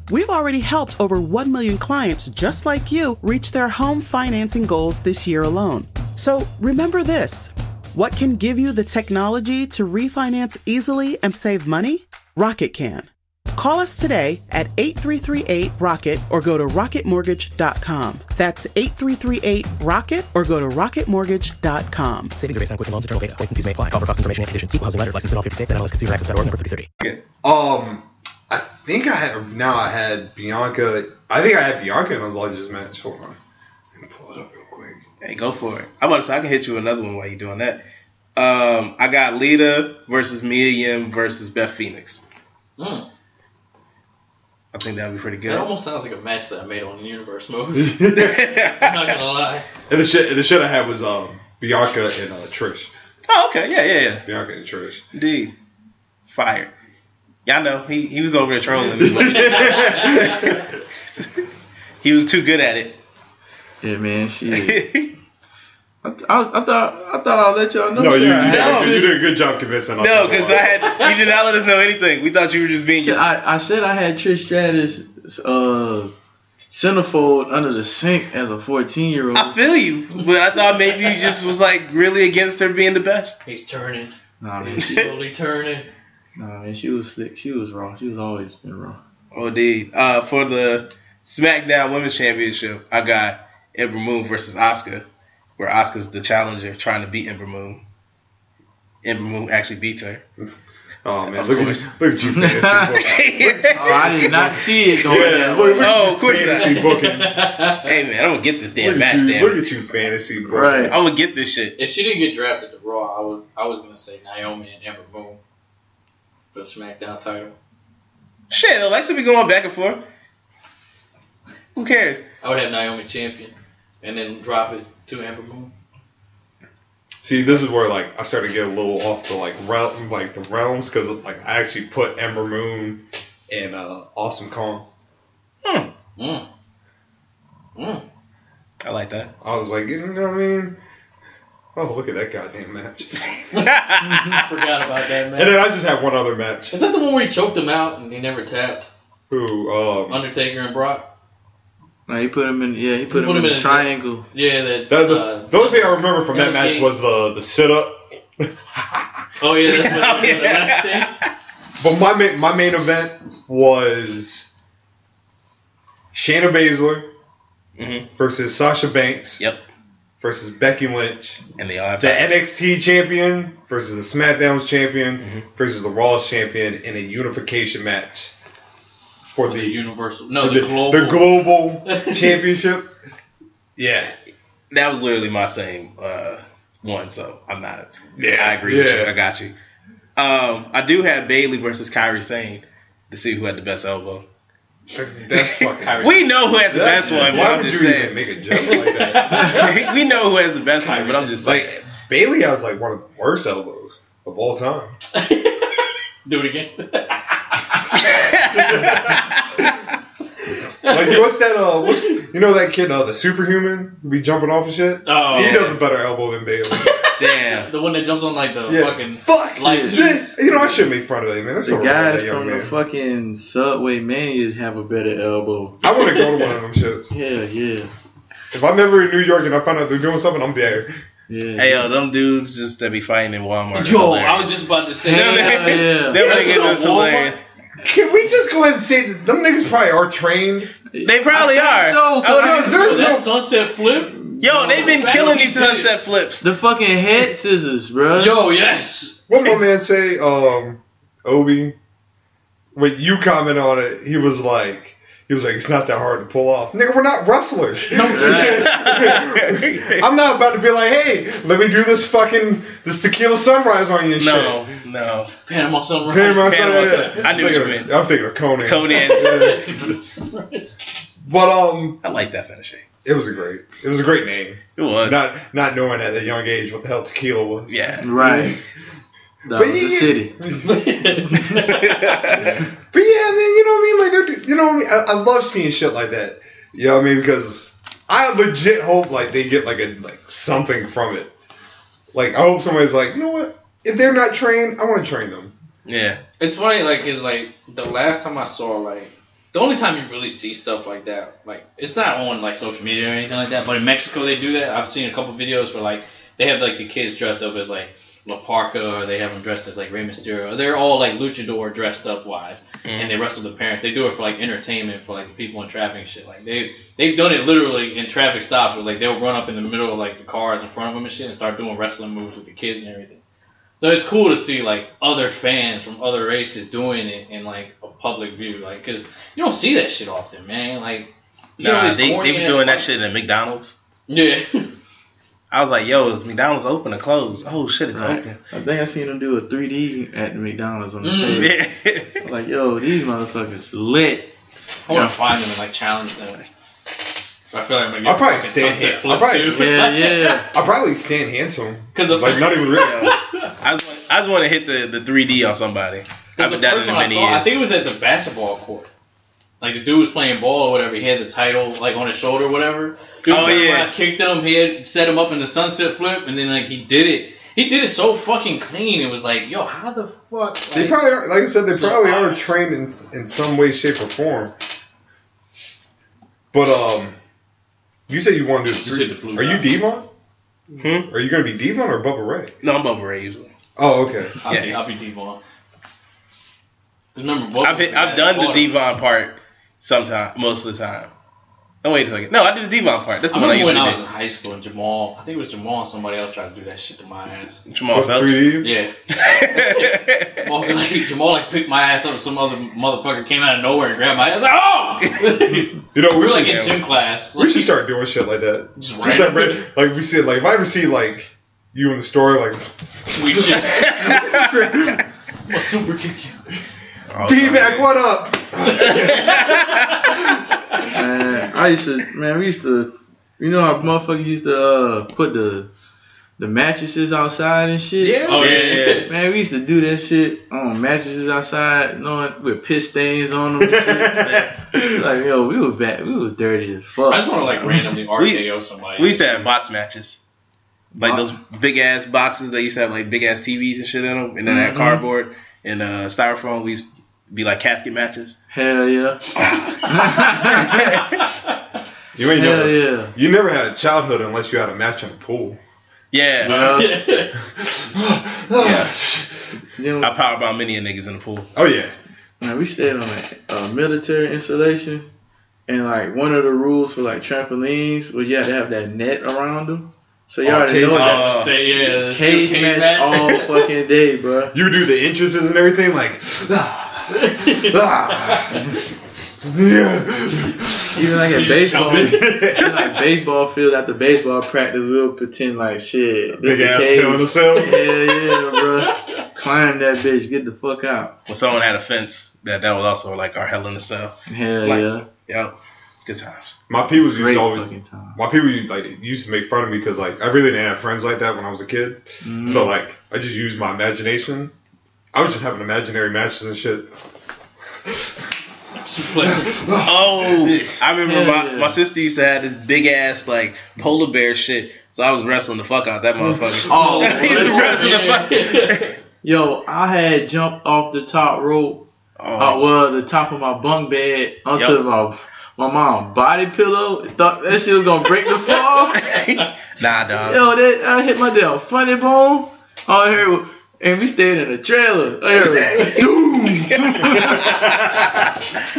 We've already helped over 1 million clients just like you reach their home financing goals this year alone. So remember this what can give you the technology to refinance easily and save money? Rocket can. Call us today at 8338 Rocket or go to rocketmortgage.com. That's 8338 Rocket or go to rocketmortgage.com. Savings are based on quick and loans, internal data. Points and fees may apply. Call for cost information and conditions. Equal housing letter. Licensed in all 50 states. And MLS consumer access number 3030. Um, I think I had now I had Bianca. I think I had Bianca in the largest match. Hold on, let me pull it up real quick. Hey, go for it. I'm about to say I can hit you with another one while you're doing that. Um, I got Lita versus Mia Yim versus Beth Phoenix. Mm. I think that'd be pretty That good. almost sounds like a match that I made on Universe mode. I'm not gonna lie. And the shit, and the shit I had was um Bianca and uh, Trish. oh, okay. Yeah, yeah, yeah. Bianca and Trish. Indeed. Fire. Y'all know he he was over there trolling me. he was too good at Yeah, man. She. it. I, I, I thought. I thought I'll let y'all know. No, you, shit, you, I did, had a good- you this- did a good job convincing us. no, because I had you did not let us know anything. We thought you were just being. Shit, I, I said I had Trish Stratus uh centerfold under the sink as a fourteen year old. I feel you, but I thought maybe you just was like really against her being the best. He's turning. Nah man, He's she, slowly turning. nah man, she was slick. She was raw. She was always been raw. Oh, indeed. Uh, for the SmackDown Women's Championship, I got Ember Moon versus Oscar, where Oscar's the challenger trying to beat Ember Moon. Ember Moon actually beats her. Oh man, Of look course. at you, look at you fancy book. Oh, I did not see it going Yeah, that way. look, look Oh, at of course you not. fantasy booking. hey man, I'm gonna get this damn Look match, at you, damn. look at you fantasy booking. Right. I'm gonna get this shit. If she didn't get drafted to Raw, I was I was gonna say Naomi and Amber Moon for the SmackDown title. Shit, Alexa be going back and forth. Who cares? I would have Naomi champion, and then drop it to Amber Moon. See, this is where like I started to get a little off the like realm, like the realms, because like I actually put Ember Moon and uh, Awesome Kong. Mm. Mm. I like that. I was like, you know what I mean? Oh, look at that goddamn match. I forgot about that And man. then I just had one other match. Is that the one where he choked him out and he never tapped? Who? Um, Undertaker and Brock. No, he put him in. Yeah, he put, him, in, a triangle. Yeah, that. that, the, uh, the only thing I remember from that that was match the- was the the sit up. oh yeah, that's what Oh, oh, yeah. thing. But my main, my main event was Shayna Baszler Mhm. versus Sasha Banks Yep. versus Becky Lynch, And they all have the titles. NXT champion versus the SmackDown champion versus the Raw champion in a unification match for The the universal. No, the, the, the global, global. championship. Yeah, That was literally my same uh, one, so I'm not. Yeah, I agree with yeah. you. I got you. Um, I do have Bailey versus Kyrie Sane to see who had the best elbow. that's fucking. We know who has the That's- best one, but Why I'm would you just even saying. make a joke like that? we know who has the best one, but I'm just saying. Like Bailey has like one of the worst elbows of all time. Do it again. Like what's that? Uh, what's you know that kid? Uh, the superhuman who be jumping off and shit. Oh. he does a better elbow than Bailey. Damn. the one that jumps on like the Yeah. fucking. Fuck Like, this. You know I should make fun of that man. That's The all right, guys that young from man. the fucking Subway Mania have a better elbow. I want to go to one of them shits. Yeah, yeah, If I'm ever in New York and I find out they're doing something, I'm there. yeah. Hey, uh, yo, them dudes just that be fighting in Walmart. are Yo, I hilarious. was just about to say. Hell that. yeah. Them niggas That's is a Walmart. hilarious. Can we just go ahead and say that them niggas probably are trained? They probably I are. think so, 'cause I was- Because there's That no. sunset flip. yo, they've been Battle killing Heat these did it. sunset flips. The fucking head scissors, bro. Yo, yes. What my man say? Um, Obi, when you comment on it, he was like, he was like, it's not that hard to pull off, nigga. We're not wrestlers. I'm not about to be like, hey, let me do this fucking this tequila sunrise on you and no, no. Panama sunrise. shit. Panama Panama sunrise. Sun- I knew what you meant. I'm thinking of Conan. Conan's. Yeah. Panama sunrise. But um, I like that finishing. it was a great, it was a great name. It was. Not not knowing at a young age what the hell tequila was. yeah. Right. That But was you- the city. But yeah, man, you know what I mean? Like, they're, you know what I mean? I, I love seeing shit like that. You know what I mean? Because I legit hope like they get like a like something from it. Like, I hope somebody's like, you know what? If they're not trained, I want to train them. Yeah. It's funny, like, is like the last time I saw, like, the only time you really see stuff like that, like, it's not on like social media or anything like that. But in Mexico, they do that. I've seen a couple videos where like they have like the kids dressed up as like La Parca, or they have them dressed as like Rey Mysterio. They're all like luchador dressed up wise, and they wrestle the parents. They do it for like entertainment for like the people in traffic and shit. Like they they've done it literally in traffic stops where like they'll run up in the middle of like the cars in front of them and shit and start doing wrestling moves with the kids and everything. So it's cool to see like other fans from other races doing it in like a public view, like because you don't see that shit often, man. Like, you know, Nah, these they, they was corny-ass doing that fights. shit at McDonald's. Yeah, I was like, yo, is McDonald's open or closed? Oh shit, it's Right. open. I think I seen them do a 3D at the McDonald's on the Mm. table. Yeah. Like, yo, these motherfuckers lit. I want to find them and like challenge them. I feel like I'm gonna get I'll probably fucking stay sunset here. flip I'll probably too. stay- Yeah, yeah. I probably stand handsome. 'Cause the- like, not even real. I just want, I just want to hit the, the 3D on somebody. I've Because been the down in first one I many saw, I years. think it was at the basketball court. Like the dude was playing ball or whatever. He had the title like on his shoulder, or whatever. Dude Oh, turned yeah. around, kicked him. He had set him up in the sunset flip, and then like he did it. He did it so fucking clean. It was like, yo, how the fuck? They like- probably are, like I said, they So probably fine. are trained in, in some way, shape, or form. But um, you said you want to do You said the blue three. Are you guy. Devon? Hmm? Are you gonna be Devon or Bubba Ray? No, I'm over it usually. Oh, okay. I'll be, Yeah. I'll be Devon. Remember, both I've of us hit, I've had done the water. Devon part sometime, most of the time. No, wait a second. No, I did the Devon part. That's I the one I remember when I usually was in high school and Jamal, I think it was Jamal and somebody else tried to do that shit to my ass. do. Jamal With Phelps. 3D? Yeah. Jamal like, Jamal like picked my ass up and some other motherfucker came out of nowhere and grabbed my ass. Like, oh! You know, we We're should like in gym class. we should start doing shit like that. Just Just like, random. red- like we see, like if I ever see like you in the store, like We should. I'm gonna super kick you. Oh, D back, what up? Man, I used to, man, we used to, you know how motherfuckers used to uh, put the the mattresses outside and shit. Yeah. Oh yeah, yeah. yeah. Man, we used to do that shit on mattresses outside, knowing with piss stains on them. And shit. like yo, we was bad. We was dirty as fuck. I just want to like randomly We- RKO somebody. Uh, We used to have box matches. Like Box- those big ass boxes. They used to have like big ass TVs and shit in them. And then that Mm-hmm. Mhm. cardboard and uh, styrofoam. We used to be like casket matches. Hell yeah. You ain't Hell never. yeah. You never had a childhood unless you had a match in the pool. Yeah. Well, yeah. then, I power bomb many of niggas in the pool. Oh yeah. man, we stayed on a, a military installation, and like one of the rules for like trampolines was you had to have that net around them. So y'all already cage know that. match. Uh, say, yeah, Cage, match, all fucking day, bro. You would do the entrances and everything like. ah, ah, yeah. Even like at You just baseball, jump in. even like baseball field after baseball practice, we'll pretend like shit. this Big the ass cage. hill in the cell. Hell yeah, bro. Climb that bitch, get the fuck out. When someone had a fence, that that was also like our hell in the cell. Hell Like- yeah, Yo, good times. My peoples used great to always. fucking time. My people used, like used to make fun of me because like I really didn't have friends like that when I was a kid. Mm-hmm. So like I just used my imagination. I was just having imaginary matches and shit. Suplex. Oh, I remember Hell my, yeah. my sister used to have this big ass like polar bear shit. So I was wrestling the fuck out that motherfucker. Oh, I used to wrestle the fuck. yo, I had jumped off the top rope, uh, Oh, well, the top of my bunk bed onto Yup. my my mom body pillow. Thought that shit was gonna break the fall. nah, dog. Yo, that I hit my damn funny bone. All I heard was, and we stayed in a trailer. I heard was,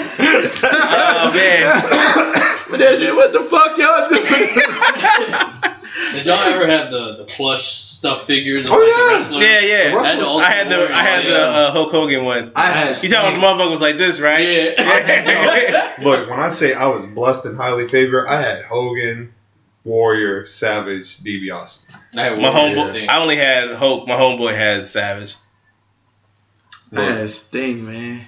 Oh man, but that shit, what the fuck y'all doing? Did y'all ever have the, the plush stuff figures? Of, Oh, like, the yeah. wrestlers? yeah, yeah. Russell- I had the I had the uh, Hulk Hogan one. I had You talking about the motherfucker was like this, right? Yeah. Look, when I say I was blessed and highly favored, I had Hogan, Warrior, Savage, DiBiase. I had my one homeboy. homeboy. I only had Hulk. My homeboy had Savage. I had Sting, man.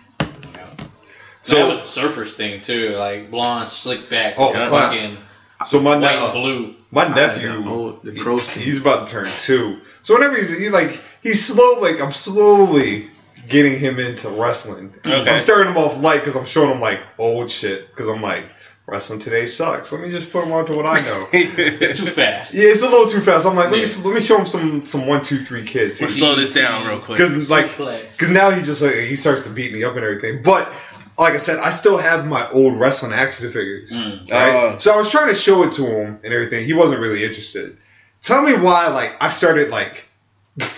So- that was Surfer's thing too, like blonde, slick back, Oh, fucking clap. So my white ne- and blue. my I had nephew, the old- the he- crow sting. he's about to turn two. So whenever he's he like he's slow, like I'm slowly getting him into wrestling. Okay. I'm starting him off light because I'm showing him like old shit because I'm like wrestling today sucks. Let me just put him on to what I know. yeah, It's too fast. it's a little too fast. I'm like let Yeah. me let me show him some some one two three kids. Let's slow this down real quick. Because like Suplex. Because now he just like he starts to beat me up and everything. But like I said, I still have my old wrestling action figures. Mm. Right? Oh. So I was trying to show it to him and everything. He wasn't really interested. Tell me why like I started like I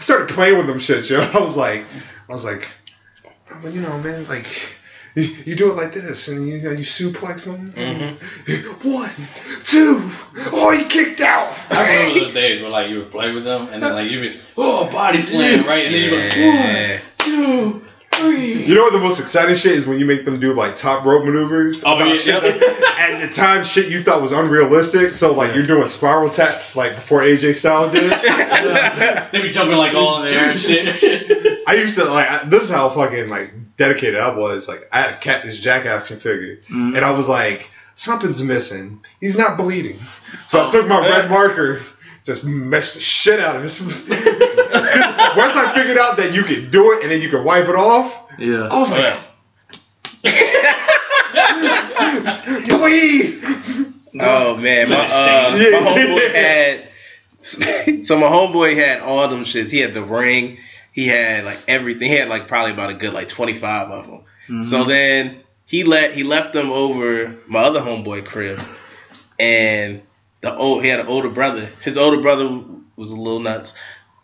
started playing with them shit, yo. I was like I was like well, you know, man, like you, you do it like this, and you you, know, you suplex them. Mm-hmm. One, two, oh, he kicked out. I remember those days where like you would play with them and then like you'd be oh body slam right and then Yeah. you'd be like one, two, three. You know what the most exciting shit is when you make them do like top rope maneuvers. Oh, About yeah. shit that- at the time, shit you thought was unrealistic. So like you're doing spiral taps like before AJ Styles did. They be jumping like all in the air and shit. I used to like I, this is how fucking like dedicated I was. Like I had a Cactus Jack action figure, and I was like, something's missing. He's not bleeding. So I took my red marker, just messed the shit out of him. Once I figured out that you could do it and then you could wipe it off, Yeah. I was like, Yeah. bleed. Oh man, my, uh, my Yeah. homeboy had. So my homeboy had all them shits. He had the ring. He had like everything. He had like probably about a good like twenty five of them. So then he let he left them over my other homeboy crib, and the old he had an older brother. His older brother was a little nuts.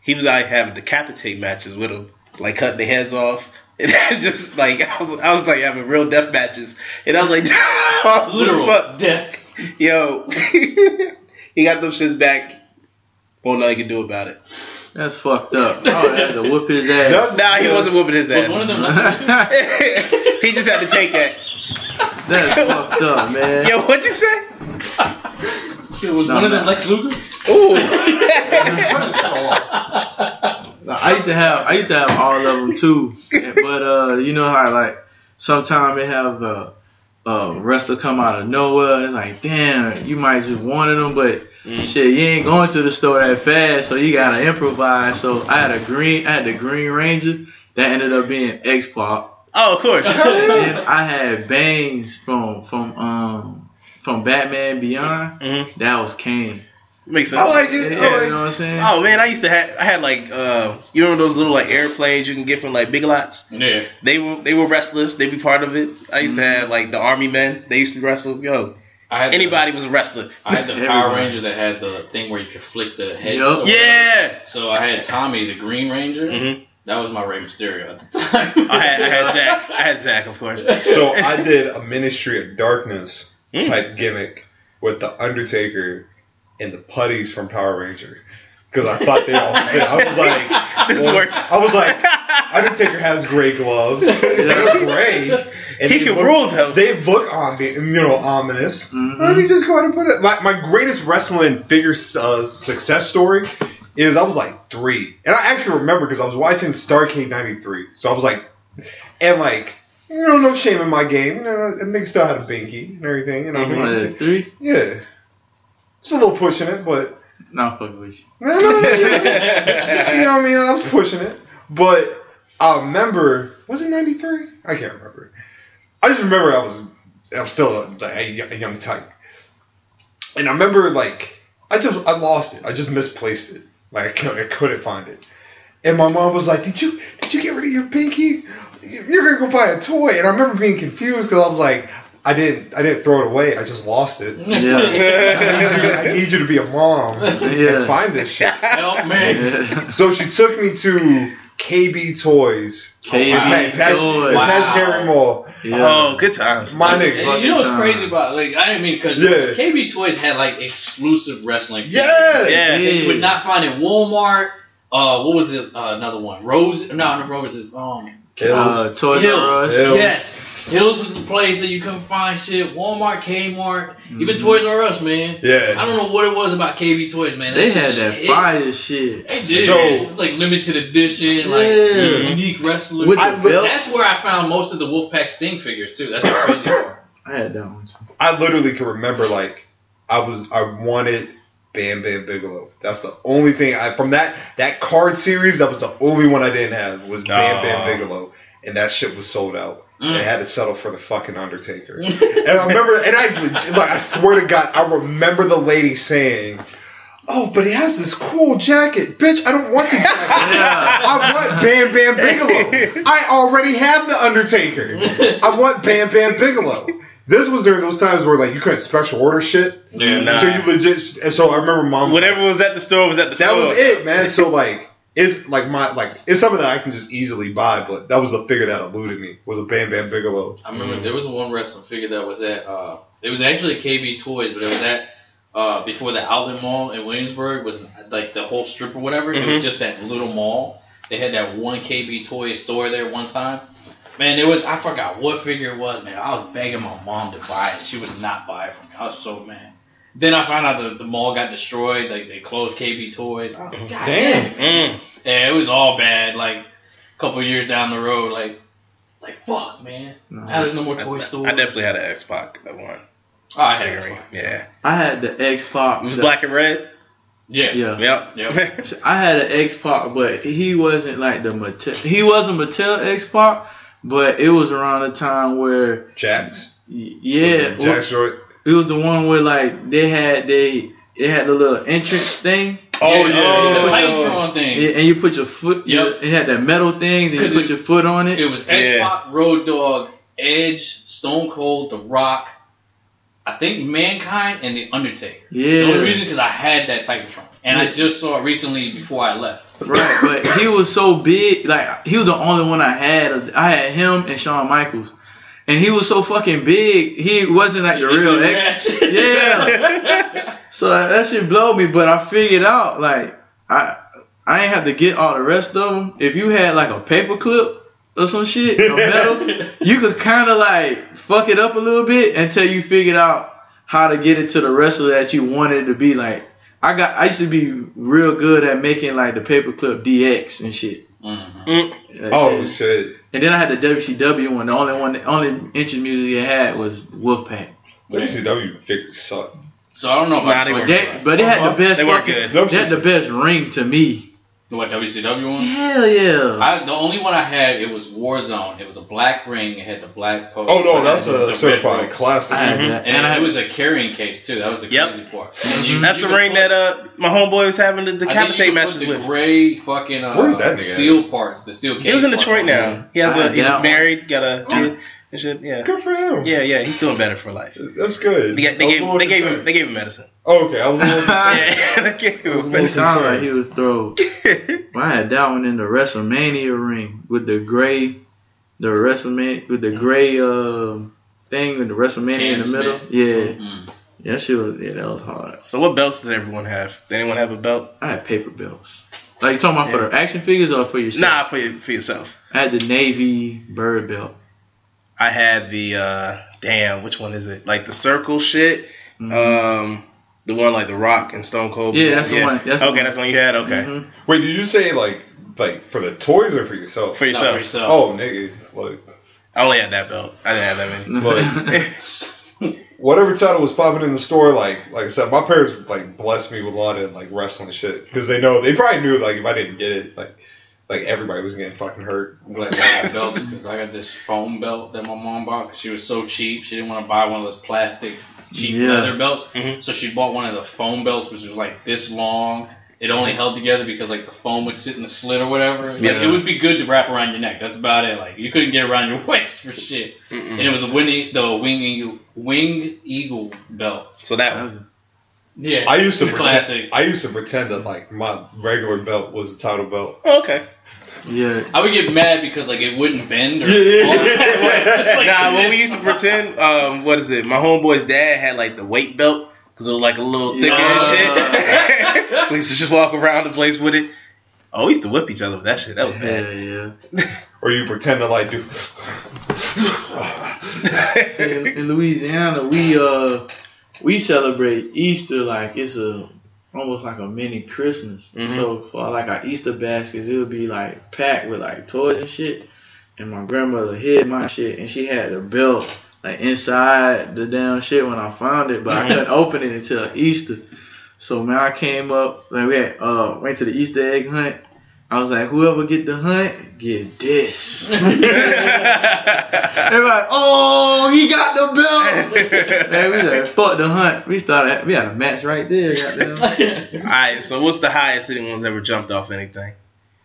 He was out having decapitate matches with him, like cutting their heads off. And just like I was, I was like having real death matches, and I was like, what the fuck? Literal death. Yo, he got them shits back. Won't nothing he can do about it. That's fucked up. I would have to whoop his ass. That's- Nah, he wasn't whooping his Was one of ass. them like, That's he just had to take that. fucked up, man. Yo, what'd you say? was one of them Lex Luger? Ooh. I used to have I used to have all of them too, but uh, you know how like sometimes they have uh, a, a wrestler come out of nowhere and like damn you might just wanted them, but Shit, you ain't going to the store that fast, so you gotta improvise. So I had a green, I had the Green Ranger that ended up being X Pop. Oh, of course. Then I had Bane's from from um from Batman Beyond. Mhm. That was Kane. Makes sense. I like Yeah, it. I like you know what I'm saying? Oh man, I used to have I had like uh you remember those little like airplanes you can get from like Big Lots? Yeah. They were they were wrestlers, they be part of it. I used to Mm-hmm. have like the army men, they used to wrestle. Yo, I had anybody was a wrestler. The, I had the Power Everybody. Ranger that had the thing where you could flick the head. Yup. so- Yeah. So I had Tommy, the Green Ranger. Mm-hmm. Mhm. That was my Rey Mysterio at the time. I had I had Zach. I had Zach, of course. So I did a Ministry of Darkness Hmm. type gimmick with the Undertaker and the putties from Power Ranger because I thought they all fit. I was like, This well, works. I was like, Undertaker has gray gloves. They're gray. And He they can look- rule them. They look ombi- you know, ominous. Let me just go ahead and put it. My, my greatest wrestling figure uh, success story is I was like three, and I actually remember because I was watching Starcade '93, so I was like, and like, you know, no shame in my game. You know, that nigga still had a binky and everything. You know what I mean? three? Yeah, just a little pushing it, but Nah, fuck with you. no, no, no, you know, just- you know what I mean? I was pushing it. But I remember, was it 93? I can't remember. I just remember I was, I was still a, a- a young tyke. And I remember, like, I just, I lost it. I just misplaced it. Like, I couldn't, I couldn't find it. And my mom was like, did you, did you get rid of your pinky? You're going to go buy a toy. And I remember being confused because I was like, I didn't, I didn't throw it away. I just lost it. Yeah. I need you to- I need you to be a mom and Yeah. find this shit. Help me. Yeah. So she took me to KB Toys. KB Pat- Pat- Toys. Wow. Pat's Gary Mall. Yeah. Oh, good times. My nigga. And you know what's Fucking crazy time. about like I didn't mean because Yeah. KB Toys had like exclusive wrestling. Yeah. Yeah. You would not find it Walmart. Uh, what was it? Uh, another one. Rose. No, not Roses. Um, Uh, Toys R Hills. Us. Hills. Yes. Hills was the place that you couldn't find shit. Walmart, Kmart, even Toys R Us, man. Mm-hmm. Yeah. I don't know what it was about KB Toys, man. They shit had that hit. fire shit. They did. So- it was like limited edition, like Yeah. unique wrestler. With the I- belt. that's where I found most of the Wolfpack Sting figures too. That's the crazy part. I had that one too. I literally can remember like I was I wanted Bam Bam Bigelow. That's the only thing I from that that card series. That was the only one I didn't have was Bam Bam Aw. Bigelow, and that shit was sold out. Mm. They had to settle for the fucking Undertaker. and I remember, and I legit- like I swear to God, I remember the lady saying. Oh, but he has this cool jacket, bitch! I don't want the jacket. I want Bam Bam Bigelow. I already have the Undertaker. I want Bam Bam Bigelow. This was during those times where like you couldn't special order shit. Yeah, nah. So you legit. And so I remember mom. Whatever was at the store was at the that store. was it, man. So like it's like my like it's something that I can just easily buy, but that was the figure that eluded me was a Bam Bam Bigelow. I remember there was one wrestling figure that was at. Uh, it was actually KB Toys, but it was at uh, before the outlet mall in Williamsburg was like the whole strip or whatever. It was just that little mall. They had that one KB Toys store there one time. Man, it was I forgot what figure it was. Man, I was begging my mom to buy it. She would not buy it for me. I was so mad. Then I found out that the mall got destroyed. Like they closed KB Toys. I was like, God damn. Mm. Yeah, it was all bad. Like a couple years down the road, like it's like fuck, man. Now there's no more toy store. I definitely had an X Pac that one. oh, I had an Figurine. Xbox. Yeah. I had the X Pac. It was black and red. Yeah. Yeah. Yep. Yep. I had an X Pac, but he wasn't like the Mattel. He wasn't Mattel X Pac, but it was around the time where Jax. y- Was yeah, it Jax Short. it was the one where like they had they it had the little entrance thing, yeah. Oh, yeah. the Titantron thing. and and you put your foot. Yep. It had that metal things, and you 'Cause put it- your foot on it. It was X Pac, Road Dog, Edge, Stone Cold, The Rock. I think Mankind and The Undertaker. The only yeah. reason because I had that Titantron, and I just saw it recently before I left. Right, but he was so big. Like he was the only one I had. I had him and Shawn Michaels, and he was so fucking big. He wasn't like the real. X- yeah. so that shit blow me, but I figured out like I I ain't have to get all the rest of them. If you had like a paper clip or some shit, a metal, you could kind of like fuck it up a little bit until you figured out how to get it to the wrestler that you wanted to be. Like I got, I used to be real good at making like the paperclip DX and shit. Mm. That Oh shit. shit. And then I had the WCW one. The only one, the only entrance music I had was Wolfpack. WCW figures suck. So I don't know if Nah, I they put weren't. That, but they had Uh-huh. the best. They weren't fucking- good. They had the best ring to me. the what WCW one. Hell yeah. I, the only one I had it was Warzone. It was a black ring. It had the black post. Oh no, It that's had the a red certified ropes. classic. I Uh-huh. had that. And, And I it had- was a carrying case too. That was the Yep. crazy part. And you- That's you the could ring put- that uh my homeboy was having the I think you decapitate could put matches the with. Gray fucking uh, Where is that nigga at? steel parts. The steel. He was in Detroit now. He has I a had he's that one. married, got a kid and shit. Yeah, Good for him. yeah, yeah. He's doing better for life. That's good. They, got- they I was a gave little they gave him concerned. they gave him medicine. Oh, okay, I was a little Ah. concerned. Yeah, they gave him It Listen, medicine. sounded sir. like he was throw. Well, I had that one in the WrestleMania ring with the gray, the WrestleMania with the gray um thing with the WrestleMania in the Canvas, middle. man. Yeah, Mm. yeah, that shit was yeah, that was hard. So what belts did everyone have? Did anyone have a belt? I had paper belts. Like you talking about for the action figures or for yourself? Nah, for your, for yourself. I had the navy bird belt. I had the uh damn, which one is it? Like the circle shit. Um the one like the rock and Stone Cold. Mm-hmm. Yeah, that's the one. That's okay, the one. that's the one you had, okay. Mhm. Wait, did you say like like for the toys or for yourself? For Not for yourself. yourself. Oh, nigga, like, I only had that belt. I didn't have that many. like whatever title was popping in the store, like like I said, my parents like blessed me with a lot of like wrestling shit because they know they probably knew like if I didn't get it, like like everybody was getting fucking hurt. I'm glad I got belts because I got this foam belt that my mom bought 'cause she was so cheap. She didn't want to buy one of those plastic cheap Yeah. leather belts. Mhm. So she bought one of the foam belts, which was like this long. It only held together because like the foam would sit in the slit or whatever. Like, Yeah. It would be good to wrap around your neck. That's about it. Like you couldn't get around your waist for shit. And it was the wing, the wing eagle, wing eagle belt. So that That one. was- Yeah, I used to the pretend. classic. I used to pretend that like my regular belt was the title belt. Oh, okay. Yeah, I would get mad because like it wouldn't bend. Or Yeah, It's like- nah, when we used to pretend, um, what is it? My homeboy's dad had like the weight belt because it was like a little thicker and shit. so he used to just walk around the place with it. Oh, we used to whip each other with that shit. That was yeah, bad. yeah. Or you pretend to like do. in, in Louisiana, we uh we celebrate Easter like it's a almost like a mini Christmas. So for like our Easter baskets, it would be like packed with like toys and shit. And my grandmother hid my shit, and she had a belt like inside the damn shit when I found it, but I couldn't open it until Easter. So man, I came up like we had, uh went to the Easter egg hunt. I was like, whoever get the hunt, get this. Everybody, oh, he got the belt. Man, we like, fuck the hunt. We started, we had a match right there. Goddamn. All right, so what's the highest anyone's ever jumped off anything?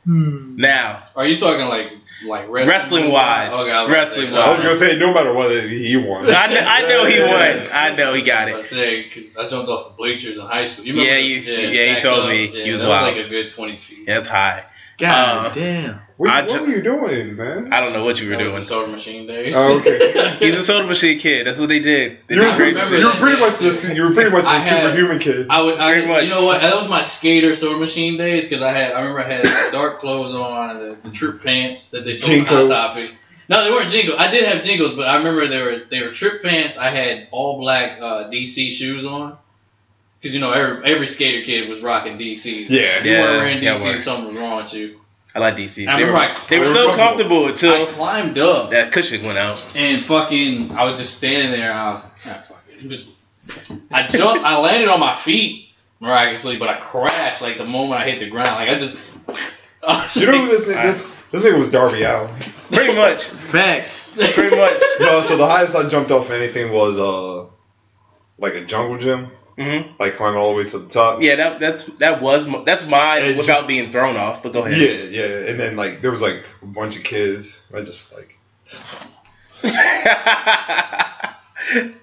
Hmm. Now, Are you talking like like wrestling, Wrestling-wise. Okay, I was about to say, Wrestling-wise. I was gonna say no matter whether he won. I kn- I know he won. I know he got I was about it. to say because I jumped off the bleachers in high school. You Yeah, remember? you- yeah, you stacked told me. Yeah, You was that wild. was like a good twenty feet. That's high. God Uh, damn. What, I what ju- were you doing, man? I don't know what you were That was doing. the soda machine days. Oh, okay. He's a soda machine kid. That's what they did. They You did were, great remember shit. you were pretty much the, you were pretty much I the had- superhuman kid. I would, I, Pretty much. you know what? That was my skater soda machine days because I had, I remember I had like, dark clothes on, and the, the troop pants that they sold on Jinkos. Topic. No, they weren't jingles. I did have jingles, but I remember they were they were trip pants. I had all black uh, DC shoes on because you know every every skater kid was rocking DC. Yeah. you Yeah, weren't wearing yeah, DC, word. something was wrong with you. I like DC. I they, were, remember I- they were I so remember. comfortable I until climbed up. that cushion went out. and fucking, I was just standing there, and I was like, ah, fuck it. I'm just- I jumped, I landed on my feet miraculously, but I crashed like the moment I hit the ground. Like I just, I was You know who like- this nigga this this nigga was Darby Allen. Pretty much. Facts. Pretty much. No, so the highest I jumped off anything was uh like a jungle gym, hmm like climbing all the way to the top. Yeah, that that's that was my, that's mine And without being thrown off. But go ahead. Yeah, yeah. And then like there was like a bunch of kids. I just like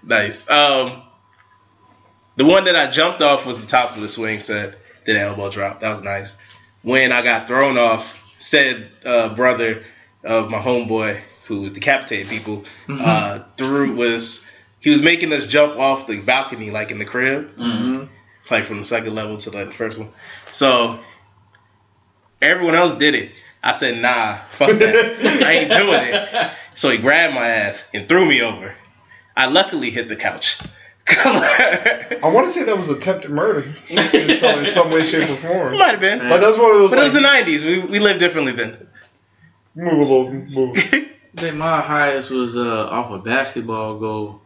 nice. Um, the one that I jumped off was the top of the swing set. Did an elbow drop. That was nice. When I got thrown off, said uh, brother of my homeboy who was decapitating people uh, threw was he was making us jump off the balcony like in the crib, like from the second level to like the first one. So everyone else did it. I said, nah, fuck that. I ain't doing it. So he grabbed my ass and threw me over. I luckily hit the couch. Might I want to say that was attempted murder in some, in some way, shape, or form. Like have been. But that's one of those. it was the like, 90s. We, we lived differently then. move a little, move. I think my highest was uh, off a basketball goal,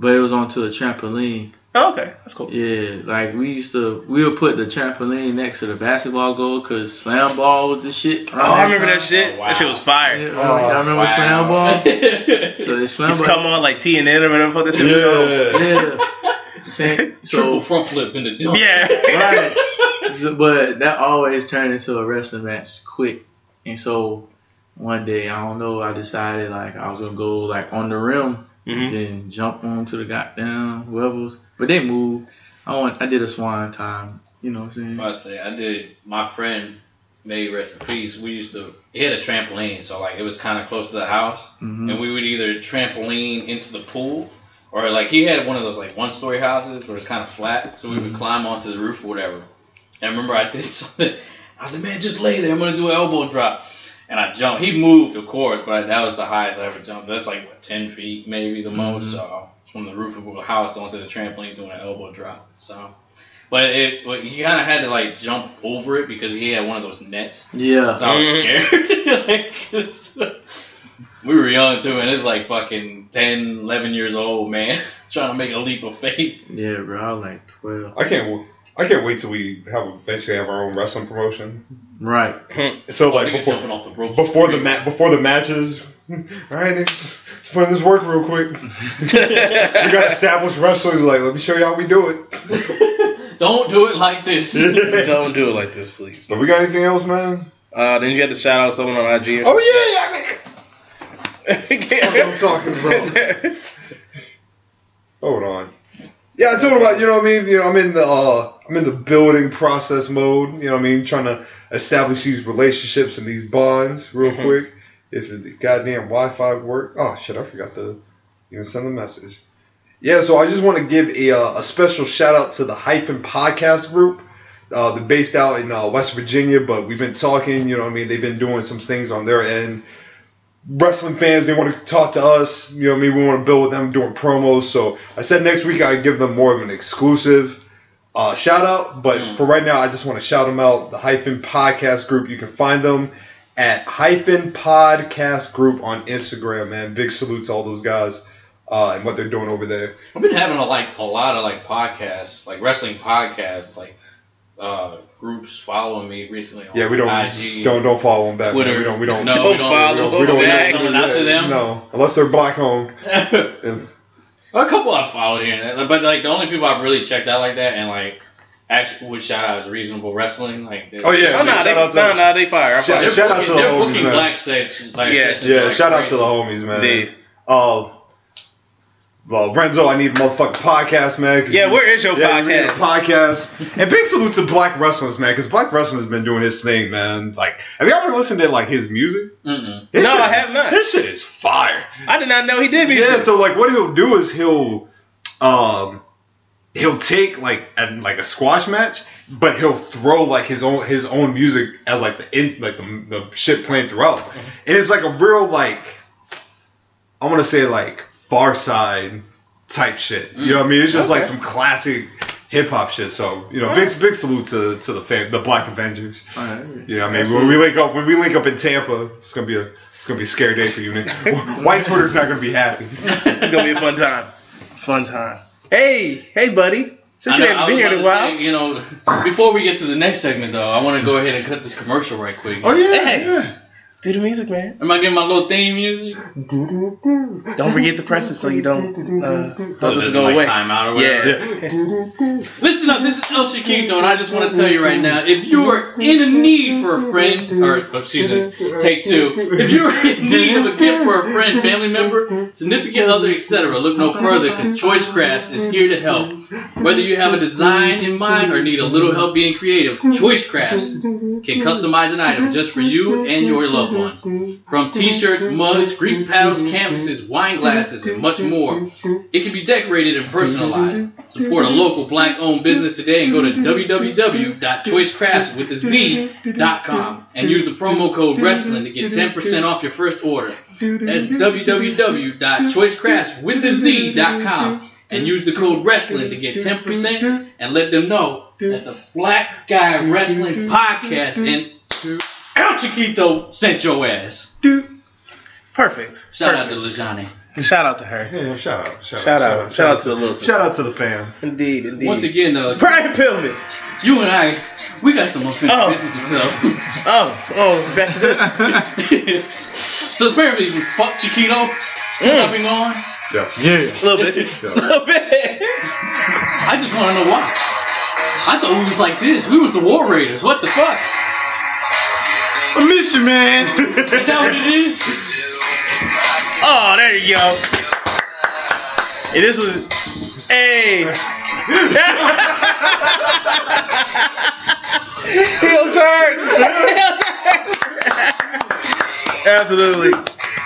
but it was onto a trampoline. Oh, okay, that's cool. Yeah, like we used to, we would put the trampoline next to the basketball goal because slam ball was the shit. Oh, I remember that shit. wow. That shit was fire. Yeah, I remember slam ball. So they slam Just come ball. on like T and N or whatever the fuck that shit was Yeah. Yeah. Same- Triple so front flip in the called. jump. Yeah. right, So- but that always turned into a wrestling match quick. And so one day, I don't know, I decided like I was gonna go like on the rim, Mm-hmm. Mhm. then jump onto the goddamn whoever's, but they moved. I went, I did a swan time. You know what I'm saying? I say I did. My friend, may he rest in peace. We used to. He had a trampoline, so like it was kind of close to the house, Mhm. and we would either trampoline into the pool, or like he had one of those like one-story houses where it's kind of flat, so we would climb onto the roof or whatever. And I remember I did something. I was like, man, just lay there. I'm gonna do an elbow drop. And I jumped. He moved, of course, but that was the highest I ever jumped. That's like what, ten feet, maybe the most. So from the roof of a house onto the trampoline doing an elbow drop. So, but it, but you kind of had to like jump over it because he had one of those nets. Yeah. So I was Mm. scared. Like, 'cause we were young too, and it's like fucking 10, 11 years old, man, trying to make a leap of faith. Yeah, bro. I was like 12. I can't. w- I can't wait till we have eventually have our own wrestling promotion. Right. So like Niggas before Oh, jumping off the ropes. before the ma- before the matches. All right, niggas, let's put in this work real quick. We got established wrestlers. Like, let me show y'all how we do it. Don't do it like this. Don't do it like this, please. So we got anything else, man? Uh, then you had to shout out someone on IG. Oh yeah, yeah. I mean, I'm I'm talking about. Hold on. Yeah, I told him about you know what I mean. You know, I'm in the uh, I'm in the building process mode. You know what I mean, trying to establish these relationships and these bonds real quick. If the goddamn Wi-Fi work, oh shit, I forgot to even send the message. Yeah, so I just want to give a, uh, a special shout out to the Hyphen Podcast Group. Uh, they're based out in uh, West Virginia, but we've been talking. You know what I mean? They've been doing some things on their end wrestling fans, they want to talk to us. You know what I mean? We want to build with them doing promos. So I said next week I give them more of an exclusive uh, shout out. But Mm. for right now, I just want to shout them out. The Hyphen Podcast Group. You can find them at Hyphen Podcast Group on Instagram, man. Big salute to all those guys uh, and what they're doing over there. I've been having a, like a lot of like podcasts, like wrestling podcasts, like uh, groups following me recently. On Yeah, we don't IG, don't don't follow them back. man. Twitter. We don't we don't. No, Don't we don't follow We don't, we don't we back. don't out to them. No, unless theyey're black owned. And- A couple I followed here, and there, but like the only people I've really checked out like that and like actually would shout out is Reasonable Wrestling. Like, Oh, yeah. Oh, nah, Shout they, out to- nah, nah, they fire. I Shout- fire. shout out to the they're homies, booking man. black sets. Like, Yeah, sessions Yeah, like shout out crazy. to the homies, man. Indeed. Uh, well, Renzo, I need a motherfucking podcast, man. 'cause Yeah, you- where is your yeah, we need a podcast? podcast. and big salute to Black Wrestlers, man, because Black Wrestlers has been doing his thing, man. Like, have you ever listened to like his music? Mm-mm. His No, shit- I have not. His shit is fire. I did not know he did me. Yeah, so like what he'll do is he'll um he'll take like a, like a squash match, but he'll throw like his own his own music as like the in, like the, the shit playing throughout, and it's like a real like I want to say like Far Side type shit. You know what I mean? It's just like some classic hip hop shit. So you know, big big salute to to the fan, the Black Avengers. All right. Yeah, I mean, when we link up, when we link up in Tampa, it's gonna be a, it's gonna be a scary day for you. Nick. White Twitter's not gonna be happy. It's gonna be a fun time. Fun time. Hey, hey, buddy. Since I you know, haven't I been was here in a about to while, say, you know, before we get to the next segment, though, I want to go ahead and cut this commercial right quick. Oh yeah, Hey. yeah. do the music, man. Am I getting my little theme music? Don't forget to press it so you don't. Uh, So it don't just go like, away. Time out or whatever. Yeah. Listen up, this is El Chiquito, and I just want to tell you right now, if you are in a need for a friend, or oh, excuse me, take two. If you are in need of a gift for a friend, family member, significant other, etc., look no further, because Choice Crafts is here to help. Whether you have a design in mind or need a little help being creative, Choice Crafts can customize an item just for you and your loved ones. From t-shirts, mugs, Greek paddles, canvases, wine glasses, and much more. It can be decorated and personalized. Support a local black-owned business today and go to www.choicecraftswithaz.com and use the promo code WRESTLING to get 10% off your first order. That's www.choicecraftswithaz.com and use the code WRESTLING to get 10% and let them know that the Black Guy Wrestling Podcast and El Chiquito sent your ass. Perfect. Shout Perfect. out to Lejani. Shout out to her. Yeah, shout out. Shout, Shout out. Shout out to the the little Shout out to the fam. Indeed, indeed. Once again, uh, Brian Pillman. you and I, we got some unfinished Oh. business to fill. Oh, oh, back to this. so apparently, fuck Chiquito. Stepping on. Yes. Yeah. A little bit. A little bit. I just want to know why. I thought we was like this. We was the War Raiders. What the fuck? I miss you, man. Is that what it is? Oh, there you go. And this was. Hey! Heel turn! Absolutely.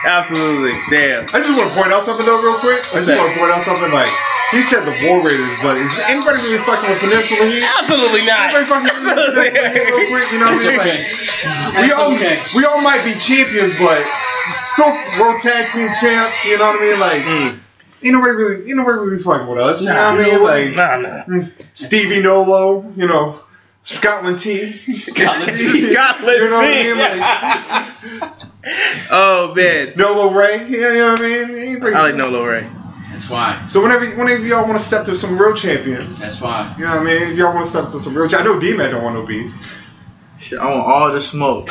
Absolutely. Damn. I just want to point out something though, real quick. I just Okay. want to point out something like he said the War Raiders, but is anybody really fucking with Peninsula here? Absolutely not. Anybody fucking with Peninsula here real quick? You know what I mean? Like, we That's all okay. we all might be champions, but so world tag team champs. You know what I mean? Like, ain't nobody really, ain't nobody really fucking with us. Hmm. Nah, you know what I mean? Like Nah, nah. Stevie Nolo, you know. Scotland T. Scotland T. Scotland You know what I mean? T. Like, Oh, man. Nolo Ray. Yeah, you know what I mean? He ain't pretty- I like Nolo Ray. That's fine. So whenever whenever y'all want to step to some real champions, That's fine. you know what I mean. If y'all want to step to some real, cha- I know D-Man don't want no beef. Shit, I want all the smoke.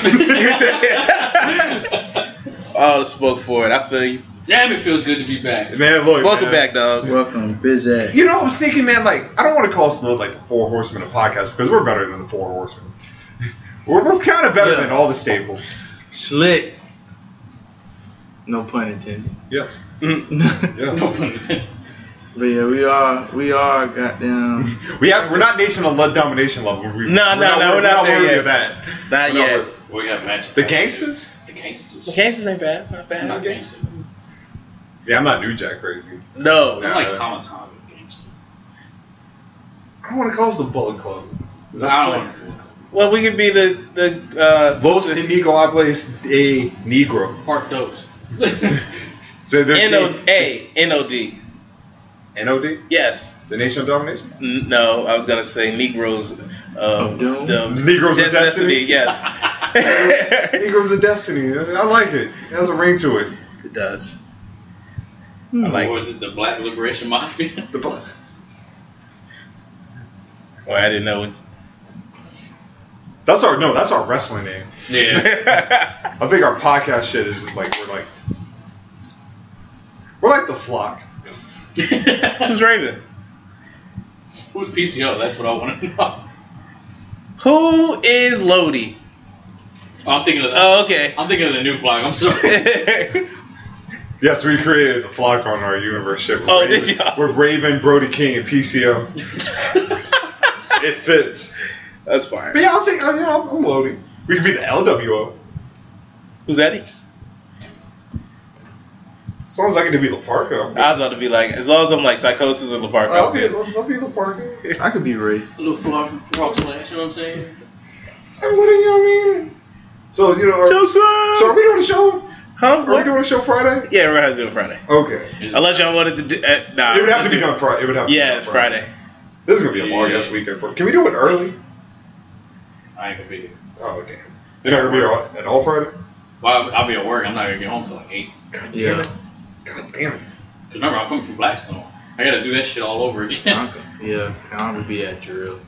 All the spoke for it. I feel you. Damn, it feels good to be back. Man, look, Welcome man. back, dog. Welcome, biz ass. You know, I was thinking, man, like I don't want to call Snow like the Four Horsemen of podcast because we're better than the Four Horsemen. We're, we're kind of better Yeah. than all the staples. Slick. No pun intended. Yes. No pun intended. But yeah, we are we are goddamn We have. We're not national love domination level. We, No, no, no, we're not there worthy yet. of that. Not We're yet. worthy. We got magic. The gangsters? The gangsters. Kansas ain't bad. Not I'm not bad. gangster. Yeah, I'm not New Jack crazy. I'm No. like Tomaton gangster. I don't want to call us the Bullet Club. I don't want Well, we could be the the uh, Los Inigoables de Negro. to park those. So they're N O A N O D. NOD? Yes. The Nation of Domination? N- No, I was gonna say Negroes of doom? the Negroes of destiny? Yes, Negroes of Destiny. I like it. It has a ring to it. it does. I like or is it the Black Liberation Mafia? The black. Well, I didn't know. It. That's our no. That's our wrestling name. yeah. I think our podcast shit is just like we're like we're like the flock. Who's Raven? Who's PCO? That's what I want to know. Who is Lodi? Oh, I'm thinking of the, Oh, okay. I'm thinking of the new flag. I'm sorry. Yes, we created the flock on our universe ship. With Oh, Raven, did y'all? With Raven, Brody King, and PCO. it fits. That's fine. But yeah, I'll take. I, you know, I'm, I'm loading. We could be the LWO. Who's Eddie? As long as I get to be LaParca, I was about to be like, as long as I'm like psychosis or LaParca. I'll I'm be. good. I'll be, I'll be LaParca. I could be Ray. A little frog, frog slash, you know what I'm saying? And what do you mean? So you know. Are, so are Joseph, we doing a show? huh? Are we What? doing a show Friday? Yeah, we're gonna do it Friday. Okay. Unless y'all wanted to do. Uh, nah, It would have let's to be do it. done Friday. It would have to be Yeah, done it's Friday. This is gonna be a long Yeah. ass weekend for. Can we do it early? I ain't gonna be here. Oh damn! You're not gonna be all- at all Friday. Well, I'll, I'll be at work. I'm not gonna get home till like eight. Yeah. God damn! it. Cause remember, I'm coming from Blackstone. I gotta do that shit all over again. I'm go- Yeah, I'm gonna be at drill.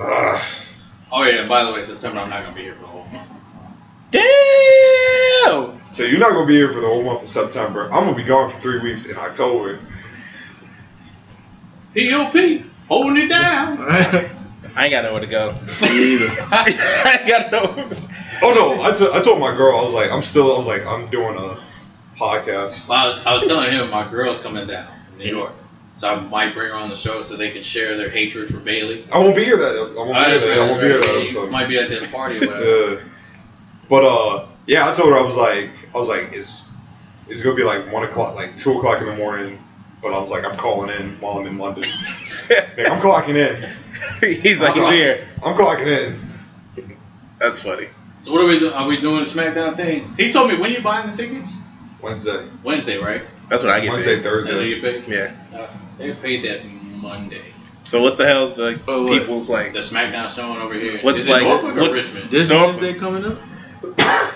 Ugh. oh yeah. By the way, September, I'm not gonna be here for the whole month. Damn. So you're not gonna be here for the whole month of September. I'm gonna be gone for three weeks in October. P.O.P. Holding it down. I ain't got nowhere to go. Neither. I ain't got nowhere. Oh no! I, t- I told my girl I was like I'm still I was like I'm doing a podcast. Well, I, was, I was telling him my girl's coming down from New York, so I might bring her on the show so they can share their hatred for Bailey. I won't be here that I won't be I here just that, I won't be here that you episode. might be at the party. Or whatever. Yeah. But uh, yeah, I told her I was like I was like it's it's gonna be like one o'clock, like two o'clock in the morning. But I was like I'm calling in while I'm in London. Like, I'm clocking in. He's like, I'm he's clock- here. I'm clocking in. That's funny. So what are we? do- Are we doing the SmackDown thing? He told me when you buying the tickets. Wednesday, Wednesday, right? That's what I get. Wednesday, paid. That's what Thursday. you paid. Yeah. Uh, they paid that Monday. So what's the hell's the Oh, what? people's The like? SmackDown showing over here. What's Is like- it Norfolk or what- Richmond? This Storm- Wednesday coming up?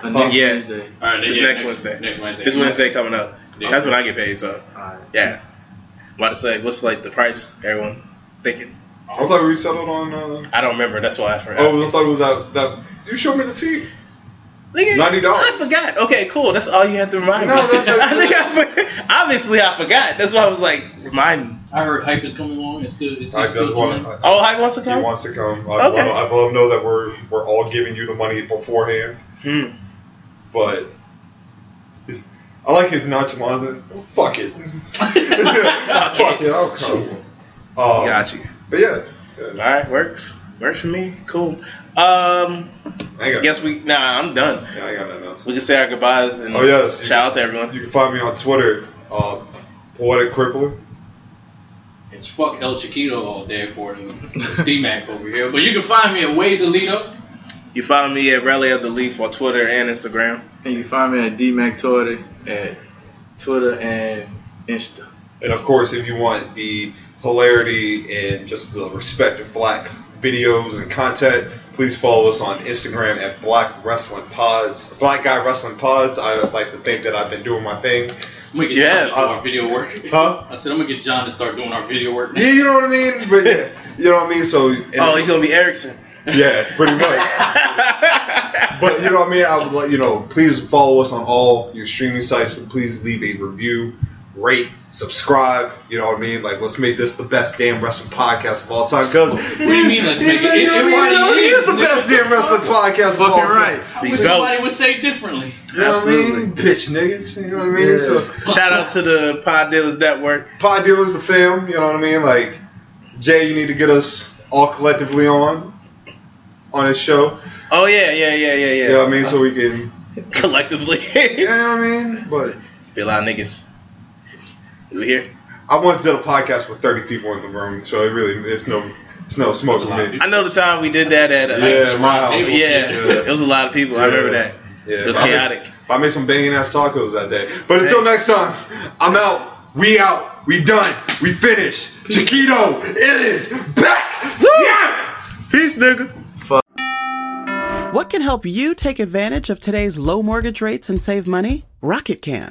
Or next yeah. Wednesday? Uh, All right, It's yeah, next Wednesday. Next Wednesday. This Wednesday coming up. Yeah. That's what I get paid. So Alright. yeah. I'm about to say, what's like the price? Everyone thinking. I thought we settled on. Uh, I don't remember. That's why I forgot. oh, I thought it was that. That you showed me the seat. Nigga, $90. I forgot. Okay, cool. That's all you have to remind No, me. that's- I think I for- obviously I forgot. That's why I was like, remind. I heard hype is coming along. It's still, it's, I it's still just want. touring. I, Oh, hype wants to he come. wants to come. I Okay. love. I love know that we're we're all giving you the money beforehand, Hmm. but. I like his nonchalance. Fuck it. Fuck it. I'll come. Um, Got you. But yeah, All yeah right, works. Works for me. Cool. Um, I ain't I got- guess we. Nah, I'm done. Yeah, I ain't got nothing else. We can say our goodbyes and Oh, yes. shout out to everyone. You can find me on Twitter, uh, poetic crippler. It's fuck El Chiquito all day according to D-Mac over here. But you can find me at Ways Alito. You follow me at Rally of the Leaf on Twitter and Instagram. And you find me at DMacTorty at Twitter and Insta. And of course, if you want the hilarity and just the respect of black videos and content, please follow us on Instagram at Black Wrestling Pods, Black Guy Wrestling Pods. I would like to think that I've been doing my thing. I'm gonna get Yeah, John to start uh, our video work. Huh? I said I'm gonna get John to start doing our video work. Yeah, you know what I mean. But yeah, you know what I mean. So and- Oh, he's gonna be Erickson. yeah, pretty much. but you know what I mean. I would let you know. Please follow us on all your streaming sites, and please leave a review, rate, subscribe. You know what I mean. Like, let's make this the best damn wrestling podcast of all time. Because what do you mean, let's make it? You know It- it what I mean? It already already is the is. best damn wrestling podcast of all Fucking time. right. These Somebody goats. would say differently. You know what I Absolutely. mean? Bitch niggas. You know what I mean? Yeah. So, Shout out to the Pod Dealers Network. Pod Dealers, the film. You know what I mean? Like, Jay, you need to get us all collectively on on his show. Oh yeah, yeah, yeah, yeah, yeah. You know what I mean? So we can. Collectively, You know what I mean? But. be a lot of niggas. We here. I once did a podcast with 30 people in the room, so it really it's no it's no smoke That's a for lot of me. I know the time we did that at. Uh, Yeah, my house. yeah, It was a lot of people. I remember that. Yeah, It was I made- chaotic. I made some banging ass tacos that day. But until Hey. next time, I'm out. We out. We done. We finished. Chiquito, it is back. Yeah. Peace, nigga. What can help you take advantage of today's low mortgage rates and save money? Rocket can.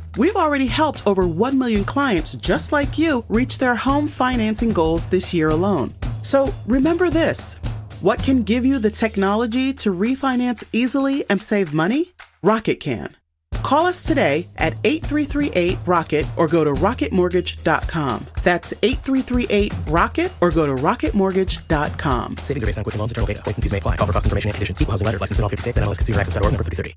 We've already helped over 1 million clients just like you reach their home financing goals this year alone. So remember this what can give you the technology to refinance easily and save money? Rocket can. Call us today at 8338 Rocket or go to rocketmortgage.com. That's 8338 Rocket or go to rocketmortgage.com. Savings are based on quick and loans, internal data. Points and fees may apply. Call for cost information and conditions. Equal housing letter. Licensed in all 50 states and MLS Consumer Access.org number 3330.